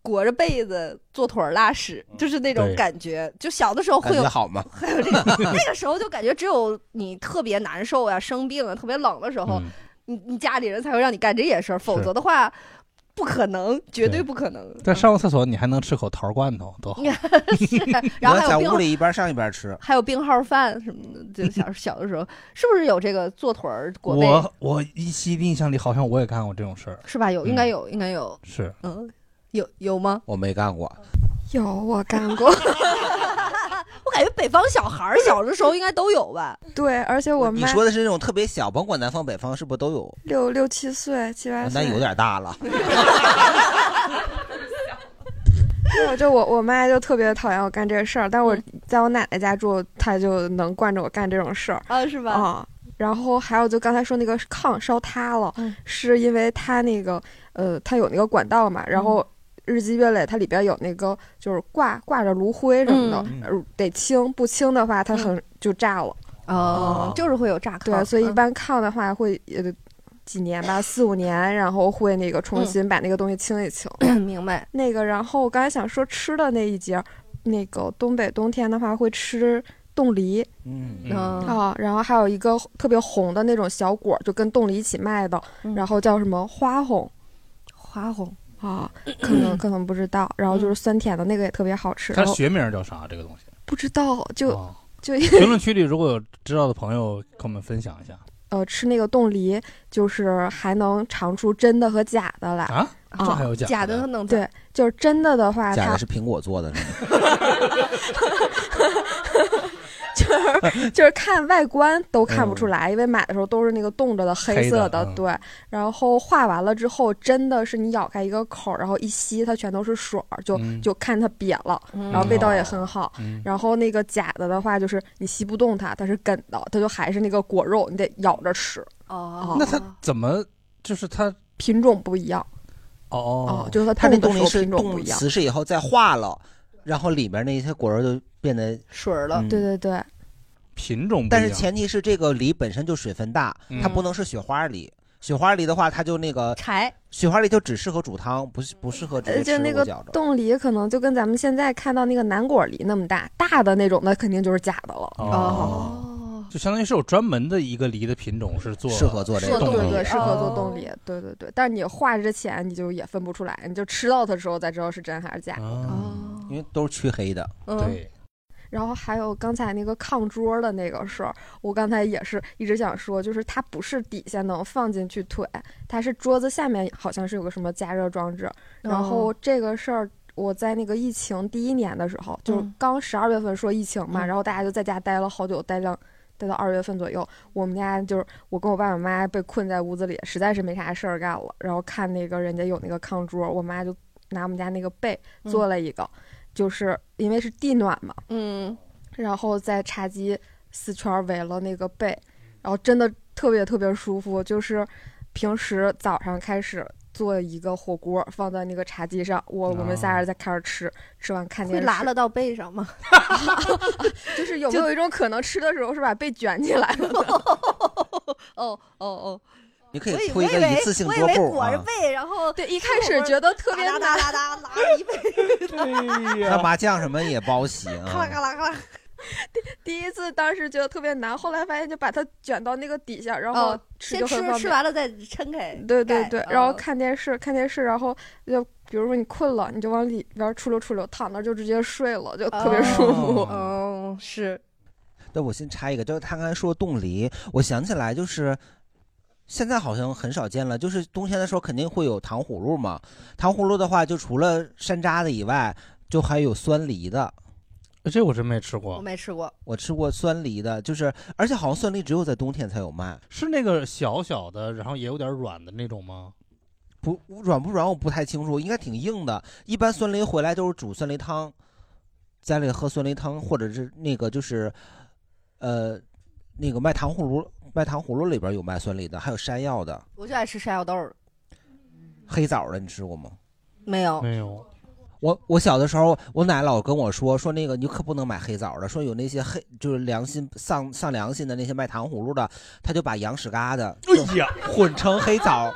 Speaker 3: 裹着被子坐腿儿拉屎，就是那种
Speaker 2: 对
Speaker 3: 感觉。就小的时候
Speaker 2: 感
Speaker 3: 会有
Speaker 2: 觉好吗？
Speaker 3: 那个时候就感觉只有你特别难受呀、生病啊、特别冷的时
Speaker 2: 嗯
Speaker 3: 候，你你家里人才会让你干这些事儿，否则的话不可能，绝对不可能。
Speaker 1: 但上个厕所你还能吃口桃罐头，多好！
Speaker 3: 是， 然后
Speaker 2: 我
Speaker 3: 还
Speaker 2: 在
Speaker 3: 有
Speaker 2: 屋里
Speaker 3: 病
Speaker 2: 一边上一边吃。
Speaker 3: 还有病号饭什么的，就小小的时候是不是有这个坐腿儿裹被？
Speaker 1: 我我依稀印象里好像我也干过这种事儿，
Speaker 3: 是吧？有，应该有，应该有。
Speaker 1: 是
Speaker 3: 嗯，有有吗？
Speaker 2: 我没干过，
Speaker 12: 有我干过，
Speaker 3: 我感觉北方小孩儿小的时候应该都有吧？
Speaker 12: 对，而且我
Speaker 2: 你
Speaker 12: 妈
Speaker 2: 说的是那种特别小，甭管南方北方是不是都有？
Speaker 12: 六六
Speaker 2: 哦
Speaker 12: 七岁、七八
Speaker 2: 那
Speaker 12: 岁，
Speaker 2: 有点大了。
Speaker 12: 对就我我妈就特别讨厌我干这个事儿，但
Speaker 3: 嗯
Speaker 12: 我在我奶奶家住，她就能惯着我干这种事儿
Speaker 3: 啊，是吧？
Speaker 12: 啊，然后还有就刚才说那个炕烧塌了，
Speaker 3: 嗯
Speaker 12: 是因为它那个呃，它有那个管道嘛，然
Speaker 3: 嗯
Speaker 12: 后日积月累，它里边有那个就是挂挂着炉灰什么的，
Speaker 3: 嗯
Speaker 12: 呃得清，不清的话它很、就炸了。
Speaker 3: 哦就是会有炸炕
Speaker 12: 对，所以一
Speaker 3: 嗯
Speaker 12: 般炕的话会呃几年吧，四五年，然后会那个重新把那个东西清一清。
Speaker 3: 嗯 明白。
Speaker 12: 那个，然后我刚才想说吃的那一节儿，那个东北冬天的话会吃冻梨，
Speaker 2: 嗯
Speaker 12: 啊，然后还有一个特别红的那种小果儿，就跟冻梨一起卖的，然后叫什么花红，
Speaker 3: 嗯花红 嗯
Speaker 12: 啊，可能可能不知道，然后就是酸甜的那个也特别好吃，
Speaker 1: 它
Speaker 12: 然后
Speaker 1: 学名叫啥？这个东西？
Speaker 12: 不知道就
Speaker 1: 哦
Speaker 12: 就
Speaker 1: 评论区里如果有知道的朋友，跟我们分享一下。
Speaker 12: 呃吃那个冻梨，就是还能尝出真的和假的来
Speaker 1: 啊这还有假的假的
Speaker 3: 能
Speaker 12: 对，就是真的的话，
Speaker 2: 假
Speaker 12: 它
Speaker 2: 的是苹果做的，是吗？
Speaker 12: 就是就是看外观都看不出来，因为买的时候都是那个冻着的黑色
Speaker 11: 黑的嗯
Speaker 12: 对。然后画完了之后，真的是你咬开一个口儿，然后一吸，它全都是水儿，就、
Speaker 11: 嗯
Speaker 12: 就看它瘪了，
Speaker 11: 嗯
Speaker 12: 然后味道也很好。
Speaker 11: 嗯
Speaker 12: 然后那个假的的话，就是你吸不动它，它是梗的，它就还是那个果肉，你得咬着吃。
Speaker 3: 哦
Speaker 1: 那它怎么就是它
Speaker 12: 品种不一样？
Speaker 1: 哦
Speaker 12: 哦，就是它
Speaker 2: 它那
Speaker 12: 冻
Speaker 2: 东
Speaker 12: 的
Speaker 2: 西
Speaker 12: 时
Speaker 2: 是
Speaker 12: 候品种不
Speaker 2: 冻
Speaker 12: 一样。
Speaker 2: 瓷实以后再化了，然后里面那些果肉就变得
Speaker 3: 水
Speaker 12: 了对对对，
Speaker 1: 品种不一样
Speaker 2: 但是前提是这个梨本身就水分大，
Speaker 1: 嗯
Speaker 2: 它不能是雪花梨。雪花梨的话，它就那个
Speaker 3: 柴。
Speaker 2: 雪花梨就只适合煮汤，不是不适合直
Speaker 12: 呃，
Speaker 2: 接吃
Speaker 12: 就那
Speaker 2: 我
Speaker 12: 个
Speaker 2: 觉着。
Speaker 12: 冻梨可能就跟咱们现在看到那个南果梨那么大，大的那种，那肯定就是假的了。
Speaker 2: 哦
Speaker 1: 哦，就相当于是有专门的一个梨的品种是做
Speaker 2: 适合做这个
Speaker 1: 冻梨
Speaker 12: 对，适
Speaker 1: 哦
Speaker 12: 合做冻梨，对对对。但是你化之前你就也分不出来，你就吃到它的时候才知道是真还是假。
Speaker 2: 哦嗯因为都是黢黑的。
Speaker 12: 嗯对。然后还有刚才那个炕桌的那个事儿，我刚才也是一直想说，就是它不是底下能放进去腿，它是桌子下面好像是有个什么加热装置。然后
Speaker 11: 哦
Speaker 12: 这个事儿，我在那个疫情第一年的时候，就是
Speaker 11: 嗯
Speaker 12: 刚十二月份说疫情嘛，
Speaker 11: 嗯
Speaker 12: 然后大家就在家待了好久，待到待到二月份左右，我们家就是我跟我爸爸妈妈被困在屋子里，实在是没啥事儿干了，然后看那个人家有那个炕桌，我妈就拿我们家那个被
Speaker 11: 嗯
Speaker 12: 做了一个，就是因为是地暖嘛，
Speaker 3: 嗯，
Speaker 12: 然后在茶几四圈儿围了那个被，然后真的特别特别舒服。就是平时早上开始做一个火锅，放在那个茶几上，我我们仨人再开始吃，吃完看
Speaker 3: 会
Speaker 12: 电视。
Speaker 3: 拉了到背上 吗？
Speaker 12: 就是有没有一种可能，吃的时候是把被卷起来了呢？
Speaker 3: 哦哦哦，
Speaker 2: 你可
Speaker 3: 我
Speaker 2: 以
Speaker 3: 以
Speaker 2: 铺一
Speaker 3: 我以
Speaker 2: 个
Speaker 3: 为
Speaker 2: 一次性
Speaker 3: 我以
Speaker 2: 桌
Speaker 3: 为
Speaker 2: 布
Speaker 3: 裹着
Speaker 2: 啊，
Speaker 3: 背，然后
Speaker 12: 对，一开始觉得特别
Speaker 3: 哒哒哒哒拉一背，
Speaker 2: 那麻将什么也包 席
Speaker 3: 嗯
Speaker 2: 啊。
Speaker 12: 咔啦咔啦。第第一次当时觉得特别难，后来发现就把它卷到那个底下，然后
Speaker 3: 哦，
Speaker 12: 吃
Speaker 3: 先
Speaker 12: 就很方
Speaker 3: 吃
Speaker 12: 便。
Speaker 3: 吃完了再撑开。
Speaker 12: 对对
Speaker 3: 盖
Speaker 12: 对
Speaker 3: 哦，
Speaker 12: 然后看电视，看电视，然后就比如说你困了，你就往里边出溜出溜，躺那儿就直接睡了，就特别舒服。
Speaker 3: 嗯，是
Speaker 2: 对，我先插一个，就是他刚才说冻梨，我想起来就是。现在好像很少见了，就是冬天的时候肯定会有糖葫芦嘛。糖葫芦的话，就除了山楂的以外，就还有酸梨的。
Speaker 1: 呃这我真没吃过
Speaker 3: 我没吃过。
Speaker 2: 我吃过酸梨的，就是而且好像酸梨只有在冬天才有卖，
Speaker 1: 是那个小小的，然后也有点软的那种吗？
Speaker 2: 不软不软我不太清楚，应该挺硬的。一般酸梨回来都是煮酸梨汤，家里喝酸梨汤，或者是那个就是，呃，那个卖糖葫芦卖糖葫芦里边有卖酸梨的，还有山药的、
Speaker 3: 我就爱吃山药豆儿，
Speaker 2: 黑枣的，你吃过吗？
Speaker 3: 没有
Speaker 1: 没有。
Speaker 2: 我我小的时候，我奶老跟我说说那个你可不能买黑枣的，说有那些黑就是良心丧丧良心的那些卖糖葫芦的，他就把羊屎疙瘩
Speaker 1: 哎呀
Speaker 2: 混成黑枣，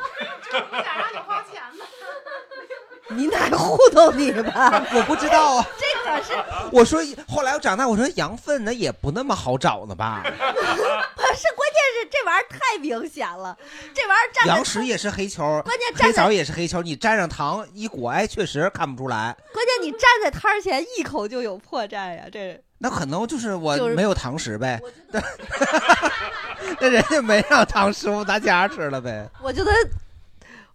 Speaker 3: 你奶糊弄你吧？
Speaker 2: 我不知道啊。
Speaker 3: 哦这可是
Speaker 2: 我说后来我长大，我说羊粪那也不那么好找呢吧？
Speaker 3: 不是，关键是这玩意儿太明显了，这玩意儿站
Speaker 2: 羊
Speaker 3: 在。
Speaker 2: 屎也是黑球，
Speaker 3: 关键站在
Speaker 2: 黑枣也是黑球，你沾上糖一裹，哎，确实看不出来。
Speaker 3: 关键你站在摊儿前一口就有破绽呀、这
Speaker 2: 那可能就是我
Speaker 3: 就是
Speaker 2: 没有糖食呗， 那人家没让糖食，我拿夹吃了呗。
Speaker 3: 我觉得，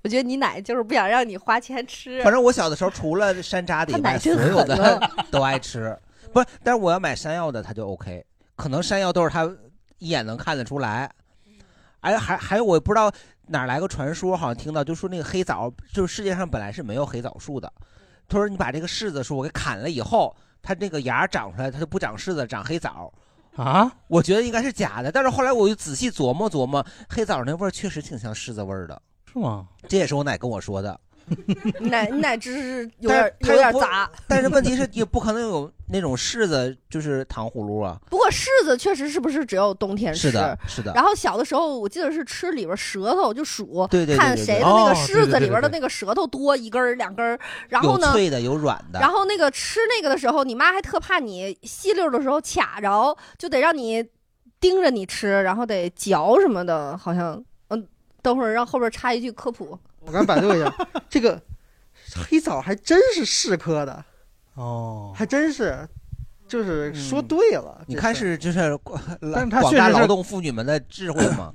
Speaker 3: 我觉得你奶就是不想让你花钱吃。
Speaker 2: 反正我小的时候除了山楂的以
Speaker 3: 他
Speaker 2: 外，
Speaker 3: 奶
Speaker 2: 所
Speaker 3: 真
Speaker 2: 有
Speaker 3: 狠
Speaker 2: 的 都爱吃。不是，但是我要买山药的，它就 OK。可能山药都是他一眼能看得出来。哎，还还有，我不知道哪儿来个传说，好像听到就说那个黑枣，就是世界上本来是没有黑枣树的，他说你把这个柿子树给砍了以后，它这个芽儿长出来，它就不长柿子，长黑枣。
Speaker 1: 啊，
Speaker 2: 我觉得应该是假的，但是后来我又仔细琢磨琢磨，黑枣那味儿确实挺像柿子味儿的，
Speaker 1: 是吗？
Speaker 2: 这也是我奶跟我说的。
Speaker 3: 你奶你奶汁 是有
Speaker 2: 但
Speaker 3: 点
Speaker 2: 是它
Speaker 3: 有
Speaker 2: 又
Speaker 3: 点
Speaker 2: 不
Speaker 3: 杂，
Speaker 2: 但是问题是也不可能有那种柿子就是糖葫芦啊。
Speaker 3: 不过柿子确实是不是只有冬天吃？
Speaker 2: 是的是的
Speaker 3: 然后小的时候，我记得是吃里边舌头，就数
Speaker 2: 对对对
Speaker 3: 看
Speaker 2: 对对
Speaker 3: 谁的
Speaker 2: 哦
Speaker 3: 那个
Speaker 2: 对
Speaker 3: 柿
Speaker 2: 对
Speaker 3: 子
Speaker 2: 对
Speaker 3: 里边
Speaker 2: 对
Speaker 3: 的
Speaker 2: 对
Speaker 3: 那个舌头多一根儿两根儿。 然后呢
Speaker 2: 有，脆的，有软的。
Speaker 3: 然后那个吃那个的时候，你妈还特怕你吸溜的时候卡着，就得让你盯着你吃，然后得嚼什么的，好像嗯。等会儿让后边插一句科普，
Speaker 6: 我刚百度一下，这个黑枣还真是柿科的，
Speaker 1: 哦，
Speaker 6: 还真是，就是说对了。
Speaker 2: 嗯你
Speaker 6: 这
Speaker 2: 看
Speaker 6: 事儿
Speaker 2: 是就是，
Speaker 6: 但是
Speaker 2: 广
Speaker 6: 他
Speaker 2: 广
Speaker 6: 确
Speaker 2: 大
Speaker 6: 实是
Speaker 2: 劳动妇女们的智慧嘛。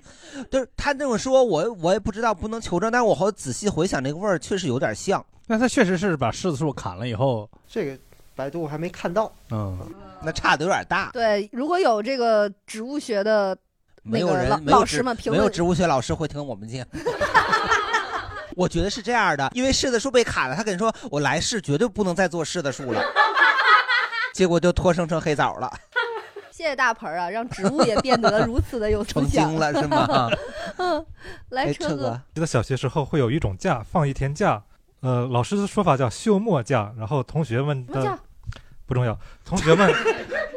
Speaker 2: 就是他这么说，我我也不知道，不能求证。但是我好仔细回想，这个味儿确实有点像。
Speaker 1: 那他确实是把柿子树砍了以后，
Speaker 6: 这个百度还没看到，
Speaker 1: 嗯，
Speaker 2: 那差的有点大。
Speaker 3: 对，如果有这个植物学的
Speaker 2: 没
Speaker 3: 那
Speaker 2: 有
Speaker 3: 个
Speaker 2: 人
Speaker 3: 老
Speaker 2: 没有
Speaker 3: 老
Speaker 2: 植
Speaker 3: 师们评
Speaker 2: 没有
Speaker 3: 论，
Speaker 2: 植物学老师会听我们节 目。我觉得是这样的，因为柿子树被砍了，他跟你说我来世绝对不能再做柿子 树了，结果就脱生成黑枣 了，
Speaker 3: 谢谢大盆儿啊，让植物也变得如此的有思
Speaker 2: 成
Speaker 3: 想
Speaker 2: 精了是吗？
Speaker 3: 嗯，来
Speaker 2: 哎
Speaker 3: 车
Speaker 2: 车
Speaker 3: 哥
Speaker 2: 哥，
Speaker 9: 记得小学时候会有一种假，放一天假，呃，老师的说法叫休谟假，然后同学们
Speaker 3: 什么
Speaker 9: 的
Speaker 3: 假
Speaker 9: 不重要，同学 们，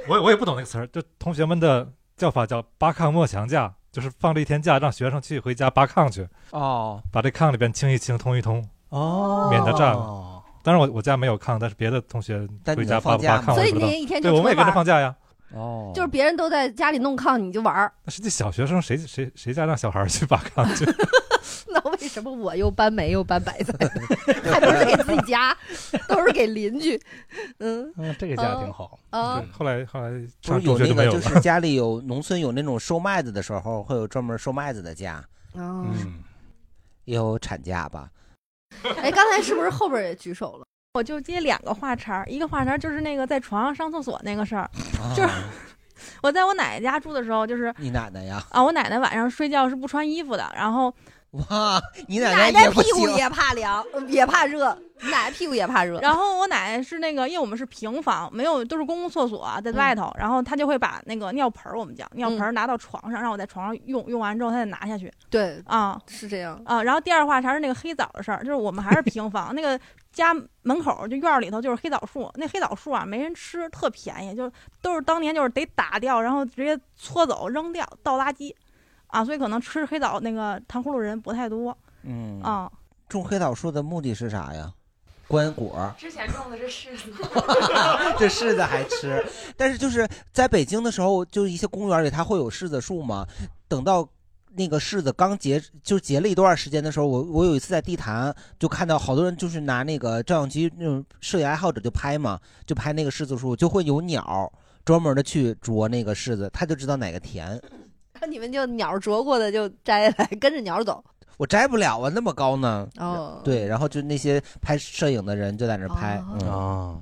Speaker 9: 我也我也不懂那个词儿，就同学们的叫法叫八抗莫强假，就是放了一天假，让学生去回家八抗去，
Speaker 14: 哦，
Speaker 9: 把这炕里边清一清，通一通，
Speaker 1: 哦
Speaker 9: 免得炸了。当然我我家没有炕，但是别的同学
Speaker 2: 但
Speaker 9: 回
Speaker 2: 你
Speaker 9: 家
Speaker 2: 能
Speaker 9: 八
Speaker 2: 放
Speaker 9: 不
Speaker 2: 假
Speaker 9: 八
Speaker 2: 吗
Speaker 9: 炕，我
Speaker 3: 所以
Speaker 9: 不知
Speaker 3: 你
Speaker 9: 道
Speaker 3: 也一天
Speaker 9: 对，
Speaker 3: 就
Speaker 9: 我们也
Speaker 3: 出
Speaker 9: 跟
Speaker 3: 门
Speaker 9: 着
Speaker 3: 儿
Speaker 9: 放假呀。
Speaker 2: 哦
Speaker 3: 就是别人都在家里弄炕，你就玩儿，
Speaker 9: 那实际小学生谁谁谁家让小孩儿去八炕去？
Speaker 3: 那为什么我又搬煤又搬白菜，还不是给自己家，都是给邻居？嗯，
Speaker 1: 嗯，这个
Speaker 3: 家挺好啊
Speaker 9: 对后来后来
Speaker 2: 不
Speaker 9: 上
Speaker 2: 是
Speaker 9: 中
Speaker 2: 有
Speaker 9: 学
Speaker 2: 那
Speaker 9: 就没
Speaker 2: 个，
Speaker 9: 有
Speaker 2: 就
Speaker 9: 了。
Speaker 2: 是家里有农村有那种收麦子的时候，会有专门收麦子的家，
Speaker 3: 哦，
Speaker 9: 嗯
Speaker 2: 也有产假 吧？
Speaker 5: 嗯
Speaker 3: 哎，刚才是 不是后边也举手了？
Speaker 5: 我就接两个话茬儿，一个话茬儿就是那个在床上上厕所那个事儿，就是 我在我奶奶家住的时候，就是
Speaker 2: 啊你奶奶呀？
Speaker 5: 啊，我奶奶晚上睡觉是不穿衣服的，然后
Speaker 2: 哇，你
Speaker 3: 奶
Speaker 2: 奶也不
Speaker 3: 屁股
Speaker 2: 行
Speaker 3: 也怕凉，呃也怕热，奶奶屁股也怕热。
Speaker 5: 然后我奶奶是那个，因为我们是平房，没有都是公共厕所啊、
Speaker 3: 嗯
Speaker 5: 在外头，然后她就会把那个尿盆儿，我们叫尿盆儿拿到床上，让我在床上用，用完之后她再拿下去。
Speaker 3: 对
Speaker 5: 啊，
Speaker 3: 是这样。
Speaker 5: 啊，然后第二话茬是那个黑枣的事儿，就是我们还是 平房，那个家门口就院儿里头就是黑枣树，那黑枣树啊没人吃，特便宜，就都是当年就是得打掉，然后直接搓走扔掉倒垃圾，啊，所以可能吃黑枣那个糖葫芦人不太多
Speaker 2: 嗯，
Speaker 5: 啊。
Speaker 3: 哦
Speaker 2: 种黑枣树的目的是啥呀？观果，
Speaker 15: 之前种的是柿子，
Speaker 2: 这柿子还吃。但是就是在北京的时候，就是一些公园里它会有柿子树嘛。等到那个柿子刚结，就结了一段时间的时候，我我有一次在地坛就看到好多人就是拿那个照相机，那种摄影爱好者就拍嘛，就拍那个柿子树，就会有鸟专门的去啄那个柿子，它就知道哪个甜。
Speaker 3: 你们就鸟啄过的就摘来，跟着鸟走。
Speaker 2: 我摘不了啊，那么高呢。
Speaker 3: 哦，
Speaker 2: 对，然后就那些拍摄影的人就在那儿拍。嗯
Speaker 1: 啊，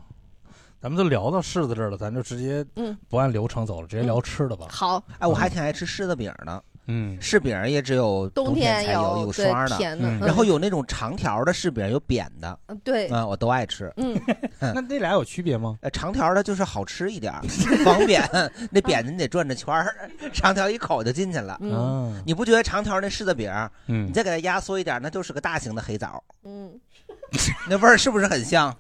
Speaker 1: 咱们都聊到柿子这儿了，咱就直接
Speaker 3: 嗯
Speaker 1: 不按流程走了，直接聊吃的吧。
Speaker 3: 好，
Speaker 2: 嗯哎，我还挺爱吃柿子饼的。
Speaker 1: 嗯，
Speaker 2: 柿饼也只有
Speaker 3: 冬
Speaker 2: 天
Speaker 3: 天
Speaker 2: 才
Speaker 3: 有
Speaker 2: 有
Speaker 3: 对
Speaker 2: 霜的，
Speaker 3: 甜的嗯
Speaker 2: 然后有那种长条的柿饼，有扁的。
Speaker 3: 嗯对
Speaker 2: 啊，我都爱吃。
Speaker 3: 嗯，
Speaker 2: 那
Speaker 1: 那俩有区别吗？
Speaker 2: 呃，长条的就是好吃一点 儿，方便。那扁的你得转着圈儿， 长条一口就进去了。
Speaker 1: 嗯啊
Speaker 2: 你不觉得长条那柿子饼，
Speaker 1: 嗯
Speaker 2: 你再给它压缩一点，那就是个大型的黑枣，
Speaker 3: 嗯，
Speaker 2: 那味儿是不是很像？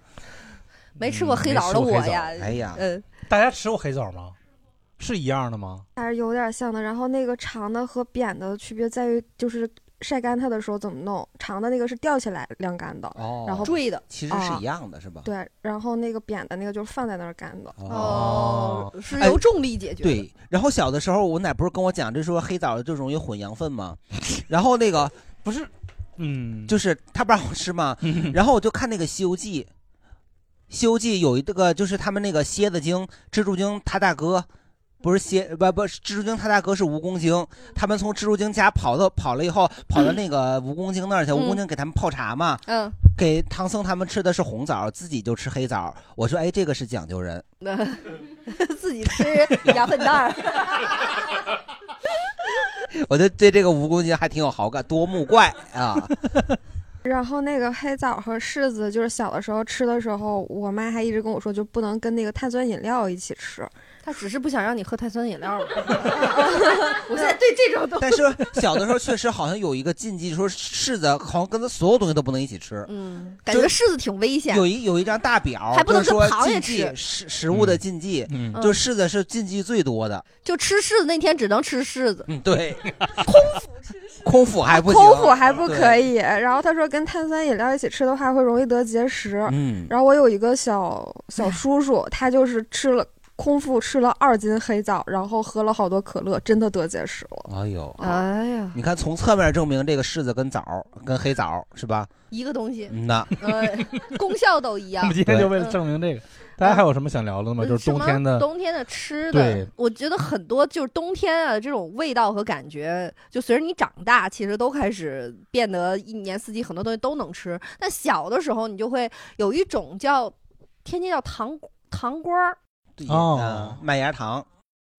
Speaker 3: 没吃过黑枣的我呀，
Speaker 2: 哎呀，
Speaker 3: 嗯，
Speaker 1: 大家吃过黑枣吗？是一样的吗？
Speaker 12: 还是有点像的。然后那个长的和扁的区别在于，就是晒干它的时候怎么弄。长的那个是吊起来晾干的，
Speaker 2: 哦
Speaker 12: 然后
Speaker 3: 坠的哦
Speaker 2: 其实是一样的，是吧？
Speaker 12: 对，然后那个扁的那个就是放在那儿干的。
Speaker 3: 哦是
Speaker 2: 哎
Speaker 3: 由重力解决的。
Speaker 2: 对，然后小的时候，我奶不是跟我讲，就说黑枣就容易混羊粪嘛。 然后那个
Speaker 1: 不是，嗯，
Speaker 2: 就是他不让我吃嘛。然后我就看那个《西游记》，《西游记》有一个就是他们那个蝎子精、蜘蛛精他大哥，不是蝎不不，蜘蛛精他大哥是蜈蚣精。他们从蜘蛛精家跑到跑了以后，跑到那个蜈蚣精那儿去，蜈蚣精给他们泡茶嘛。
Speaker 3: 嗯，
Speaker 2: 给唐僧他们吃的是红枣，自己就吃黑枣。我说，哎，这个是讲究人。
Speaker 3: 那 自己吃羊粪蛋儿。
Speaker 2: 我就对这个蜈蚣精还挺有好感，多目怪啊！
Speaker 12: 然后那个黑枣和柿子，就是小的时候吃的时候，我妈还一直跟我说，就不能跟那个碳酸饮料一起吃。
Speaker 3: 她只是不想让你喝碳酸饮料嘛。我现在对这种东
Speaker 2: 但是 小的时候确实好像有一个禁忌，说柿子好像跟所有东西都不能一起吃。
Speaker 3: 嗯，感觉柿子挺危险。
Speaker 2: 有一有一张大表，
Speaker 3: 还不能
Speaker 2: 就是说
Speaker 3: 跟螃蟹
Speaker 2: 禁忌
Speaker 3: 吃
Speaker 2: 食食物的禁忌，
Speaker 3: 嗯嗯
Speaker 2: 就柿子是禁忌最多的。
Speaker 3: 就吃柿子那天只能吃柿子，
Speaker 2: 嗯， 对，空腹空腹还不行，
Speaker 12: 空腹还不可
Speaker 2: 对。
Speaker 12: 以。然后她说跟碳酸饮料一起吃的话会容易得结石。
Speaker 2: 嗯
Speaker 12: 然后我有一个小小叔叔，他就是吃了空腹吃了二斤黑枣，然后喝了好多可乐，真的得结石了。
Speaker 2: 哎呦，
Speaker 12: 哎呀，
Speaker 2: 你看从侧面证明这个柿子跟枣儿跟黑枣儿是吧？
Speaker 3: 一个东西，
Speaker 2: 嗯呐，
Speaker 3: 呃，功效都一
Speaker 1: 我
Speaker 3: 样。
Speaker 1: 们今天就为了
Speaker 3: 嗯
Speaker 1: 证明这个，大家还有什么想聊的吗？就是
Speaker 3: 什
Speaker 1: 冬
Speaker 3: 么
Speaker 1: 天的
Speaker 3: 冬天的吃
Speaker 1: 对
Speaker 3: 的，我觉得很多就是冬天啊这种味道和感觉，就随着你长大，其实都开始变得一年四季很多东西都能吃。但小的时候，你就会有一种叫天津叫糖糖瓜儿，
Speaker 2: 哦，麦芽糖，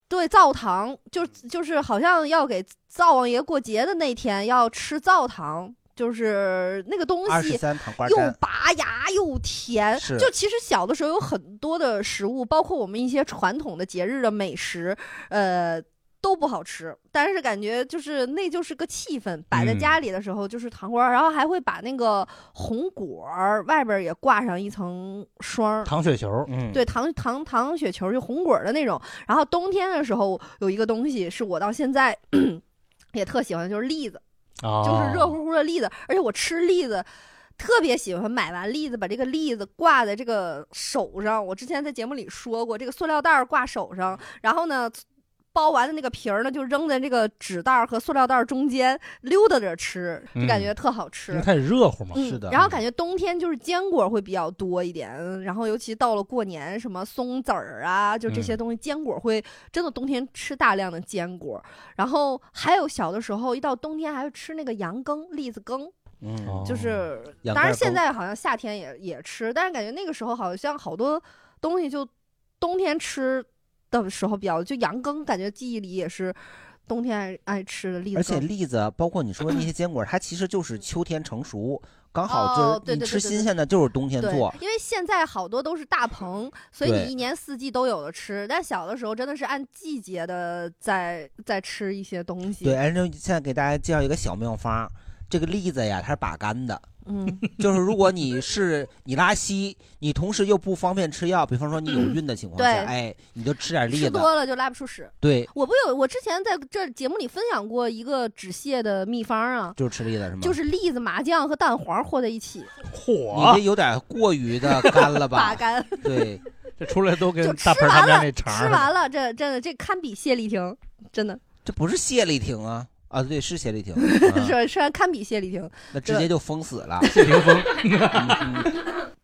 Speaker 3: 对，灶糖，就就是好像要给灶王爷过节的那天要吃灶糖。就是那个东西，
Speaker 2: 23糖瓜
Speaker 3: 又
Speaker 2: 粘
Speaker 3: 拔牙又甜。
Speaker 2: 是
Speaker 3: 就其实小的时候有很多的食物，包括我们一些传统的节日的美食，呃，都不好吃。但是感觉就是那就是个气氛，摆在
Speaker 15: 嗯
Speaker 3: 家里的时候就是糖瓜儿，然后还会把那个红果儿外边儿也挂上一层霜儿，
Speaker 1: 糖雪球，嗯
Speaker 3: 对，糖糖糖雪球就红果儿的那种。然后冬天的时候有一个东西是我到现在 也特喜欢，就是栗子，
Speaker 2: 哦
Speaker 1: 啊，
Speaker 3: 就是热乎乎的栗子，而且我吃栗子。特别喜欢买完栗子，把这个栗子挂在这个手上。我之前在节目里说过，这个塑料袋儿挂手上，然后呢，包完的那个皮儿呢，就扔在这个纸袋儿和塑料袋儿中间溜达着吃，就感觉
Speaker 1: 嗯
Speaker 3: 特好吃。
Speaker 1: 因为它也热乎嘛。
Speaker 3: 嗯然后感觉冬天就是坚果会比较多一点，然后尤其到了过年，什么松子儿啊，就这些
Speaker 15: 嗯
Speaker 3: 东西，坚果会真的冬天吃大量的坚果。然后还有小的时候，一到冬天还会吃那个羊羹、栗子羹。
Speaker 2: 嗯
Speaker 10: 哦
Speaker 3: 就是，
Speaker 2: 羊
Speaker 3: 当然
Speaker 2: 肝
Speaker 3: 现
Speaker 2: 羹
Speaker 3: 在好像夏天也也吃，但是感觉那个时候好像好多东西就冬天吃的时候比较，就羊羹，感觉记忆里也是冬天爱爱吃的栗子
Speaker 2: 而
Speaker 3: 羹。
Speaker 2: 且栗子，包括你说那些坚果，它其实就是秋天成熟，刚
Speaker 3: 嗯哦
Speaker 2: 好就
Speaker 3: 对
Speaker 2: 是
Speaker 3: 对
Speaker 2: 你
Speaker 3: 对
Speaker 2: 吃
Speaker 3: 对
Speaker 2: 新
Speaker 3: 对
Speaker 2: 鲜的，就是冬天
Speaker 3: 对，
Speaker 2: 做。
Speaker 3: 因为现在好多都是大棚，所以
Speaker 2: 对
Speaker 3: 你一年四季都有的吃。但小的时候真的是按季节的在在吃一些东西。
Speaker 2: 对，哎，就现在给大家介绍一个小妙方儿，这个栗子呀，它是把干 的。
Speaker 3: 嗯，
Speaker 2: 就是如果你是你拉稀，你同时又不方便吃药，比方说你有孕的情况
Speaker 3: 对
Speaker 2: 下，哎，你就吃点栗
Speaker 3: 吃
Speaker 2: 子。
Speaker 3: 多了就拉不出屎。
Speaker 2: 对，
Speaker 3: 我不有，我之前在这节目里分享过一个止泻的秘方啊，
Speaker 2: 就是吃栗子是吗？
Speaker 3: 就是栗子、麻酱和蛋黄和在一起，
Speaker 2: 你这有点过于的干 了吧
Speaker 3: 拔？干。
Speaker 2: 对，
Speaker 1: 这出来都
Speaker 3: 就
Speaker 1: 跟
Speaker 3: 吃完了， 吃完了，这真的这堪比谢丽婷，真的，
Speaker 2: 这不是谢丽婷啊啊，对，是谢丽 婷，
Speaker 3: 是
Speaker 2: 啊
Speaker 3: 吧吃完堪比谢丽婷。
Speaker 2: 那直
Speaker 3: 对
Speaker 2: 接就封死了。
Speaker 1: 谢霆锋，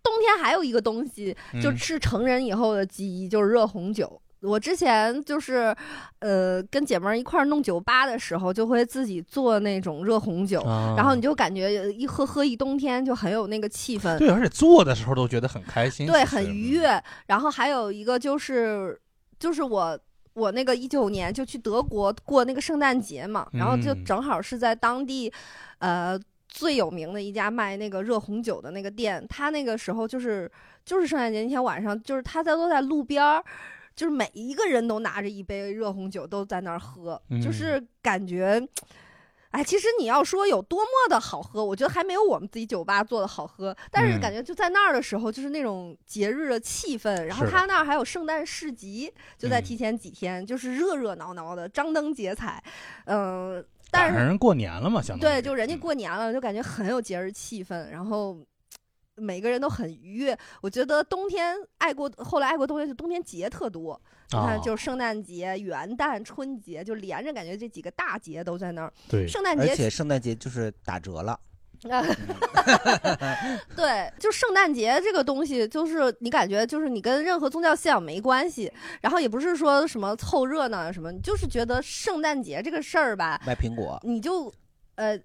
Speaker 3: 冬天还有一个东西，就
Speaker 2: 嗯
Speaker 3: 是成人以后的记忆，就是热红酒。我之前就是，呃，跟姐妹儿一块儿弄酒吧的时候，就会自己做那种热红酒，
Speaker 1: 啊
Speaker 3: 然后你就感觉一喝喝一冬天就很有那个气氛，
Speaker 1: 对，而且做的时候都觉得很开心，其
Speaker 3: 对，
Speaker 1: 实
Speaker 3: 很愉悦。然后还有一个就是，就是我我那个一九年就去德国过那个圣诞节嘛，然后就
Speaker 15: 嗯
Speaker 3: 正好是在当地，呃，最有名的一家卖那个热红酒的那个店，他那个时候就是就是圣诞节那天晚上，就是他在都在路边儿。就是每一个人都拿着一杯热红酒，都在那儿喝，就
Speaker 15: 嗯
Speaker 3: 是感觉，哎，其实你要说有多么的好喝，我觉得还没有我们自己酒吧做的好喝。但是
Speaker 15: 嗯
Speaker 3: 感觉就在那儿的时候，就是那种节日的气氛。然后
Speaker 15: 是的
Speaker 3: 他那儿还有圣诞市集，就在
Speaker 1: 嗯
Speaker 3: 提前几天，就是热热闹闹的，张灯结彩。嗯、但
Speaker 1: 赶上
Speaker 3: 是
Speaker 1: 人过年了嘛，相当于
Speaker 3: 对，就人家过年了，就感觉很有节日气氛，然后每个人都很愉悦。我觉得冬天爱过，后来爱国冬天就冬天节特多，你看
Speaker 2: 哦
Speaker 3: 就是圣诞节、元旦、春节，就连着感觉这几个大节都在那儿。圣诞
Speaker 2: 而且
Speaker 3: 节。
Speaker 2: 圣诞节就是打折了。
Speaker 3: 对，就圣诞节这个东西，就是你感觉就是你跟任何宗教信仰没关系，然后也不是说什么凑热闹啊什么，你就是觉得圣诞节这个事儿吧，
Speaker 2: 卖苹果，
Speaker 3: 你就呃。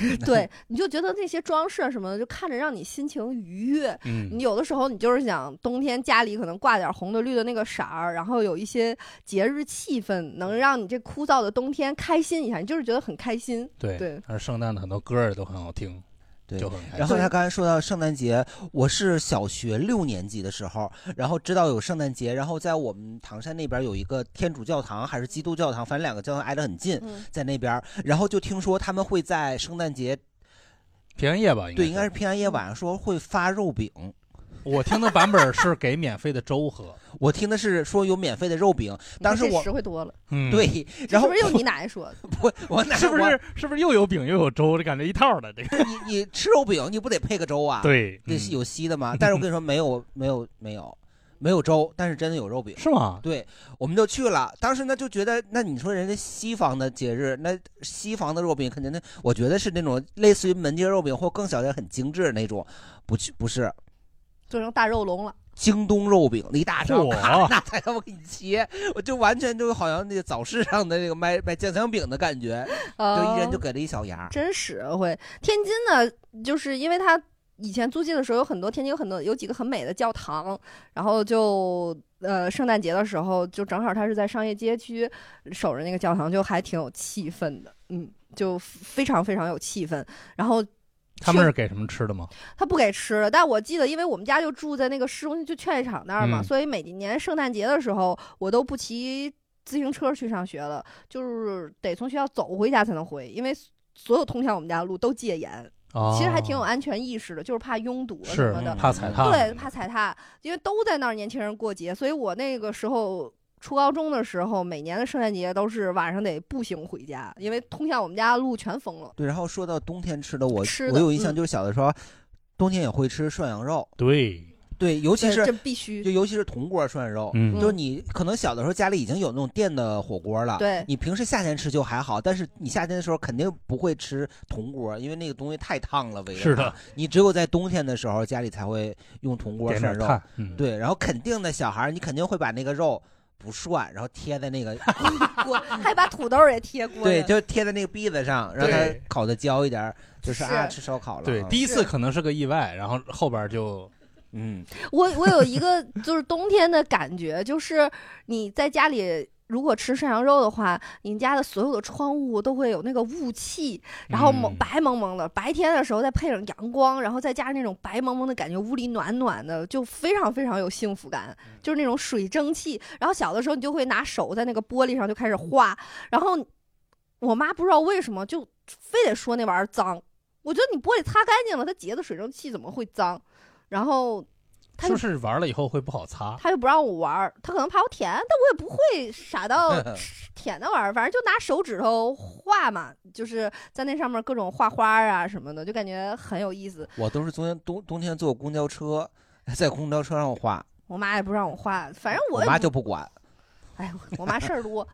Speaker 3: 对，你就觉得那些装饰啊什么的，就看着让你心情愉悦。
Speaker 15: 嗯
Speaker 3: 你有的时候你就是想冬天家里可能挂点红的、绿的那个色儿，然后有一些节日气氛，能让你这枯燥的冬天开心一下，你就是觉得很开心。
Speaker 1: 对
Speaker 3: 对，
Speaker 1: 而圣诞的很多歌儿也都很好听，
Speaker 2: 对
Speaker 1: 就很开心
Speaker 2: 然后他刚才说到圣诞节，我是小学六年级的时候，然后知道有圣诞节，然后在我们唐山那边有一个天主教堂还是基督教堂，反正两个教堂挨得很近，
Speaker 1: 嗯
Speaker 2: 在那边，然后就听说他们会在圣诞节，
Speaker 1: 平安夜吧，应该
Speaker 2: 对，应该是平安夜晚上说会发肉饼。
Speaker 1: 我听的版本是给免费的粥喝，
Speaker 2: 我听的是说有免费的肉饼。当时
Speaker 3: 这
Speaker 2: 我
Speaker 3: 实惠多了。
Speaker 1: 嗯
Speaker 2: 对，
Speaker 3: 这
Speaker 2: 然后
Speaker 3: 是不是 又你奶奶说的？
Speaker 2: 我哪
Speaker 1: 是不是是不是又有饼又有粥，这感觉一套的这个。
Speaker 2: 你你吃肉饼，你不得配个粥啊？
Speaker 1: 对
Speaker 2: 得有稀 的嘛。但是我跟你说，没有，没有，没有，没有粥，但是真的有肉饼，
Speaker 1: 是吗？
Speaker 2: 对，我们就去了。当时呢，就觉得，那你说人家西方的节日，那西方的肉饼肯定那，我觉得是那种类似于门街肉饼或更小点、很精致的那种，不去不是
Speaker 3: 做成大肉笼了。
Speaker 2: 京东肉饼那一大张，
Speaker 1: 嚯
Speaker 2: 咔 那才让我给你切，我就完全就好像那个早市上的那个卖卖酱香饼的感觉，就一人就给了一小牙。
Speaker 3: 真实惠。天津呢，就是因为它以前租界的时候有很多天津有很多有几个很美的教堂，然后就呃圣诞节的时候就正好它是在商业街区守着那个教堂，就还挺有气氛的，嗯，就非常非常有气氛。然后
Speaker 1: 他们是给什么吃的吗？
Speaker 3: 他不给吃了，但我记得，因为我们家就住在那个市中心，就劝业场那儿嘛，
Speaker 1: 嗯
Speaker 3: 所以每年圣诞节的时候，我都不骑自行车去上学了，就是得从学校走回家才能回，因为所有通向我们家的路都戒严。
Speaker 1: 哦
Speaker 3: 其实还挺有安全意识的，就是怕拥堵啊
Speaker 1: 是
Speaker 3: 什么的，
Speaker 1: 嗯怕踩踏
Speaker 3: 对，怕踩踏，因为都在那儿年轻人过节，所以我那个时候初高中的时候，每年的圣诞节都是晚上得步行回家，因为通向我们家的路全封了。
Speaker 2: 对，然后说到冬天吃的，我
Speaker 3: 吃的
Speaker 2: 我有印象，
Speaker 3: 嗯
Speaker 2: 就是小的时候，冬天也会吃涮羊肉。
Speaker 1: 对
Speaker 2: 对，尤其
Speaker 3: 对
Speaker 2: 是
Speaker 3: 这必须
Speaker 2: 就尤其是铜锅涮肉，
Speaker 1: 嗯
Speaker 2: 就是你可能小的时候家里已经有那种电的火锅了，
Speaker 3: 对
Speaker 2: 你平时夏天吃就还好，但是你夏天的时候肯定不会吃铜锅，因为那个东西太烫了，围着
Speaker 1: 是
Speaker 2: 它
Speaker 1: 的，
Speaker 2: 你只有在冬天的时候家里才会用铜锅
Speaker 1: 点
Speaker 2: 涮
Speaker 1: 点
Speaker 2: 肉
Speaker 1: 炭，嗯
Speaker 2: 对，然后肯定的小孩儿你肯定会把那个肉不涮，然后贴在那个
Speaker 3: 锅，还把土豆也贴锅。
Speaker 2: 对，就贴在那个篦子上，让它
Speaker 1: 对
Speaker 2: 烤的焦一点儿，就是啊，
Speaker 3: 是
Speaker 2: 吃烧烤了啊。
Speaker 1: 对，第一次可能是个意外，然后后边就
Speaker 2: 嗯，
Speaker 3: 我我有一个就是冬天的感觉，就是你在家里。如果吃涮羊肉的话，你家的所有的窗户都会有那个雾气，然后蒙
Speaker 1: 嗯
Speaker 3: 白蒙蒙的。白天的时候再配上阳光，然后再加上那种白蒙蒙的感觉，屋里暖暖的，就非常非常有幸福感，
Speaker 1: 嗯
Speaker 3: 就是那种水蒸气。然后小的时候你就会拿手在那个玻璃上就开始画，然后我妈不知道为什么就非得说那玩意儿脏。我觉得你玻璃擦干净了，它结的水蒸气怎么会脏？然后
Speaker 1: 是
Speaker 3: 他就
Speaker 1: 不是玩了以后会不好擦？
Speaker 3: 他就不让我玩儿，他可能怕我舔，但我也不会傻到
Speaker 2: 嗯
Speaker 3: 舔那玩意儿，反正就拿手指头画嘛，就是在那上面各种画花啊什么的，就感觉很有意思。
Speaker 2: 我都是冬天冬冬天坐公交车，在公交车上画，
Speaker 3: 我妈也不让我画，反正我
Speaker 2: 我
Speaker 3: 也
Speaker 2: 妈
Speaker 3: 不
Speaker 2: 就不管。
Speaker 3: 哎，我妈事儿多，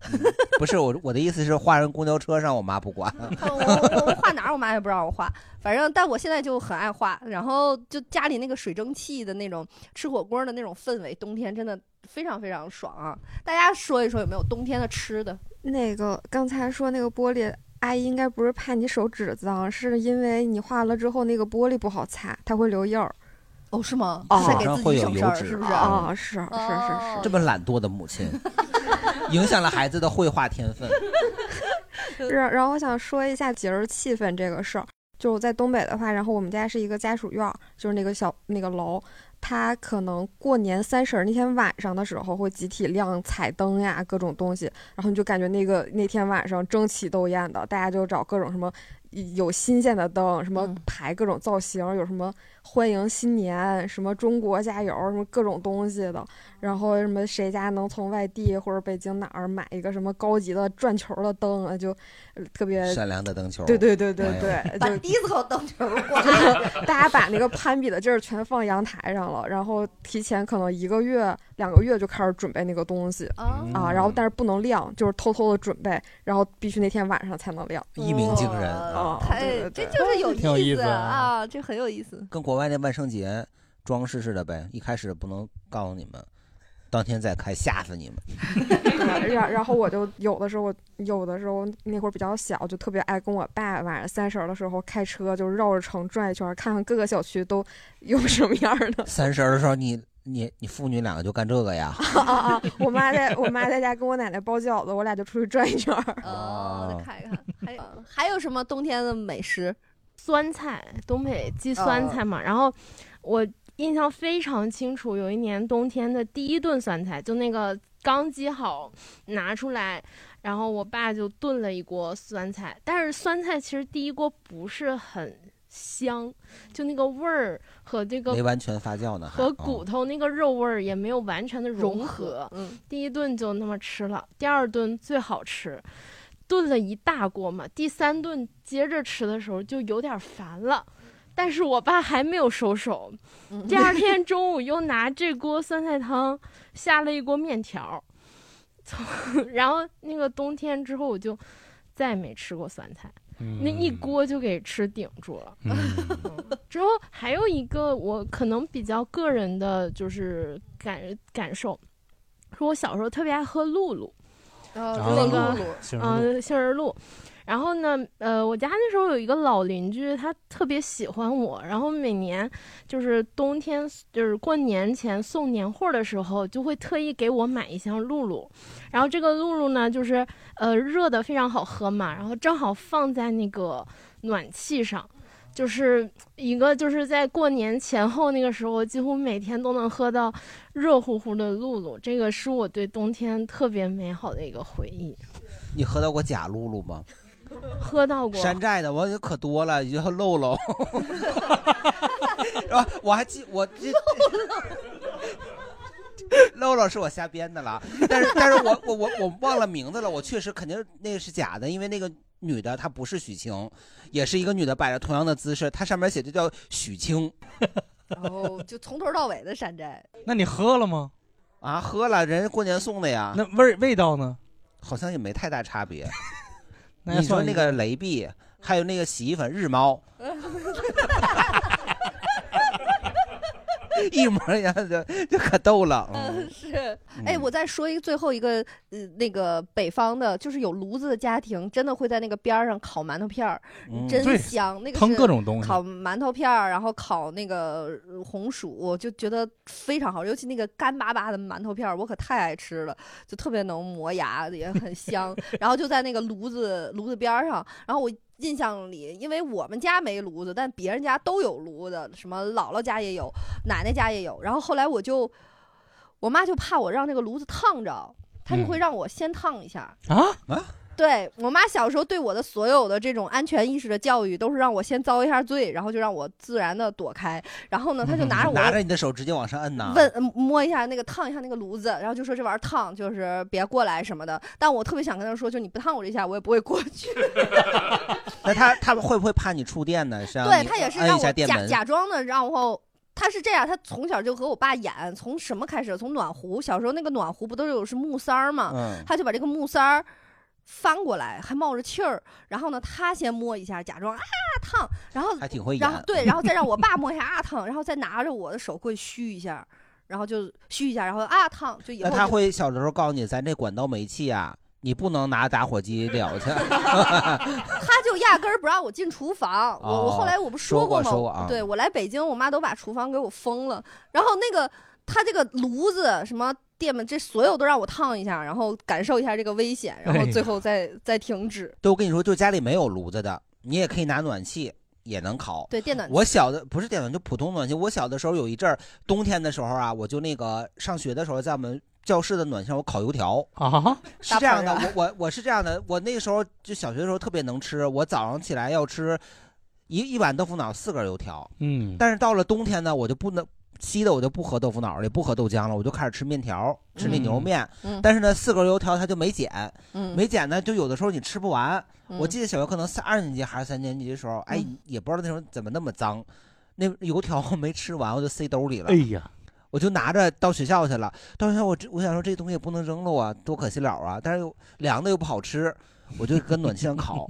Speaker 2: 不是我，我的意思是画人公交车上，我妈不管。
Speaker 3: 我我画哪儿我妈也不让我画，反正但我现在就很爱画，然后就家里那个水蒸气的那种吃火锅的那种氛围，冬天真的非常非常爽啊！大家说一说有没有冬天的吃的？
Speaker 12: 那个刚才说那个玻璃，阿姨应该不是怕你手指脏，是因为你画了之后那个玻璃不好擦，它会留印儿。
Speaker 3: 哦，是吗？
Speaker 12: 哦，
Speaker 2: 是给自己会有省事油儿脂啊嗯是不哦是
Speaker 12: 哦，是是是是。
Speaker 2: 这么懒惰的母亲，影响了孩子的绘画天分。
Speaker 12: 然然后我想说一下节日气氛这个事儿，就是在东北的话，然后我们家是一个家属院儿，就是那个小那个楼，它可能过年三十儿那天晚上的时候会集体亮彩灯呀，各种东西，然后你就感觉那个那天晚上争奇斗艳的，大家就找各种什么。有新鲜的灯，什么排各种造型，有什么欢迎新年，什么中国加油，什么各种东西的，然后什么谁家能从外地或者北京哪儿买一个什么高级的转球的灯，啊，就呃特别
Speaker 2: 闪亮的灯球
Speaker 12: 对对对对
Speaker 2: 哎
Speaker 12: 对，
Speaker 3: 把
Speaker 12: 就
Speaker 3: disco 灯球 挂。
Speaker 12: 大家把那个攀比的劲儿全放阳台上了，然后提前可能一个月、两个月就开始准备那个东西、
Speaker 3: 哦
Speaker 2: 嗯
Speaker 12: 啊，然后但是不能亮，就是偷偷的准备，然后必须那天晚上才能亮。
Speaker 2: 一鸣惊人
Speaker 12: 啊！对
Speaker 3: 哎
Speaker 12: 对，
Speaker 3: 这
Speaker 12: 对
Speaker 3: 就是有
Speaker 2: 挺有意思
Speaker 3: 思
Speaker 2: 啊
Speaker 3: 啊，这很有意思。
Speaker 2: 跟国外那万圣节装饰似的呗，一开始不能告诉你们，当天再开吓死你们。
Speaker 12: 对然然后我就有的时候，有的时候那会儿比较小，就特别爱跟我爸晚上三十儿的时候开车，就绕着城转一圈儿，看看各个小区都有什么样儿的。
Speaker 2: 三十儿的时候，你你你父女两个就干这个呀？
Speaker 12: 啊啊啊！我妈在我妈在家跟我奶奶包饺子，我俩就出去转一圈儿。
Speaker 2: 啊
Speaker 3: 哦，再看一看，还有还有什么冬天的美食？
Speaker 13: 酸菜，东北鸡酸菜嘛。然
Speaker 2: 哦
Speaker 13: 后我印象非常清楚，有一年冬天的第一顿酸菜，就那个刚鸡好拿出来，然后我爸就炖了一锅酸菜。但是酸菜其实第一锅不是很香，就那个味儿和这个
Speaker 2: 没完全发酵呢，还嗯啊
Speaker 13: 和骨头那个肉味儿也没有完全的融
Speaker 2: 融
Speaker 13: 合
Speaker 2: 合。
Speaker 13: 嗯，第一顿就那么吃了，第二顿最好吃，炖了一大锅嘛。第三顿接着吃的时候就有点烦了，但是我爸还没有收手。第二天中午又拿这锅酸菜汤下了一锅面条，从 然后那个冬天之后我就再也没吃过酸菜。
Speaker 3: 嗯
Speaker 13: 那一锅就给吃顶住了。 之后还有一个我可能比较个人的，就是感感受，是我小时候特别爱喝露露，
Speaker 3: 哦
Speaker 13: 就
Speaker 3: 知
Speaker 13: 那
Speaker 3: 道
Speaker 13: 个
Speaker 3: 露露杏仁露
Speaker 13: 呃杏仁露。然后呢，呃，我家那时候有一个老邻居，他特别喜欢我，然后每年就是冬天，就是过年前送年货的时候，就会特意给我买一箱露露。然后这个露露呢，就是呃热的非常好喝嘛，然后正好放在那个暖气上，就是一个就是在过年前后那个时候，几乎每天都能喝到热乎乎的露露，这个是我对冬天特别美好的一个回忆。
Speaker 2: 你喝到过假露露吗？
Speaker 13: 喝到过，
Speaker 2: 山寨的我就可多了， 也就露露。啊，我还记我这露露是我瞎编的了，但是但是我我我我忘了名字了，我确实肯定那个是假的，因为那个女的她不是许晴，也是一个女的摆着同样的姿势，她上面写的叫许青。
Speaker 3: 然后哦就从头到尾的山寨，
Speaker 2: 那你喝了吗？啊，喝了，人家过年送的呀。那味味道呢？好像也没太大差别。
Speaker 14: 那也
Speaker 2: 你说
Speaker 14: 算一
Speaker 2: 那个雷碧，还有那个洗衣粉日猫， 一模一样的，就可逗了。嗯
Speaker 3: 嗯， 是，哎，我再说一个最后一个，呃，那个北方的，就是有炉子的家庭，真的会在那个边儿上烤馒头片儿，
Speaker 1: 嗯对
Speaker 3: 真香。那个
Speaker 1: 烹
Speaker 3: 是
Speaker 1: 各种东西
Speaker 3: 烤馒头片儿，然后烤那个呃红薯，我就觉得非常好，尤其那个干巴巴的馒头片儿，我可太爱吃了，就特别能磨牙，也很香。然后就在那个炉子炉子边儿上，然后我。印象里，因为我们家没炉子，但别人家都有炉子，什么姥姥家也有，奶奶家也有。然后后来我就我妈就怕我让那个炉子烫着，她就
Speaker 15: 嗯
Speaker 3: 会让我先烫一下。
Speaker 15: 啊啊！
Speaker 3: 对我妈小时候对我的所有的这种安全意识的教育，都是让我先遭一下罪，然后就让我自然的躲开。然后呢，她就拿着我
Speaker 2: 嗯拿
Speaker 3: 的
Speaker 2: 着你啊的手直接往上摁呐。
Speaker 3: 问呃摸一下那个烫一下那个炉子，然后就说这玩意儿烫，就是别过来什么的。但我特别想跟她说，就你不烫我这一下，我也不会过去。
Speaker 2: 那他他们会不会怕你触电 呢？是让
Speaker 3: 对
Speaker 2: 你
Speaker 3: 她也是
Speaker 2: 摁
Speaker 3: 让
Speaker 2: 一下
Speaker 3: 我
Speaker 2: 电
Speaker 3: 假
Speaker 2: 门。
Speaker 3: 假装的让我。她是这样，她从小就和我爸演，从什么开始？从暖壶，小时候那个暖壶不都有是木塞儿吗？
Speaker 15: 嗯
Speaker 3: 她就把这个木塞儿翻过来，还冒着气儿。然后呢，她先摸一下，假装啊烫，然后
Speaker 2: 还挺会
Speaker 3: 然后
Speaker 2: 演
Speaker 3: 对，然后再让我爸摸一下啊烫，然后再拿着我的手过去虚一下，然后就虚一下，然后啊烫，就以
Speaker 2: 那
Speaker 3: 后
Speaker 2: 他
Speaker 3: 就
Speaker 2: 会小时候告诉你，咱这管道煤气啊，你不能拿打火机燎 去。
Speaker 3: 他就压根儿不让我进厨房。我我后来我不
Speaker 2: 说
Speaker 3: 过
Speaker 2: 过
Speaker 3: 吗？
Speaker 2: 说过啊
Speaker 3: 对我来北京，我妈都把厨房给我封了。然后那个他这个炉子什么电门，这所有都让我烫一下，然后感受一下这个危险，然后最后再、再停止。
Speaker 2: 对，我跟你说，就家里没有炉子的，你也可以拿暖气，也能烤。
Speaker 3: 对电暖气
Speaker 2: 我小的不是电暖，就普通暖气。我小的时候有一阵儿，冬天的时候啊，我就那个上学的时候，在我们教室的暖气上，我烤油条
Speaker 14: 啊，
Speaker 15: 哦
Speaker 2: 是这样的。我我我是这样的，我那时候就小学的时候特别能吃，我早上起来要吃一一碗豆腐脑，四根油条。
Speaker 1: 嗯，
Speaker 2: 但是到了冬天呢，我就不能稀的，我就不喝豆腐脑了，也不喝豆浆了，我就开始吃面条，吃那牛肉面。
Speaker 15: 嗯嗯
Speaker 2: 但是呢，四根油条它就没减，
Speaker 15: 嗯
Speaker 2: 没减呢，就有的时候你吃不完。
Speaker 15: 嗯
Speaker 2: 我记得小学可能三二年级还是三年级的时候，哎，也不知道那时候怎么那么脏，那油条没吃完，我就塞兜里了。
Speaker 1: 哎呀，
Speaker 2: 我就拿着到学校去了。到学校我这我想说这东西也不能扔了啊，多可惜了啊！但是又凉的又不好吃，我就跟暖气上烤，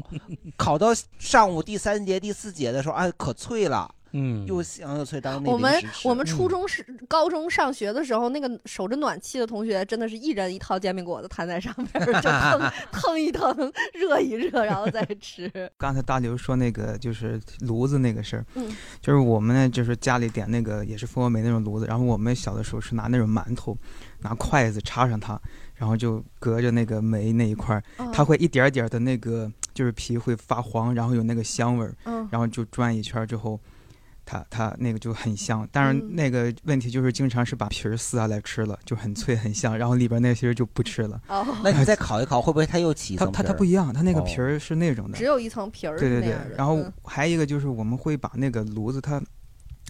Speaker 2: 烤到上午第三节第四节的时候，哎，可脆了。
Speaker 1: 嗯，
Speaker 2: 又香又脆，当那
Speaker 3: 我们
Speaker 2: 零食吃
Speaker 3: 我们初中是、高中上学的时候，那个守着暖气的同学，真的是一人一套煎饼果子摊在上面儿， 就腾腾一腾，热一热，然后再 吃。
Speaker 7: 刚才大刘说那个就是炉子那个事儿，
Speaker 3: 嗯
Speaker 7: 就是我们呢，就是家里点那个也是蜂窝煤那种炉子，然后我们小的时候是拿那种馒头，拿筷子插上它，然后就隔着那个煤那一块儿，它会一点儿一点的那个就就是皮会发黄，然后有那个香味儿，
Speaker 10: 嗯
Speaker 7: 然后就转一圈儿之后，它它那个就很香。但是
Speaker 10: 嗯
Speaker 7: 那个问题就是，经常是把皮儿撕下来吃了，就很脆很香，然后里边那些儿就不吃了。
Speaker 3: 哦
Speaker 2: 那你再烤一烤，会不会它又起一
Speaker 7: 它
Speaker 2: 层皮
Speaker 7: 它
Speaker 2: 儿？
Speaker 7: 它不一样，它那个
Speaker 2: 哦
Speaker 7: 皮儿是那种的，
Speaker 3: 只有一层皮儿
Speaker 7: 对对
Speaker 3: 是
Speaker 7: 嗯
Speaker 3: 那
Speaker 7: 对
Speaker 3: 样的，
Speaker 7: 然后
Speaker 3: 嗯
Speaker 7: 还有一个就是我们会把那个炉子它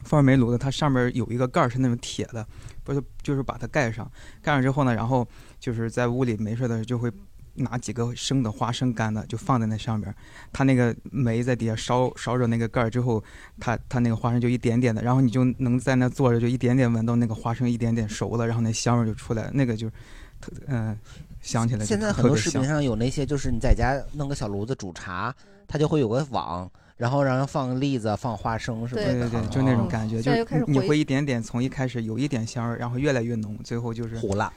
Speaker 7: 放煤炉子，它上面有一个盖儿是那种铁的，不是就是把它盖上，盖上之后呢，然后就是在屋里没事的时候就会。拿几个生的花生干的就放在那上边儿，它那个煤在底下烧烧着那个盖儿之后，它它那个花生就一点点的，然后你就能在那坐着，就一点点闻到那个花生一点点熟了，然后那香味儿就出来了，那个就是特嗯、想起来就
Speaker 2: 现在
Speaker 7: 特
Speaker 2: 很多
Speaker 7: 别
Speaker 2: 视
Speaker 7: 香
Speaker 2: 频上有那些，就是你在家弄个小炉子煮茶，它就会有个网，然后让人放栗子、放花生什么
Speaker 7: 对
Speaker 2: 的。
Speaker 7: 对对，就那种感觉，
Speaker 3: 哦现在又开始
Speaker 7: 是你
Speaker 3: 回
Speaker 7: 你会一点点从一开始有一点香味儿，然后越来越浓，最后就是
Speaker 2: 糊 了。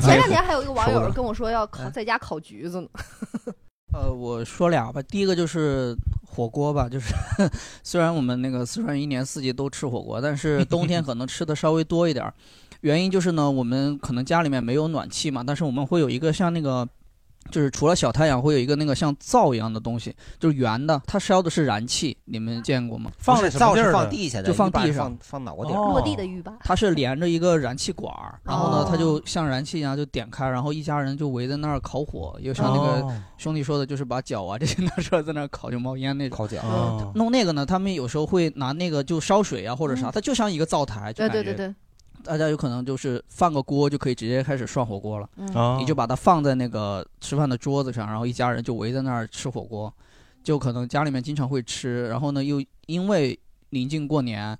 Speaker 3: 前 两天还有一个网
Speaker 14: 熟
Speaker 3: 友
Speaker 14: 了
Speaker 3: 跟我说要烤
Speaker 14: 哎
Speaker 3: 在家烤橘子呢，
Speaker 14: 呃，我说俩吧，第一个就是火锅吧，就是 虽然我们那个四川一年四季都吃火锅，但是冬天可能吃的稍微多一点儿，原因就是呢，我们可能家里面没有暖气嘛，但是我们会有一个像那个。就是除了小太阳，会有一个那个像灶一样的东西，就是圆的，它烧的是燃气，你们见过吗？
Speaker 2: 放在灶哦是放地下的，
Speaker 14: 就放
Speaker 2: 一般
Speaker 14: 地上
Speaker 2: 放，放脑瓜顶儿。
Speaker 3: 哦落地的浴霸。
Speaker 14: 它是连着一个燃气管儿，然后
Speaker 2: 哦
Speaker 14: 呢，它就像燃气一样就点开，然后一家人就围在那儿烤火，又像那个
Speaker 2: 哦
Speaker 14: 兄弟说的，就是把脚啊这些拿 出来在那儿烤，就冒烟那种。
Speaker 2: 烤脚哦
Speaker 14: 嗯弄那个呢，他们有时候会拿那个就烧水啊或者啥，它就像一个灶台， 就
Speaker 10: 嗯对
Speaker 14: 感觉
Speaker 10: 对对对，
Speaker 14: 大家有可能就是放个锅就可以直接开始涮火锅了，
Speaker 10: 嗯哦
Speaker 14: 你就把它放在那个吃饭的桌子上，然后一家人就围在那儿吃火锅，就可能家里面经常会吃，然后呢又因为临近过年。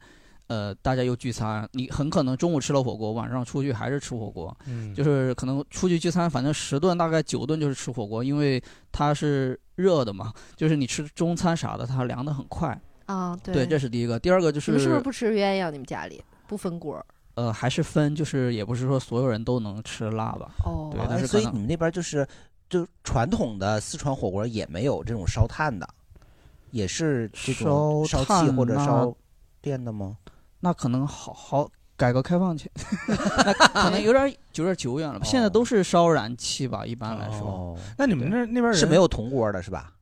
Speaker 14: 呃，大家又聚餐，你很可能中午吃了火锅，晚上出去还是吃火锅，
Speaker 1: 嗯
Speaker 14: 就是可能出去聚餐，反正十顿大概九顿就是吃火锅，因为它是热的嘛，就是你吃中餐啥的，它凉的很快。
Speaker 3: 啊，
Speaker 14: 这是第一个。第二个就
Speaker 3: 你
Speaker 14: 是
Speaker 3: 们是不是不吃鸳鸯？你们家里不分锅儿？
Speaker 14: 呃，还是分，就是也不是说所有人都能吃辣吧。
Speaker 3: 哦
Speaker 14: 对
Speaker 2: 哎，
Speaker 14: 但是
Speaker 2: 所
Speaker 14: 可
Speaker 2: 以你
Speaker 14: 能
Speaker 2: 们那边就是就传统的四川火锅也没有这种烧炭的，也是这种
Speaker 14: 烧
Speaker 2: 烧气
Speaker 14: 炭啊
Speaker 2: 或者
Speaker 14: 那
Speaker 2: 烧电的吗？
Speaker 14: 那可能好好改革开放前，那可能有点有点久远了吧。 现在都是烧燃气吧，一般来说。
Speaker 2: 哦，
Speaker 1: 那你们那那边
Speaker 2: 是
Speaker 1: 人
Speaker 2: 没有铜锅的是吧？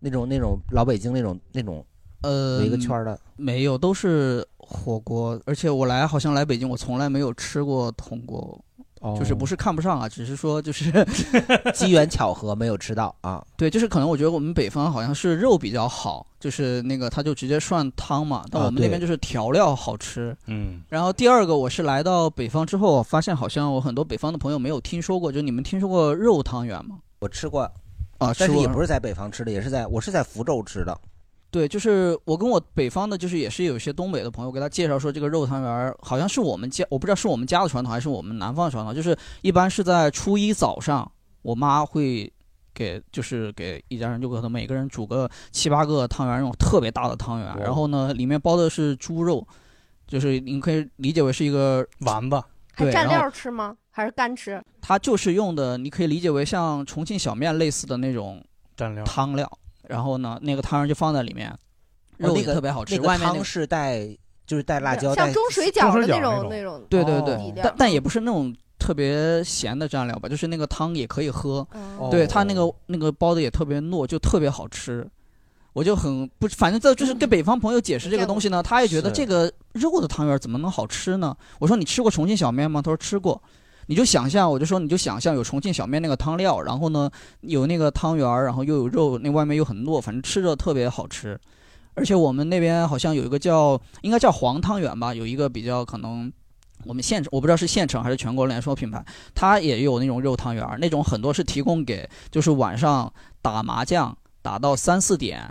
Speaker 2: 那种那种老北京那种那种
Speaker 14: 呃，
Speaker 2: 有一个圈儿的，
Speaker 14: 没有，都是火锅。而且我来好像来北京，我从来没有吃过铜锅，
Speaker 2: 哦
Speaker 14: 就是不是看不上啊，只是说就是
Speaker 2: 机缘巧合没有吃到啊。
Speaker 14: 对，就是可能我觉得我们北方好像是肉比较好，就是那个它就直接涮汤嘛，但
Speaker 2: 啊
Speaker 14: 我们那
Speaker 2: 对
Speaker 14: 边就是调料好吃。
Speaker 1: 嗯，
Speaker 14: 然后第二个，我是来到北方之后，发现好像我很多北方的朋友没有听说过，就你们听说过肉汤圆吗？
Speaker 2: 我吃过
Speaker 14: 啊，
Speaker 2: 但是
Speaker 14: 过
Speaker 2: 也不是在北方吃的，也是在我是在福州吃的。
Speaker 14: 对，就是我跟我北方的，就是也是有一些东北的朋友给他介绍说，这个肉汤圆儿好像是我们家，我不知道是我们家的传统还是我们南方的传统，就是一般是在初一早上，我妈会给就是给一家人就给他每个人煮个七八个汤圆儿，那种特别大的汤圆儿，
Speaker 1: 哦
Speaker 14: 然后呢里面包的是猪肉，就是你可以理解为是一个
Speaker 1: 丸子，
Speaker 3: 还
Speaker 14: 对，
Speaker 3: 蘸
Speaker 14: 然后
Speaker 3: 料吃吗？还是干吃？
Speaker 14: 它就是用的，你可以理解为像重庆小面类似的那种
Speaker 1: 蘸料
Speaker 14: 汤料，然后呢，那个汤儿就放在里面，
Speaker 2: 哦
Speaker 14: 肉
Speaker 2: 那
Speaker 14: 也
Speaker 2: 个
Speaker 14: 特别好吃。
Speaker 2: 那个
Speaker 14: 外面那
Speaker 2: 汤
Speaker 14: 个
Speaker 2: 是带就是带辣椒，
Speaker 3: 像
Speaker 2: 带
Speaker 3: 中水饺
Speaker 2: 中
Speaker 3: 的
Speaker 2: 水
Speaker 3: 那
Speaker 2: 饺
Speaker 3: 种
Speaker 2: 那
Speaker 3: 那种
Speaker 14: 对对
Speaker 3: 底
Speaker 14: 对，
Speaker 3: 料嗯
Speaker 14: 但但也不是那种特别咸的蘸料吧，就是那个汤也可以喝，
Speaker 3: 哦
Speaker 14: 对它那个那个包的也特别糯，就特别好吃。我就很不，反正这就是
Speaker 3: 嗯
Speaker 14: 跟北方朋友解释这个东西呢，他也觉得
Speaker 2: 是
Speaker 14: 这个肉的汤圆怎么能好吃呢？我说你吃过重庆小面吗？他说吃过。你就想象，我就说你就想象有重庆小面那个汤料，然后呢有那个汤圆儿，然后又有肉，那外面又很糯，反正吃着特别好吃。而且我们那边好像有一个叫应该叫黄汤圆吧，有一个比较可能我们县城我不知道是县城还是全国连锁品牌，它也有那种肉汤圆儿，那种很多是提供给就是晚上打麻将打到三四点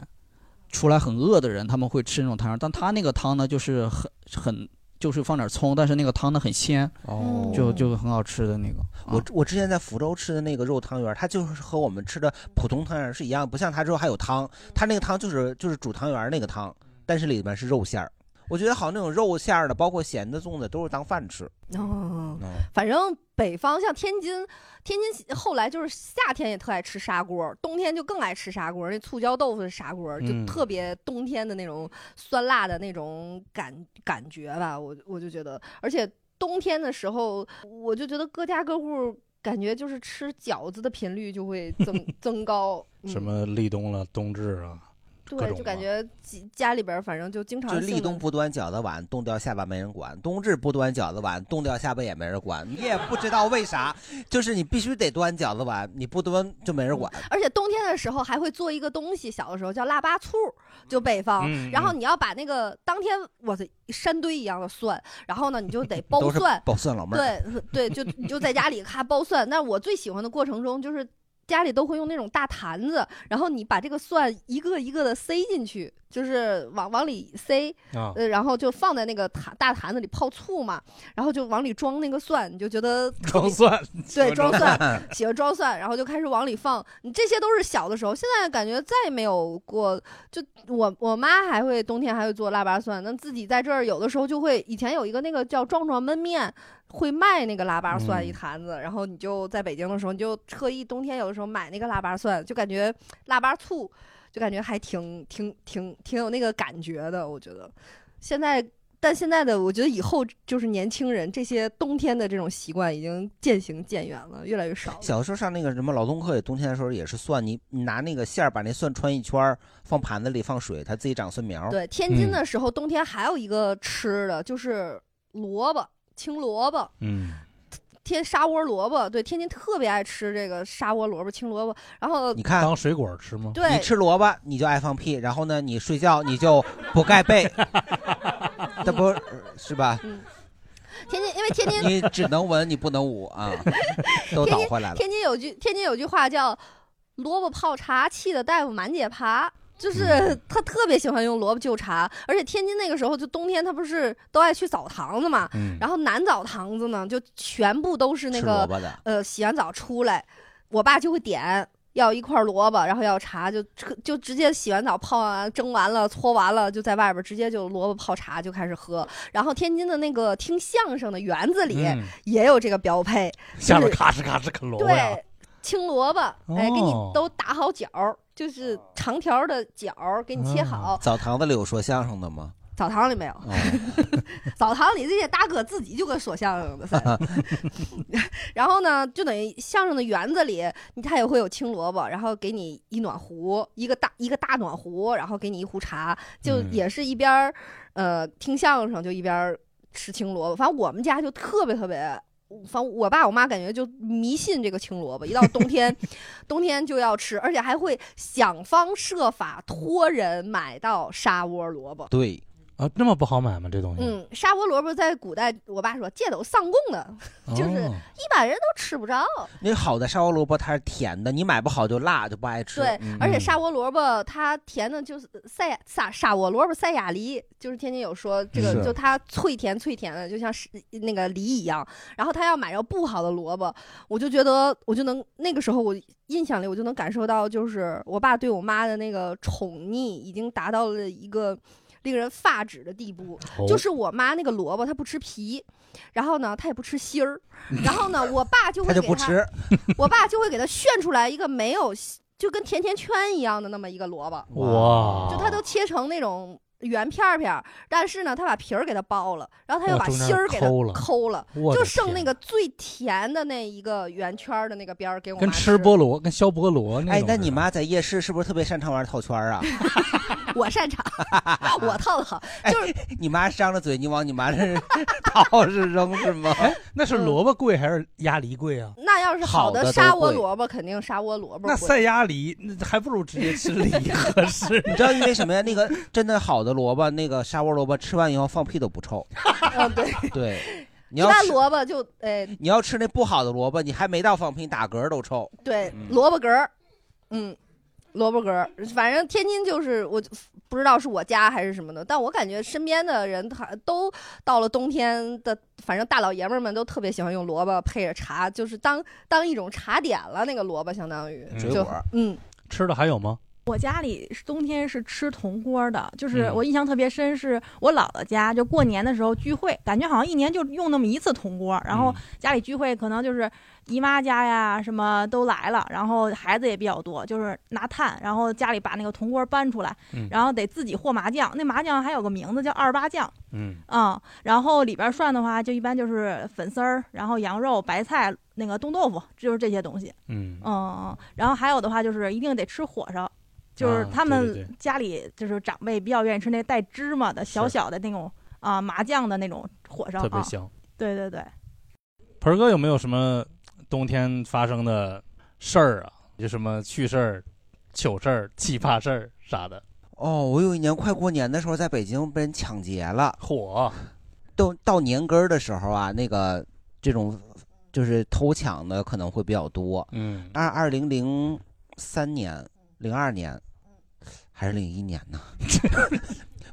Speaker 14: 出来很饿的人，他们会吃那种汤圆儿，但它那个汤呢就是很很就是放点葱，但是那个汤呢很鲜，
Speaker 2: 哦
Speaker 14: 就就很好吃的那个。
Speaker 1: 啊
Speaker 2: 我我之前在福州吃的那个肉汤圆儿，它就是和我们吃的普通汤圆儿是一样，不像它之后还有
Speaker 1: 嗯
Speaker 2: 汤，它那个汤就是就是煮汤圆儿那个汤，但是里面是肉馅儿。我觉得好像那种肉馅儿的，包括咸的、粽子，都是当饭吃。
Speaker 3: 哦
Speaker 2: 嗯，
Speaker 3: 反正北方像天津，天津后来就是夏天也特爱吃砂锅，冬天就更爱吃砂锅，那醋椒豆腐的砂锅就
Speaker 15: 嗯
Speaker 3: 特别冬天的那种酸辣的那种感感觉吧，我我就觉得，而且冬天的时候，我就觉得各家各户感觉就是吃饺子的频率就会增 增高。嗯
Speaker 1: 什么立 冬了、冬至啊，各
Speaker 3: 对，
Speaker 1: 种
Speaker 3: 就感觉家家里边儿反正就经常
Speaker 2: 就
Speaker 3: 性
Speaker 2: 立
Speaker 3: 的
Speaker 2: 冬不端饺子碗，冻掉下巴没人管；冬至不端饺子碗，冻掉下巴也没人管。你也不知道为啥，就是你必须得端饺子碗，你不端就没人管。
Speaker 3: 而且冬天的时候还会做一个东西，小的时候叫腊八醋，就北方。
Speaker 2: 嗯
Speaker 3: 然后
Speaker 2: 嗯
Speaker 3: 你要把那个当天我的山堆一样的蒜，然后呢你就得
Speaker 2: 都
Speaker 3: 剥
Speaker 2: 是
Speaker 3: 蒜，
Speaker 2: 剥蒜老妹儿。
Speaker 3: 对对，就你就在家里咔剥蒜。那我最喜欢的过程中就是。家里都会用那种大坛子，然后你把这个蒜一个一个的塞进去，就是往往里塞，
Speaker 1: 啊
Speaker 3: 呃，然后就放在那个坛大坛子里泡醋嘛，然后就往里装那个蒜，你就觉得特
Speaker 1: 装
Speaker 3: 别
Speaker 1: 蒜，
Speaker 3: 对，装 蒜，喜欢装蒜，然后就开始往里放。你这些都是小的时候，现在感觉再也没有过。就我我妈还会冬天还会做腊八蒜，那自己在这儿有的时候就会，以前有一个那个叫壮壮焖面。会卖那个腊八蒜一
Speaker 11: 嗯
Speaker 3: 坛子，然后你就在北京的时候，你就特意冬天有的时候买那个腊八蒜，就感觉腊八醋，就感觉还挺挺挺挺有那个感觉的。我觉得现在，但现在的我觉得以后就是年轻人这些冬天的这种习惯已经渐行渐远了，越来越少了。
Speaker 2: 小时候上那个什么劳动课，冬天的时候也是蒜，你你拿那个馅儿把那蒜穿一圈儿，放盘子里放水，它自己长蒜苗。
Speaker 3: 对，天津
Speaker 1: 嗯
Speaker 3: 的时候、冬天还有一个吃的就是萝卜，青萝卜。
Speaker 1: 嗯，
Speaker 3: 天沙窝萝卜，对，天津特别爱吃这个沙窝萝卜、青萝卜。然后
Speaker 2: 你看
Speaker 1: 当水果吃吗？
Speaker 3: 对
Speaker 2: 你吃萝卜你就爱放屁，然后呢，你睡觉你就不 盖被，这不是是吧？
Speaker 3: 嗯天津，因为天津
Speaker 2: 你只能闻你不能捂 啊， 都
Speaker 3: 天
Speaker 2: 倒
Speaker 3: 津
Speaker 2: 回来了。
Speaker 3: 天津有句天津有句话叫“萝卜泡茶，气得大夫满街
Speaker 2: 嗯
Speaker 3: 爬”，就是他特别喜欢用萝卜就茶，而且天津那个时候就冬天，他不是都爱去澡堂子嘛，
Speaker 2: 嗯
Speaker 3: 然后男澡堂子呢就全部都是那
Speaker 2: 吃
Speaker 3: 个
Speaker 2: 萝卜的
Speaker 3: 呃洗完澡出来，我爸就会点。要一块萝卜，然后要茶，就就直接洗完澡泡完、蒸完了、搓完了，就在外边直接就萝卜泡茶就开始喝。然后天津的那个听相声的园子里、
Speaker 1: 嗯
Speaker 3: 也有这个标配，
Speaker 1: 下
Speaker 3: 就
Speaker 1: 边
Speaker 3: 是
Speaker 1: 咔哧咔哧啃萝卜呀
Speaker 3: 对，，青萝卜，哎，给你
Speaker 2: 哦
Speaker 3: 都打好角儿，就是长条儿的角儿，给你切好。
Speaker 2: 嗯澡堂子里有说相声的吗？
Speaker 3: 澡堂里没有， 澡堂里这些大哥自己就跟说相声的似的。然后呢，就等于相声的园子里，你它也会有青萝卜，然后给你一暖壶，一个大一个大暖壶，然后给你一壶茶，就
Speaker 11: 嗯
Speaker 3: 也是一边儿、呃听相声就一边儿吃青萝卜。反正我们家就特别特别，反正我爸我妈感觉就迷信这个青萝卜，一到冬天，冬天就要吃，而且还会想方设法托人买到沙窝萝卜。
Speaker 2: 对
Speaker 1: 啊，那么不好买吗？这东西
Speaker 3: 嗯，沙窝萝卜在古代，我爸说这都上供的，就是
Speaker 2: 哦
Speaker 3: 一般人都吃不着。
Speaker 2: 那好的烧萝卜它是甜的，你买不好就辣就不爱吃。
Speaker 3: 对
Speaker 2: 嗯，
Speaker 3: 而且沙窝萝卜它甜的，就是呃塞亚沙沙窝萝卜塞亚梨，就是天津有说这个，
Speaker 2: 是
Speaker 3: 就它脆甜脆甜的，就像是那个梨一样。然后他要买着不好的萝卜，我就觉得我就能那个时候我印象里我就能感受到，就是我爸对我妈的那个宠溺已经达到了一个令人发指的地步。
Speaker 11: 哦
Speaker 3: 就是我妈那个萝卜她不吃皮，然后呢她也不吃芯儿，然后呢我爸就会
Speaker 2: 他就
Speaker 3: 给
Speaker 2: 不
Speaker 3: 她
Speaker 2: 吃。
Speaker 3: 我爸就会给他炫出来一个没有，就跟甜甜圈一样的那么一个萝卜，
Speaker 1: 哇，
Speaker 3: 就他都切成那种圆片儿片儿，但是呢，他把皮儿给它剥了，然后他又
Speaker 1: 哇
Speaker 3: 把
Speaker 1: 中间
Speaker 3: 芯儿给它
Speaker 1: 抠了
Speaker 3: 抠了，
Speaker 1: 我的
Speaker 3: 就剩那个最甜的那一个圆圈儿的那个边儿给我
Speaker 1: 跟
Speaker 3: 妈
Speaker 1: 吃菠萝跟削菠萝那
Speaker 2: 哎
Speaker 1: 种，
Speaker 2: 那你妈在夜市是不是特别擅长玩套圈 儿啊？
Speaker 3: 我擅长， 我套的好，就是
Speaker 2: 哎你妈张着嘴，你往你妈这 套是扔是吗？哎，
Speaker 1: 那是萝卜贵还是鸭梨贵啊？
Speaker 3: 嗯那要是好
Speaker 2: 好的
Speaker 3: 的
Speaker 2: 都
Speaker 3: 沙窝
Speaker 2: 贵
Speaker 3: 萝卜，肯定沙窝萝卜
Speaker 1: 那
Speaker 3: 贵
Speaker 1: 塞鸭梨，那还不如直接吃 梨合适。
Speaker 2: 你知道因为什么呀？那个真的好的萝卜，那个砂锅萝卜吃完以后放屁都不臭。
Speaker 3: 嗯，对，
Speaker 2: 对，你
Speaker 3: 一
Speaker 2: 要
Speaker 3: 般
Speaker 2: 吃
Speaker 3: 萝卜就哎，
Speaker 2: 你要吃那不好的萝卜，你还没到放屁，打嗝都臭。
Speaker 3: 对，
Speaker 2: 嗯
Speaker 3: 萝卜格儿，嗯，萝卜格儿，反正天津就是我不知道是我家还是什么的，但我感觉身边的人他都到了冬天的，反正大老爷们儿们都特别喜欢用萝卜配着茶，就是当当一种茶点了，那个萝卜相当于
Speaker 1: 嗯
Speaker 3: 就
Speaker 1: 水果
Speaker 3: 嗯，
Speaker 1: 吃的还有吗？
Speaker 5: 我家里是冬天是吃铜锅的，就是
Speaker 15: 嗯
Speaker 5: 我印象特别深，是我姥姥家，就过年的时候聚会，感觉好像一年就用那么一次铜锅，然
Speaker 15: 嗯
Speaker 5: 后家里聚会可能就是姨妈家呀什么都来了，然后孩子也比较多，就是拿炭，然后家里把那个铜锅搬出来
Speaker 15: 嗯，
Speaker 5: 然后得自己和麻酱，那麻酱还有个名字叫二八酱，
Speaker 15: 嗯
Speaker 5: 嗯，然后里边涮的话就一般就是粉丝儿，然后羊肉、白菜、那个冻豆腐，就是这些东西，
Speaker 1: 嗯
Speaker 5: 嗯嗯，然后还有的话就是一定得吃火烧，就是
Speaker 15: 啊
Speaker 5: 他
Speaker 15: 对对
Speaker 5: 们
Speaker 15: 对
Speaker 5: 家里就是长辈比较愿意吃那带芝麻的小
Speaker 1: 是
Speaker 5: 小的那种啊麻酱的那种火烧，
Speaker 1: 特别
Speaker 5: 啊
Speaker 1: 香。
Speaker 5: 对对对，
Speaker 1: 盆儿哥有没有什么冬天发生的事儿啊？就什么趣事儿、糗事儿、奇葩事儿啥的？
Speaker 2: 哦，我有一年快过年的时候，在北京被人抢劫了。
Speaker 1: 嚯！
Speaker 2: 到到年根儿的时候啊，那个这种就是偷抢的可能会比较多。
Speaker 1: 嗯，
Speaker 2: 二二零零三年、零二年还是零一年呢？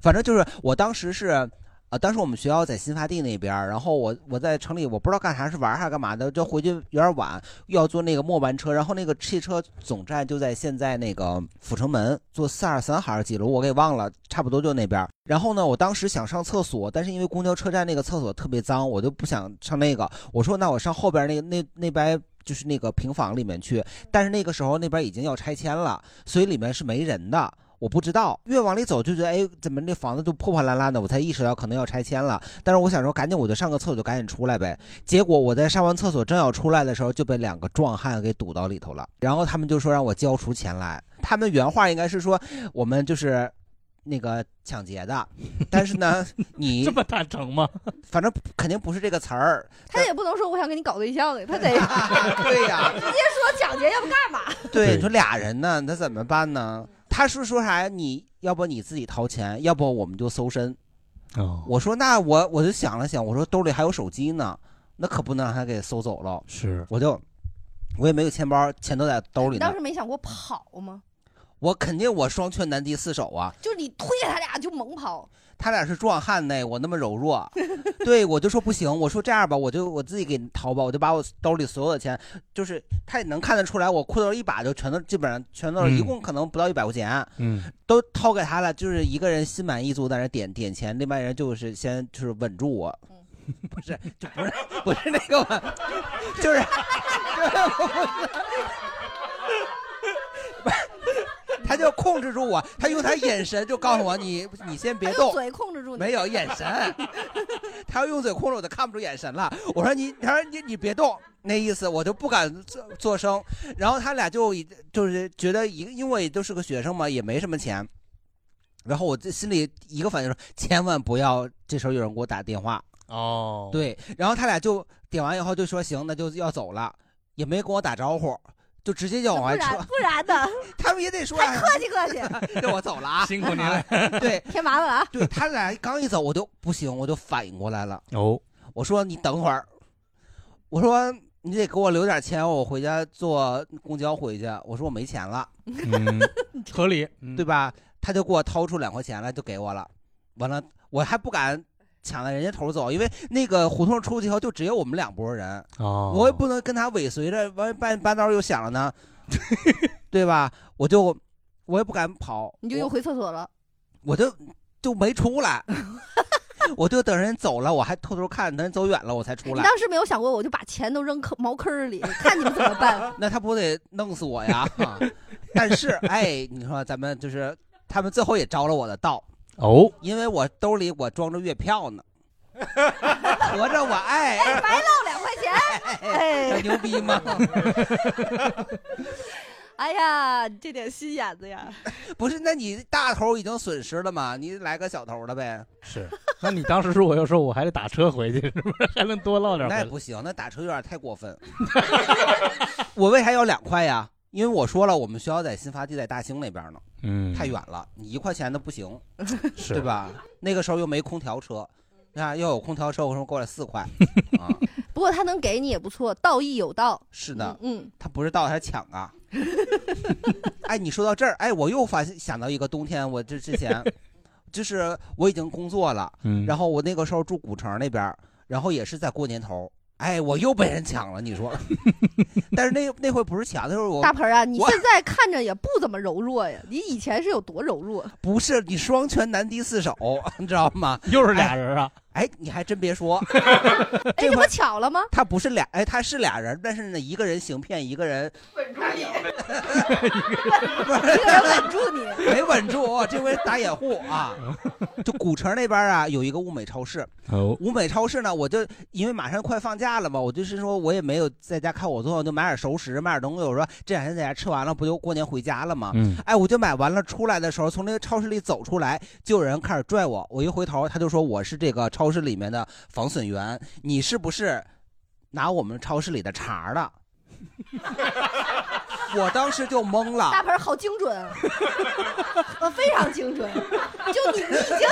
Speaker 2: 反正就是我当时是。啊，当时我们学校在新发地那边儿，然后我我在城里，我不知道干啥，是玩儿还是干嘛的，就回去有点晚，要坐那个末班车，然后那个汽车总站就在现在那个阜成门，坐四二三还是几路，我给忘了，差不多就那边儿。然后呢，我当时想上厕所，但是因为公交车站那个厕所特别脏，我就不想上那个，我说那我上后边那个那那边。就是那个平房里面去，但是那个时候那边已经要拆迁了，所以里面是没人的。我不知道，越往里走就觉得，哎，怎么那房子都破破烂烂的？我才意识到可能要拆迁了。但是我想说，赶紧我就上个厕所，就赶紧出来呗。结果我在上完厕所正要出来的时候，就被两个壮汉给堵到里头了。然后他们就说让我交出钱来，他们原话应该是说我们就是那个抢劫的，但是呢， 你这
Speaker 1: 么坦诚吗？
Speaker 2: 反正肯定不是这个词儿，
Speaker 3: 他也不能说我想跟你搞对象的，他 得
Speaker 2: 对呀
Speaker 3: 直接说抢劫，要不干 嘛？
Speaker 2: 对，你说俩人呢，那怎么办呢？他是说啥呀？你要不你自己掏钱，要不我们就搜身。
Speaker 1: 哦，
Speaker 2: 我说那我我就想了想，我说兜里还有手机呢，那可不能让他给搜走了。
Speaker 1: 是，
Speaker 2: 我就我也没有钱包，钱都在兜里
Speaker 3: 你
Speaker 2: 呢
Speaker 3: 当时。没想过跑吗？
Speaker 2: 我肯定我双拳难敌四手啊！
Speaker 3: 就是你推开他俩就猛跑，
Speaker 2: 他俩是壮汉呢，我那么柔弱，对我就说不行，我说这样吧，我就我自己给你掏吧，我就把我兜里所有的钱，就是他也能看得出来，我裤兜一把就全都基本上全都是，
Speaker 1: 嗯
Speaker 2: 一共可能不到一百块钱，
Speaker 1: 嗯，
Speaker 2: 都掏给他了，就是一个人心满意足在那点点钱，另外人就是先就是稳住我，
Speaker 3: 嗯
Speaker 2: 不是就不是不是那个稳，就是。 他就控制住我，他用他眼神就告诉我你你先别
Speaker 3: 他
Speaker 2: 动
Speaker 3: 用，嘴控制住你，
Speaker 2: 没有眼神， 他要用嘴控制我就看不出眼神了。我说你，他说你你别动，那意思我就不敢做做声。然后他俩就已就是觉得一个，因为我也都是个学生嘛，也没什么钱。然后我这心里一个反应说，千万不要这时候有人给我打电话。
Speaker 1: 哦，
Speaker 2: 对，然后他俩就点完以后就说行，那就要走了，也没跟我打招呼，就直接就往
Speaker 3: 不
Speaker 2: 外
Speaker 3: 然
Speaker 2: 撤。
Speaker 3: 不然呢？
Speaker 2: 他们也得说
Speaker 3: 还客气客气，
Speaker 2: 让我走了啊，辛
Speaker 1: 苦您了。
Speaker 2: 对，
Speaker 3: 添麻烦了啊。
Speaker 2: 对他俩刚一走，我就不行，我就反应过来了。
Speaker 1: 哦，
Speaker 2: 我说你等会儿，我说你得给我留点钱，我回家坐公交回去。我说我没钱了，
Speaker 1: 嗯，合理，嗯
Speaker 2: 对吧？他就给我掏出两块钱来，就给我了。完了，我还不敢抢了人家头儿走，因为那个胡同出去以后就只有我们两拨人，
Speaker 1: 哦，
Speaker 2: 我也不能跟他尾随着，完半半道儿又响了 呢，对吧？我就我也不敢跑，
Speaker 3: 你就又回厕所了。
Speaker 2: 我就就没出来， 我就等人走了，我还偷偷看等人走远了，我才出
Speaker 3: 哎你
Speaker 2: 来。
Speaker 3: 当时没有想过，我就把钱都扔坑茅坑儿里，看你们怎么 办。
Speaker 2: 那他不得弄死我 呀？啊但是，哎，你说咱们就是他们最后也着了我的道
Speaker 1: 哦，
Speaker 2: 因为我兜里我装着月票 呢，合着我哎
Speaker 3: 白露两块钱，
Speaker 2: 这
Speaker 3: 哎，
Speaker 2: 牛逼吗？
Speaker 3: 哎呀，你这点心眼子呀！
Speaker 2: 不是，那你大头已经损失了嘛，你来个小头的呗？
Speaker 1: 是。那你当时如果要说我还得打车回去，是不是还能多唠点儿回
Speaker 2: 那
Speaker 1: 来？
Speaker 2: 也不行，那打车有点太过分。 我为啥要两块呀？因为我说了，我们学校在新发地，在大兴那边呢，
Speaker 1: 嗯
Speaker 2: 太远了，你一块钱的不行，
Speaker 1: 是
Speaker 2: 对吧？那个时候又没空调车，那要有空调车，我说过来四块，
Speaker 3: 不过他能给你也不错，道义有道。
Speaker 2: 是的，
Speaker 3: 嗯，
Speaker 2: 他不是盗，他抢啊。 哎，你说到这儿，哎，我又发现想到一个冬天，我这之前就是我已经工作了，
Speaker 1: 嗯
Speaker 2: 然后我那个 时候住古城那边儿，然后也是在过年头儿，哎，我又被人抢了，你说，但是那那回不是抢，那会我
Speaker 3: 大盆儿啊，你
Speaker 2: 我
Speaker 3: 现在看着也不怎么柔弱呀，你以前是有多柔弱？
Speaker 2: 不是你双拳难敌四手， 你知道吗？
Speaker 8: 又是俩人啊！
Speaker 2: 哎，你还真别 说，
Speaker 3: 哎，这不巧了吗？
Speaker 2: 他不是俩，哎，他是俩人，但是呢，一个人行骗，一个 人
Speaker 3: 稳住你，
Speaker 2: 一
Speaker 3: 个人稳住 你，
Speaker 2: 没稳住，哦这回打掩护啊！就古城那边啊，有一个物美超市，
Speaker 8: 哦，
Speaker 2: 物美超市呢，我就因为马上快放假了嘛，我就是说我也没有在家看我做，我就买点熟食，买点东西。我说这两天在家吃完了，不就过年回家了吗？
Speaker 8: 嗯
Speaker 2: 哎，我就买完了，出来的时候从那个超市里走出来，就有人开始拽我，我一回头，他就说我是这个超市里面的防损员，你是不是拿我们超市里的 茬儿了？我当时就懵了，
Speaker 3: 大盆儿好精准啊，呃，非常精准。就你，你已经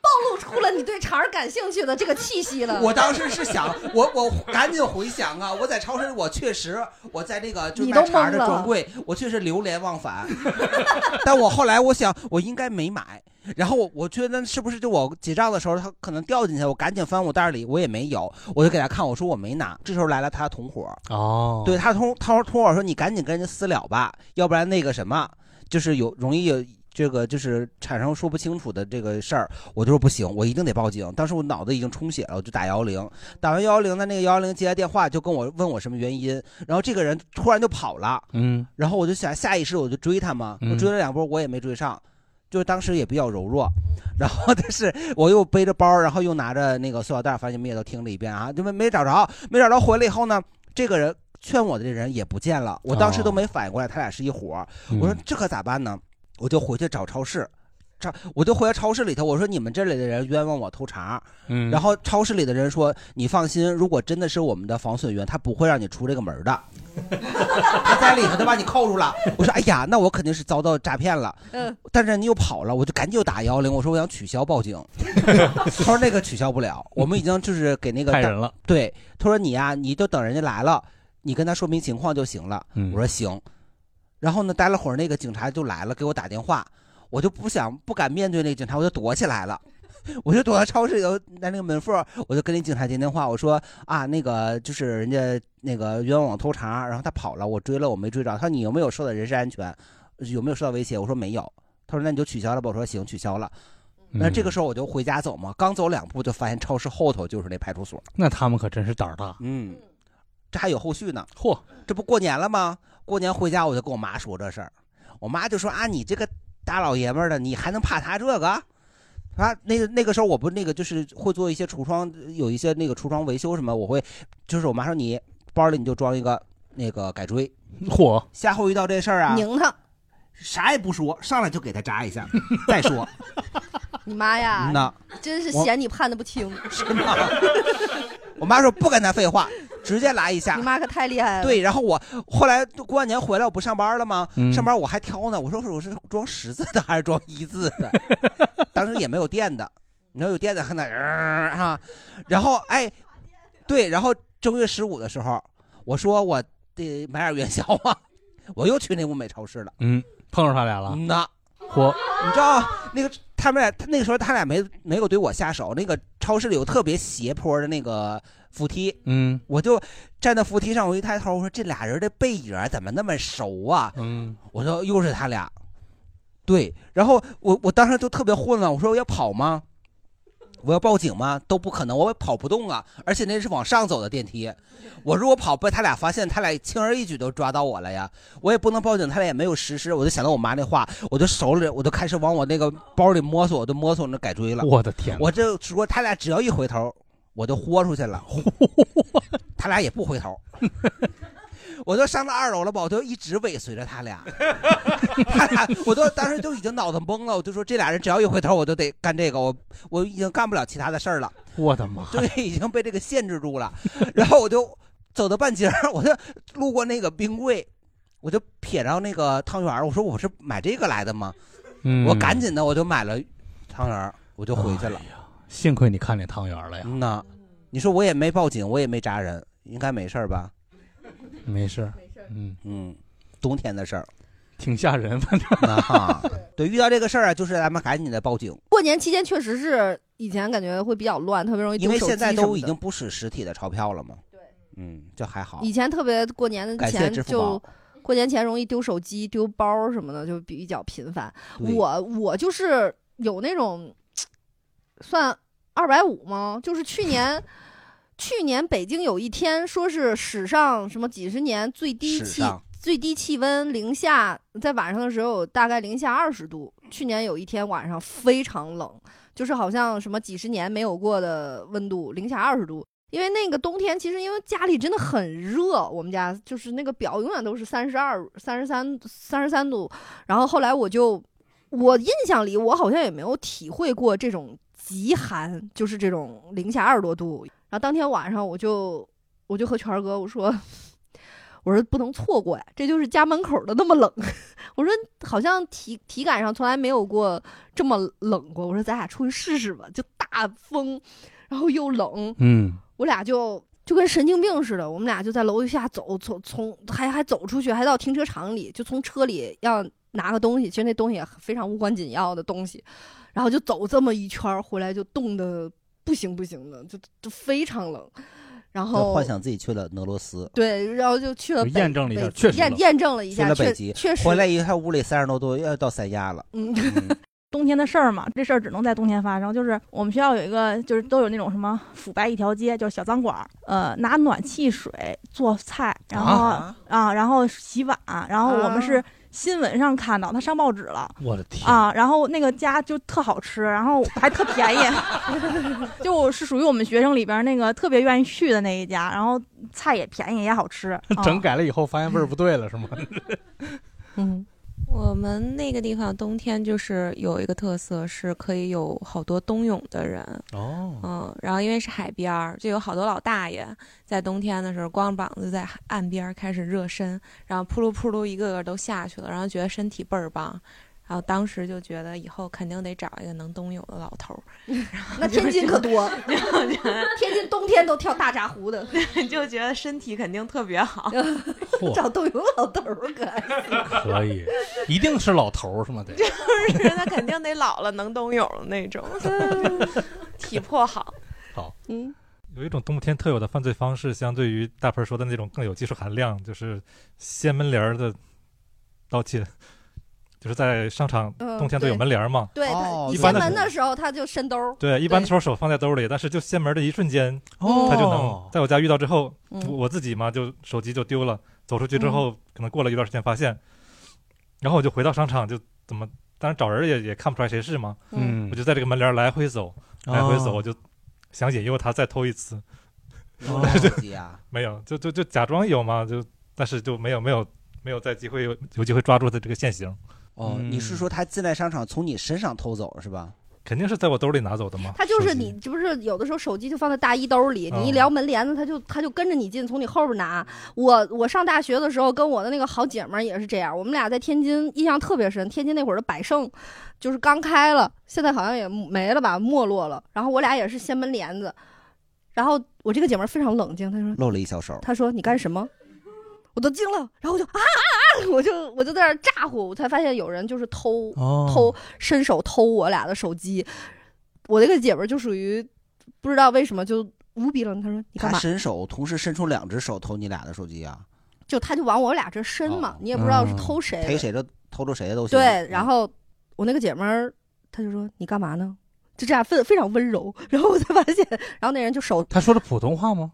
Speaker 3: 暴露出了你对肠儿感兴趣的这个气息了。
Speaker 2: 我当时是想，我我赶紧回想啊，我在超市，我确实我在那个就
Speaker 3: 你
Speaker 2: 卖
Speaker 3: 都
Speaker 2: 茶儿
Speaker 3: 懵
Speaker 2: 的
Speaker 3: 了
Speaker 2: 专柜，我确实流连忘返。 但我后来我想，我应该没买。然后我我觉得是不是就我结账的时候，他可能掉进去，我赶紧翻我袋里，我也没有，我就给他看，我说我没拿。这时候来了他的同伙儿，
Speaker 1: 哦
Speaker 2: 对他同他同伙说：“你赶紧跟人家私了吧，要不然那个什么，就是有容易有这个就是产生说不清楚的这个事儿。”我就说不行，我一定得报警。当时我脑子已经充血了，我就打幺幺零，打完幺幺零的那个幺幺零接来电话，就跟我问我什么原因，然后这个人突然就跑了，
Speaker 1: 嗯
Speaker 2: 然后我就想下意识我就追他嘛，
Speaker 1: 嗯
Speaker 2: 我追了两波我也没追上，就是当时也比较柔弱，然后但是我又背着包，然后又拿着那个塑料袋，反正你们也都听了一遍啊，就没没找着，没找着回来以后呢，这个人劝我的这人也不见了，我当时都没反应过来他俩是一伙儿，
Speaker 1: 哦嗯
Speaker 2: 我说这可咋办呢？我就回去找超市。这我就回到超市里头，我说你们这里的人冤枉我偷查儿，
Speaker 1: 嗯
Speaker 2: 然后超市里的人说你放心，如果真的是我们的防损员，他不会让你出这个门儿的。他在里头都把你扣住了。我说哎呀，那我肯定是遭到诈骗了。
Speaker 3: 嗯，
Speaker 2: 但是你又跑了，我就赶紧又打幺幺零，我说我想取消报警。他说那个取消不了，我们已经就是给那个
Speaker 8: 派人了。
Speaker 2: 对，他说你呀、你就等人家来了，你跟他说明情况就行了。
Speaker 8: 嗯
Speaker 2: 我说行。然后呢，待了会儿，那个警察就来了，给我打电话，我就不想不敢面对那个警察，我就躲起来了。我就躲到超市里头，在那个门缝儿，我就跟那警察接电话，我说啊，那个就是人家那个冤枉我偷查，然后他跑了，我追了，我没追着。他说你有没有受到人身安全，有没有受到威胁？我说没有。他说那你就取消了吧。我说行，取消了。
Speaker 1: 嗯
Speaker 2: 那这个时候我就回家走嘛，刚走两步就发现超市后头就是那派出所。
Speaker 1: 那他们可真是胆儿大。
Speaker 2: 嗯，这还有后续呢。
Speaker 1: 啊嚯，
Speaker 2: 这不过年了吗？过年回家我就跟我妈说这事儿，我妈就说啊，你这个大老爷们儿的，你还能怕他这个？啊，那个那个时候我不那个就是会做一些橱窗，有一些那个橱窗维修什么，我会就是我妈说你包里你就装一个那个改锥，
Speaker 1: 嚯，
Speaker 2: 下回遇到这事儿啊，
Speaker 3: 拧他，
Speaker 2: 啥也不说，上来就给他扎一下，再说
Speaker 3: 你妈呀，
Speaker 2: 那。
Speaker 3: 真是
Speaker 2: 嗯我
Speaker 3: 嫌你判的不轻，
Speaker 2: 是吗？我妈说不跟他废话，直接来一下
Speaker 3: 你。妈可太厉害了。
Speaker 2: 对，，然后我后来就过完年回来，我不上班了吗？
Speaker 1: 嗯
Speaker 2: 上班我还挑呢，我说我是装十字的还是装一字的？ 当时也没有电的，你要有电的还那呃啊，然后哎，对，然后正月十五的时候，我说我得买点元宵啊，我又去那物美超市了。
Speaker 1: 嗯，碰上他俩了。
Speaker 2: 嗯呐，
Speaker 1: 嚯，
Speaker 2: 你知道那个他们俩，他那个时候他俩没没有对我下手。那个超市里有特别斜坡的那个扶梯，
Speaker 1: 嗯
Speaker 2: 我就站在扶梯上，我一抬头，我说这俩人的背影儿怎么那么熟啊？
Speaker 1: 嗯，
Speaker 2: 我说又是他俩，对。然后我我当时就特别混乱，我说我要跑吗？我要报警吗？都不可能，我跑不动啊！而且那是往上走的电梯，我如果跑被他俩发现，他俩轻而易举都抓到我了呀！我也不能报警，他俩也没有实施。我就想到我妈那话，我就手里我就开始往我那个包里摸索，我就摸索那改锥了。
Speaker 1: 我的天哪，
Speaker 2: 我这说他俩只要一回头，我就豁出 去了，他俩也不回头， 我就上到二楼了吧，我就一直尾随着他俩，他 俩哎我都当时就已经脑子懵了，我就说这俩人只要一回头，我就得干这个，我我已经干不了其他的事儿了，
Speaker 1: 我的 妈！
Speaker 2: 对，已经被这个限制住了，然后我就走到半截儿，我就路过那个冰柜。我就瞥着那个汤圆儿，我说我是买这个来的吗？
Speaker 1: 嗯，
Speaker 2: 我赶紧的我就买了汤圆儿，我就回去了。
Speaker 1: 哎幸亏你看见汤圆了呀，
Speaker 2: 嗯呐，你说我也没报警，我也没扎人，应该没事儿吧？
Speaker 1: 没事儿，嗯，
Speaker 2: 嗯，冬天的事儿。
Speaker 1: 挺吓 人，反正
Speaker 2: 那哈，对，遇到这个事儿啊，就是咱们赶紧的报警，
Speaker 3: 过年期间确实是以前感觉会比较乱，特别容易
Speaker 2: 因
Speaker 3: 哎丢
Speaker 2: 为
Speaker 3: 手机
Speaker 2: 现在
Speaker 3: 什么
Speaker 2: 都
Speaker 3: 的
Speaker 2: 已经不使实体的钞票了嘛。对，嗯，这还好。
Speaker 3: 以前特别过年的
Speaker 2: 感谢
Speaker 3: 前
Speaker 2: 支付
Speaker 3: 就
Speaker 2: 宝
Speaker 3: 过年前容易丢手机、丢包什么的，就比较频繁。
Speaker 2: 对
Speaker 3: 我我就是有那种算二百五吗？就是去 年。去年北京有一天说是史上什么几十年最低
Speaker 2: 史
Speaker 3: 气
Speaker 2: 上
Speaker 3: 最低气温零下，在晚上的时候大概零下二十度。去年有一天晚上非常冷，就是好像什么几十年没有过的温度，零下二十度。因为那个冬天，其实因为家里真的很热，我们家就是那个表永远都是三十二、三十三、三十三度。然后后来我就，我印象里我好像也没有体会过这种极寒，就是这种零下二十多度。然后当天晚上我就我就和全儿哥我说，我说不能错过呀，这就是家门口的那么冷。 我说好像体体感上从来没有过这么冷过。我说咱俩出去试试吧，就大风，然后又冷，
Speaker 1: 嗯，
Speaker 3: 我俩就就跟神经病似的，我们俩就在楼下走，从从还还走出去，还到停车场里，就从车里要拿个东西，其实那东西也非常无关紧要的东西，然后就走这么一圈儿回来，就冻得不行不行的，就就非常冷。然后
Speaker 2: 就幻想自己去了俄罗斯，
Speaker 3: 哦对，然后就去了
Speaker 2: 就
Speaker 3: 北
Speaker 2: 验证了一下
Speaker 3: 北
Speaker 2: 确实
Speaker 3: 验
Speaker 2: 冷
Speaker 3: 验证了一
Speaker 2: 去
Speaker 3: 下，
Speaker 2: 了
Speaker 3: 确
Speaker 2: 北极，
Speaker 3: 确实
Speaker 2: 回来一看屋里三十多度，又要到三亚了。
Speaker 3: 嗯，
Speaker 5: 冬天的事儿嘛，这事儿只能在冬天发生。就是我们学校有一个，就是都有那种什么腐败一条街，就是小脏馆儿，呃，拿暖气水做菜，然后
Speaker 2: 啊
Speaker 5: 啊然后洗碗，然后我们是新闻上看到，他上报纸了。
Speaker 1: 我的天，
Speaker 5: 啊，然后那个家就特好吃，然后还特便宜， 就我是属于我们学生里边那个特别愿意去的那一家，然后菜也便宜也好吃。啊
Speaker 1: 整改了以后发现味儿不对了是吗？
Speaker 3: 嗯，
Speaker 11: 我们那个地方冬天就是有一个特色，是可以有好多冬泳的人。
Speaker 1: 哦，
Speaker 11: 嗯，然后因为是海边儿，就有好多老大爷在冬天的时候光着膀子在海岸边儿开始热身，然后扑噜扑噜一个个都下去了，然后觉得身体倍儿棒。然后当时就觉得以后肯定得找一个能冬泳的老头儿，
Speaker 3: 那天津可多，天津冬天都跳大闸湖的，
Speaker 11: 就觉得身体肯定特别 好。
Speaker 1: 嚯
Speaker 3: 找冬泳老头儿 可爱死了。
Speaker 1: 可以， 一定是老头儿是吗？得，
Speaker 11: 就是 他肯定得老了能冬泳的那 种，体魄好。
Speaker 1: 好，
Speaker 11: 嗯，
Speaker 9: 有一种冬天特有的犯罪方式，相对于大盆儿说的那种更有技术含量，就是掀门帘儿的盗窃，就是在商场
Speaker 3: 嗯
Speaker 9: 冬天都有
Speaker 3: 对
Speaker 9: 门帘儿嘛。
Speaker 3: 对
Speaker 9: 哦
Speaker 3: 他一
Speaker 9: 一般的
Speaker 3: 进门
Speaker 9: 是
Speaker 3: 的时候他就伸兜儿，
Speaker 9: 对，一般的时候手放在兜里，但是就掀门的一瞬间，
Speaker 1: 哦
Speaker 9: 他就能在我家遇到之后，
Speaker 3: 嗯
Speaker 9: 我我自己嘛就手机就丢了，走出去之后，可能过了一段时间发现，然后我就回到商场就怎么，当然找人也也看不出来谁是嘛，
Speaker 1: 嗯
Speaker 9: 我就在这个门帘来回走，来回走，
Speaker 1: 哦
Speaker 9: 我就想引诱他再偷一次，
Speaker 1: 哦
Speaker 9: 就
Speaker 1: 自己啊
Speaker 9: 没有，就就就假装有嘛，就但是就没有没有没有再机会有有机会抓住他这个现行，嗯
Speaker 2: 哦，你是说他进来商场从你身上偷走是吧？
Speaker 9: 肯定是在我兜里拿走的嘛，
Speaker 3: 他就是你，这不是有的时候手机就放在大衣兜里，
Speaker 9: 嗯
Speaker 3: 你一撩门帘子，他就他就跟着你进，从你后边拿。我我上大学的时候，跟我的那个好姐们儿也是这样，我们俩在天津印象特别深。天津那会儿的百盛，就是刚开了，现在好像也没了吧，没落了。然后我俩也是掀门帘子，然后我这个姐们儿非常冷静，她说
Speaker 2: 露了一小手。
Speaker 3: 嗯他说你干什么？我都惊了，然后我就啊啊啊！我就我就在那儿咋呼，我才发现有人就是偷、
Speaker 1: 哦
Speaker 3: 偷伸手偷我俩的手机。我那个姐们儿就属于不知道为什么就无比冷，她说你干
Speaker 2: 他
Speaker 3: 嘛？
Speaker 2: 伸手，同时伸出两只手偷你俩的手机啊？
Speaker 3: 就她就往我俩这伸嘛，
Speaker 2: 哦
Speaker 3: 你也不知
Speaker 2: 嗯
Speaker 3: 道是偷谁的
Speaker 2: 谁谁的，偷着谁的都嗯行。
Speaker 3: 对，然后我那个姐们儿她就说你干嘛呢？就这样非非常温柔，然后我才发现，然后那人就手，
Speaker 1: 他说的普通话吗？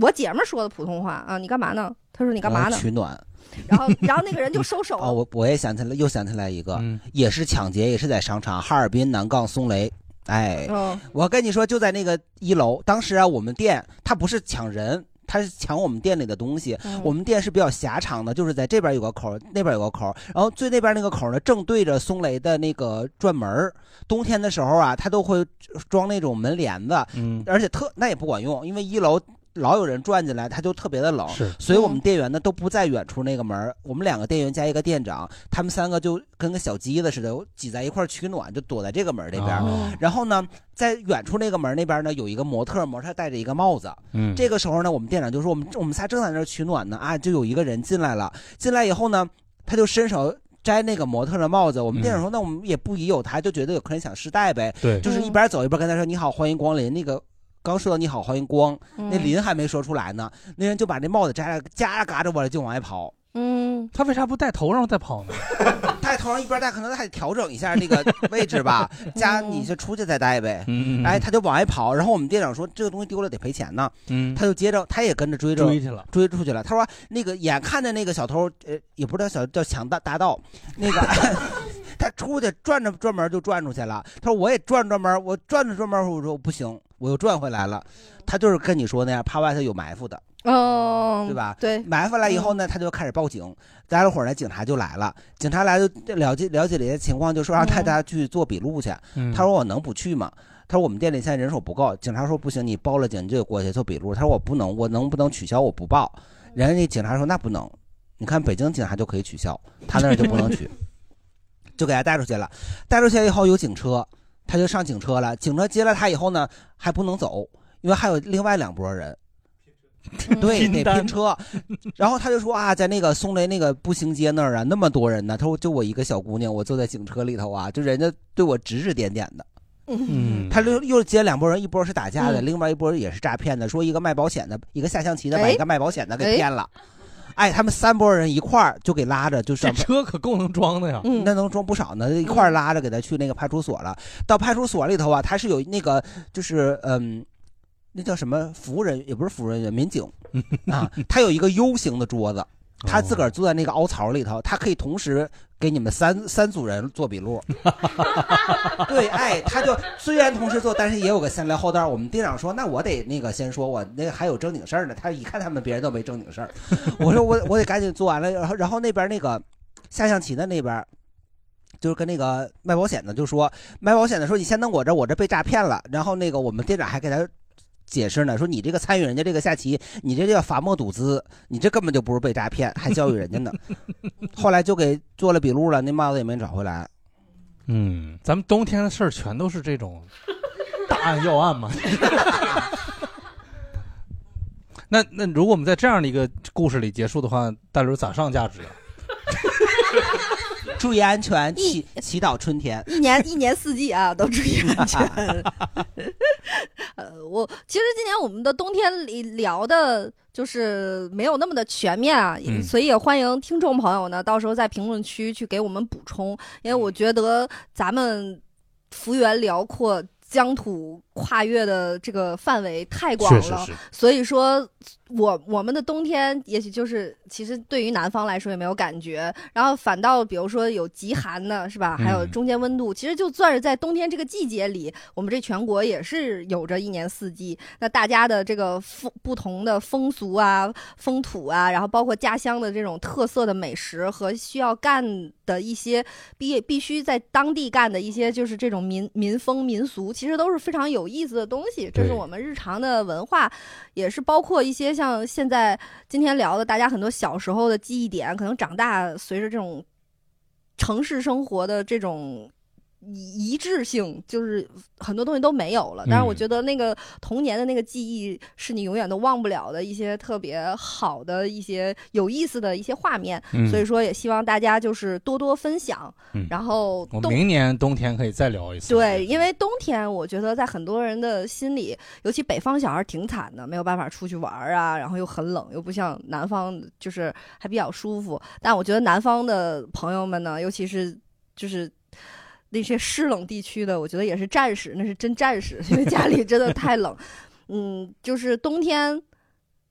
Speaker 3: 我姐们儿说的普通话啊，你干嘛呢？她说你干嘛
Speaker 2: 然后？
Speaker 3: 呢
Speaker 2: 呃取暖。
Speaker 3: 然后然后那个人就收手
Speaker 2: 哦，我我也想起来，又想起来一个，
Speaker 1: 嗯
Speaker 2: 也是抢劫，也是在商场，哈尔滨南岗松雷。哎，
Speaker 3: 哦
Speaker 2: 我跟你说，就在那个一楼，当时啊，我们店它不是抢人。它是抢我们店里的东西，
Speaker 3: 嗯
Speaker 2: 我们店是比较狭长的，就是在这边有个口，那边有个口，然后最那边那个口呢，正对着松雷的那个转门儿冬天的时候啊，它都会装那种门帘子，
Speaker 1: 嗯
Speaker 2: 而且特那也不管用，因为一楼老有人转进来，它就特别的冷，
Speaker 1: 是
Speaker 2: 所以我们店员呢都不在远处那个门儿，我们两个店员加一个店长，他们三个就跟个小鸡子似的挤在一块儿取暖，就躲在这个门儿这边儿。
Speaker 1: 哦
Speaker 2: 然后呢，在远处那个门儿那边儿呢有一个模特儿，模特儿戴着一个帽子。
Speaker 1: 嗯
Speaker 2: 这个时候呢，我们店长就说我们我们仨正在那儿取暖呢啊，就有一个人进来了，进来以后呢，他就伸手。摘那个模特儿的帽子，我们店长说：“那我们也不疑有他，就觉得有客人想试戴呗。”
Speaker 1: 嗯对
Speaker 2: 就是一边走一边跟他说：“你好，欢迎光临。”那个刚说到“你好，欢迎光”，那
Speaker 3: 嗯
Speaker 2: 林还没说出来呢，那人就把那帽子摘了，夹着嘎着过来就往外跑。
Speaker 3: 嗯，
Speaker 1: 他为啥不戴头上再跑呢？
Speaker 2: 戴头上一边戴，可能还得调整一下 那个位置吧。加你是出去再戴呗。
Speaker 1: 哦嗯嗯嗯
Speaker 2: 哎，他就往外跑。然后我们店长说这个东西丢了得赔钱呢。
Speaker 1: 嗯
Speaker 2: 他就接着他也跟着追着
Speaker 1: 追去了，
Speaker 2: 追出去了。他说那个眼看着那个小偷，呃，也不知道小叫强大大盗，那个 他出去转着转门就转出去了。他说我也转转门，我转着转门，我说不行，我又转回来了。他就是跟你说那样，趴外头有埋伏的。
Speaker 3: 哦，
Speaker 2: 对吧？
Speaker 3: 对，嗯
Speaker 2: 埋回来以后呢，他就开始报警。待了会儿呢，警察就来了。警察来就了解了解了一些情况，就说
Speaker 3: 嗯
Speaker 2: 让大家去做笔录去。
Speaker 1: 嗯
Speaker 2: 他说我能不去吗？他说我们店里现在人手不够。警察说不行，你报了警你就得过去做笔录。他说我不能，我能不能取消？我不报。
Speaker 3: 嗯
Speaker 2: 人家那警察说那不能，你看北京警察就可以取消，他那儿就不能取。就给他带出去了。带出去以后有警车，他就上警车了。警车接了他以后呢，还不能走，因为还有另外两拨人。
Speaker 1: 嗯
Speaker 2: 对，
Speaker 1: 拼
Speaker 2: 得
Speaker 1: 单
Speaker 2: 拼车，然后他就说啊，在那个松雷那个步行街那儿啊，那么多人呢。他说就我一个小姑娘，我坐在警车里头啊，就人家对我指指点点的。
Speaker 1: 嗯
Speaker 2: 他又又接两拨人，一波是打架的，
Speaker 1: 嗯
Speaker 2: 另外一波也是诈骗的。说一个卖保险的，一个下象棋的，把
Speaker 1: 哎
Speaker 2: 一个卖保险的
Speaker 1: 哎
Speaker 2: 给骗了。哎，他们三拨人一块儿就给拉着，就
Speaker 1: 这
Speaker 2: 上
Speaker 1: 车可够能装的呀！
Speaker 2: 那能装不少呢，一块儿拉着给他去那个派出所了。到派出所里头啊，他是有那个就是嗯，那叫什么服务人也不是服务人员，民警
Speaker 1: 嗯
Speaker 2: 啊，他有一个 U 型的桌子。他自个儿坐在那个凹槽里头，他可以同时给你们三三组人做笔录。对，哎，他就虽然同时做，但是也有个先来后到。我们店长说，那我得那个先说，我那个还有正经事儿呢。他一看他们别人都没正经事儿， 我说我我得赶紧做完了。然后然后那边那个下象棋的那边。就是跟那个卖保险的就说，卖保险的说你先等我这，我这被诈骗了。然后那个我们店长还给他解释呢，说你这个参与人家这个下棋，你这叫法莫赌资，你这根本就不是被诈骗，还教育人家呢。 后来就给做了笔录了，那帽子也没找回来。
Speaker 1: 嗯，咱们冬天的事儿全都是这种大案要案嘛。 那那如果我们在这样的一个故事里结束的话，大刘咋上价值啊？
Speaker 2: 注意安全，祈祈祷春天。
Speaker 3: 一年一年四季啊，都注意安 全。呃，我其实今年我们的冬天里聊的就是没有那么的全面啊，也
Speaker 11: 嗯
Speaker 3: 所以也欢迎听众朋友呢，到时候在评论区去给我们补充，因为
Speaker 11: 嗯
Speaker 3: 我觉得咱们幅员辽阔。疆土跨越的这个范围太广了，
Speaker 11: 确实是
Speaker 3: 所以说我我们的冬天也许就是，其实对于南方来说也没有感觉，然后反倒比如说有极寒呢，是吧？还有
Speaker 11: 嗯
Speaker 3: 中间温度，其实就算是在冬天这个季节里，我们这全国也是有着一年四季。那大家的这个风不同的风俗啊、风土啊，然后包括家乡的这种特色的美食和需要干的一些必必须在当地干的一些，就是这种民民风民俗，其实都是非常有意思的东西。这是
Speaker 11: 对
Speaker 3: 我们日常的文化，也是包括一些像现在今天聊的，大家很多小时候的记忆点，可能长大随着这种城市生活的这种一一致性，就是很多东西都没有了。但是我
Speaker 11: 嗯
Speaker 3: 觉得那个童年的那个记忆，是你永远都忘不了的一些特别好的一些有意思的一些画面。
Speaker 1: 嗯
Speaker 3: 所以说，也希望大家就是多多分享，
Speaker 1: 嗯
Speaker 3: 然后
Speaker 1: 我
Speaker 3: 冬
Speaker 1: 明年冬天可以再聊一次。
Speaker 3: 对，因为冬天，我觉得在很多人的心里，尤其北方小孩挺惨的，没有办法出去玩儿啊，然后又很冷，又不像南方就是还比较舒服。但我觉得南方的朋友们呢，尤其是就是。那些湿冷地区的，我觉得也是战士，那是真战士，因为家里真的太冷。嗯，就是冬天，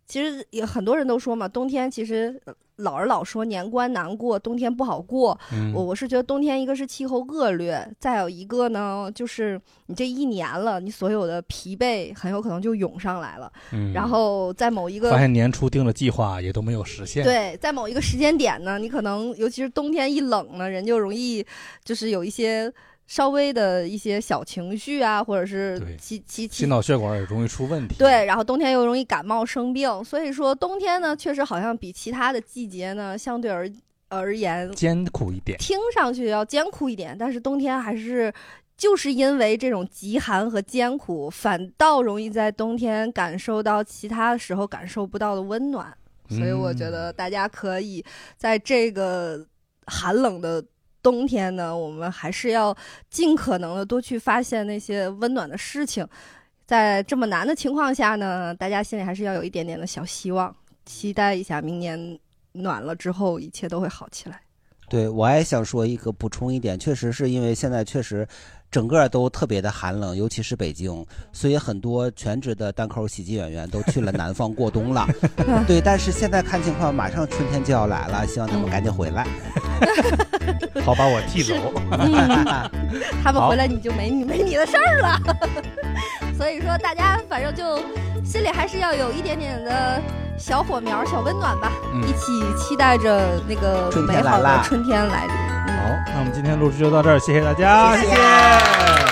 Speaker 3: 其实也很多人都说嘛，冬天其实呃老人老说年关难过，冬天不好过。
Speaker 11: 嗯
Speaker 3: 我我是觉得冬天一个是气候恶劣，再有一个呢就是你这一年了，你所有的疲惫很有可能就涌上来了。
Speaker 1: 嗯
Speaker 3: 然后在某一个
Speaker 1: 发现年初定了计划也都没有实现。，
Speaker 3: 对，在某一个时间点呢，你可能尤其是冬天一冷呢，人就容易就是有一些稍微的一些小情绪啊，或者是其其其
Speaker 1: 心脑血管也容易出问题。
Speaker 3: 对，然后冬天又容易感冒生病，所以说冬天呢，确实好像比其他的季节呢，相对而而言，
Speaker 1: 艰苦一点。
Speaker 3: 听上去要艰苦一点，但是冬天还是。就是因为这种极寒和艰苦，反倒容易在冬天感受到其他时候感受不到的温暖，所以我觉得大家可以在这个寒冷的冬天呢，我们还是要尽可能的多去发现那些温暖的事情，在这么难的情况下呢，大家心里还是要有一点点的小希望，期待一下明年暖了之后，一切都会好起来。
Speaker 2: 对，我还想说一个补充一点，确实是因为现在确实整个都特别的寒冷，尤其是北京，所以很多全职的单口喜剧演员都去了南方过冬了。对，但是现在看情况，马上春天就要来了，希望他们赶紧回来。
Speaker 1: 好，把我踢走。
Speaker 3: 他们
Speaker 2: 好
Speaker 3: 回来你就没你没你的事儿了。 所以说，大家反正就心里还是要有一点点的小火苗、小温暖吧，
Speaker 8: 嗯
Speaker 3: 一起期待着那个
Speaker 8: 春天
Speaker 3: 美
Speaker 8: 来
Speaker 3: 好的
Speaker 8: 啦
Speaker 3: 春天来临。
Speaker 8: 好，那我们今天录制就到这儿，谢谢大家，
Speaker 3: 谢谢。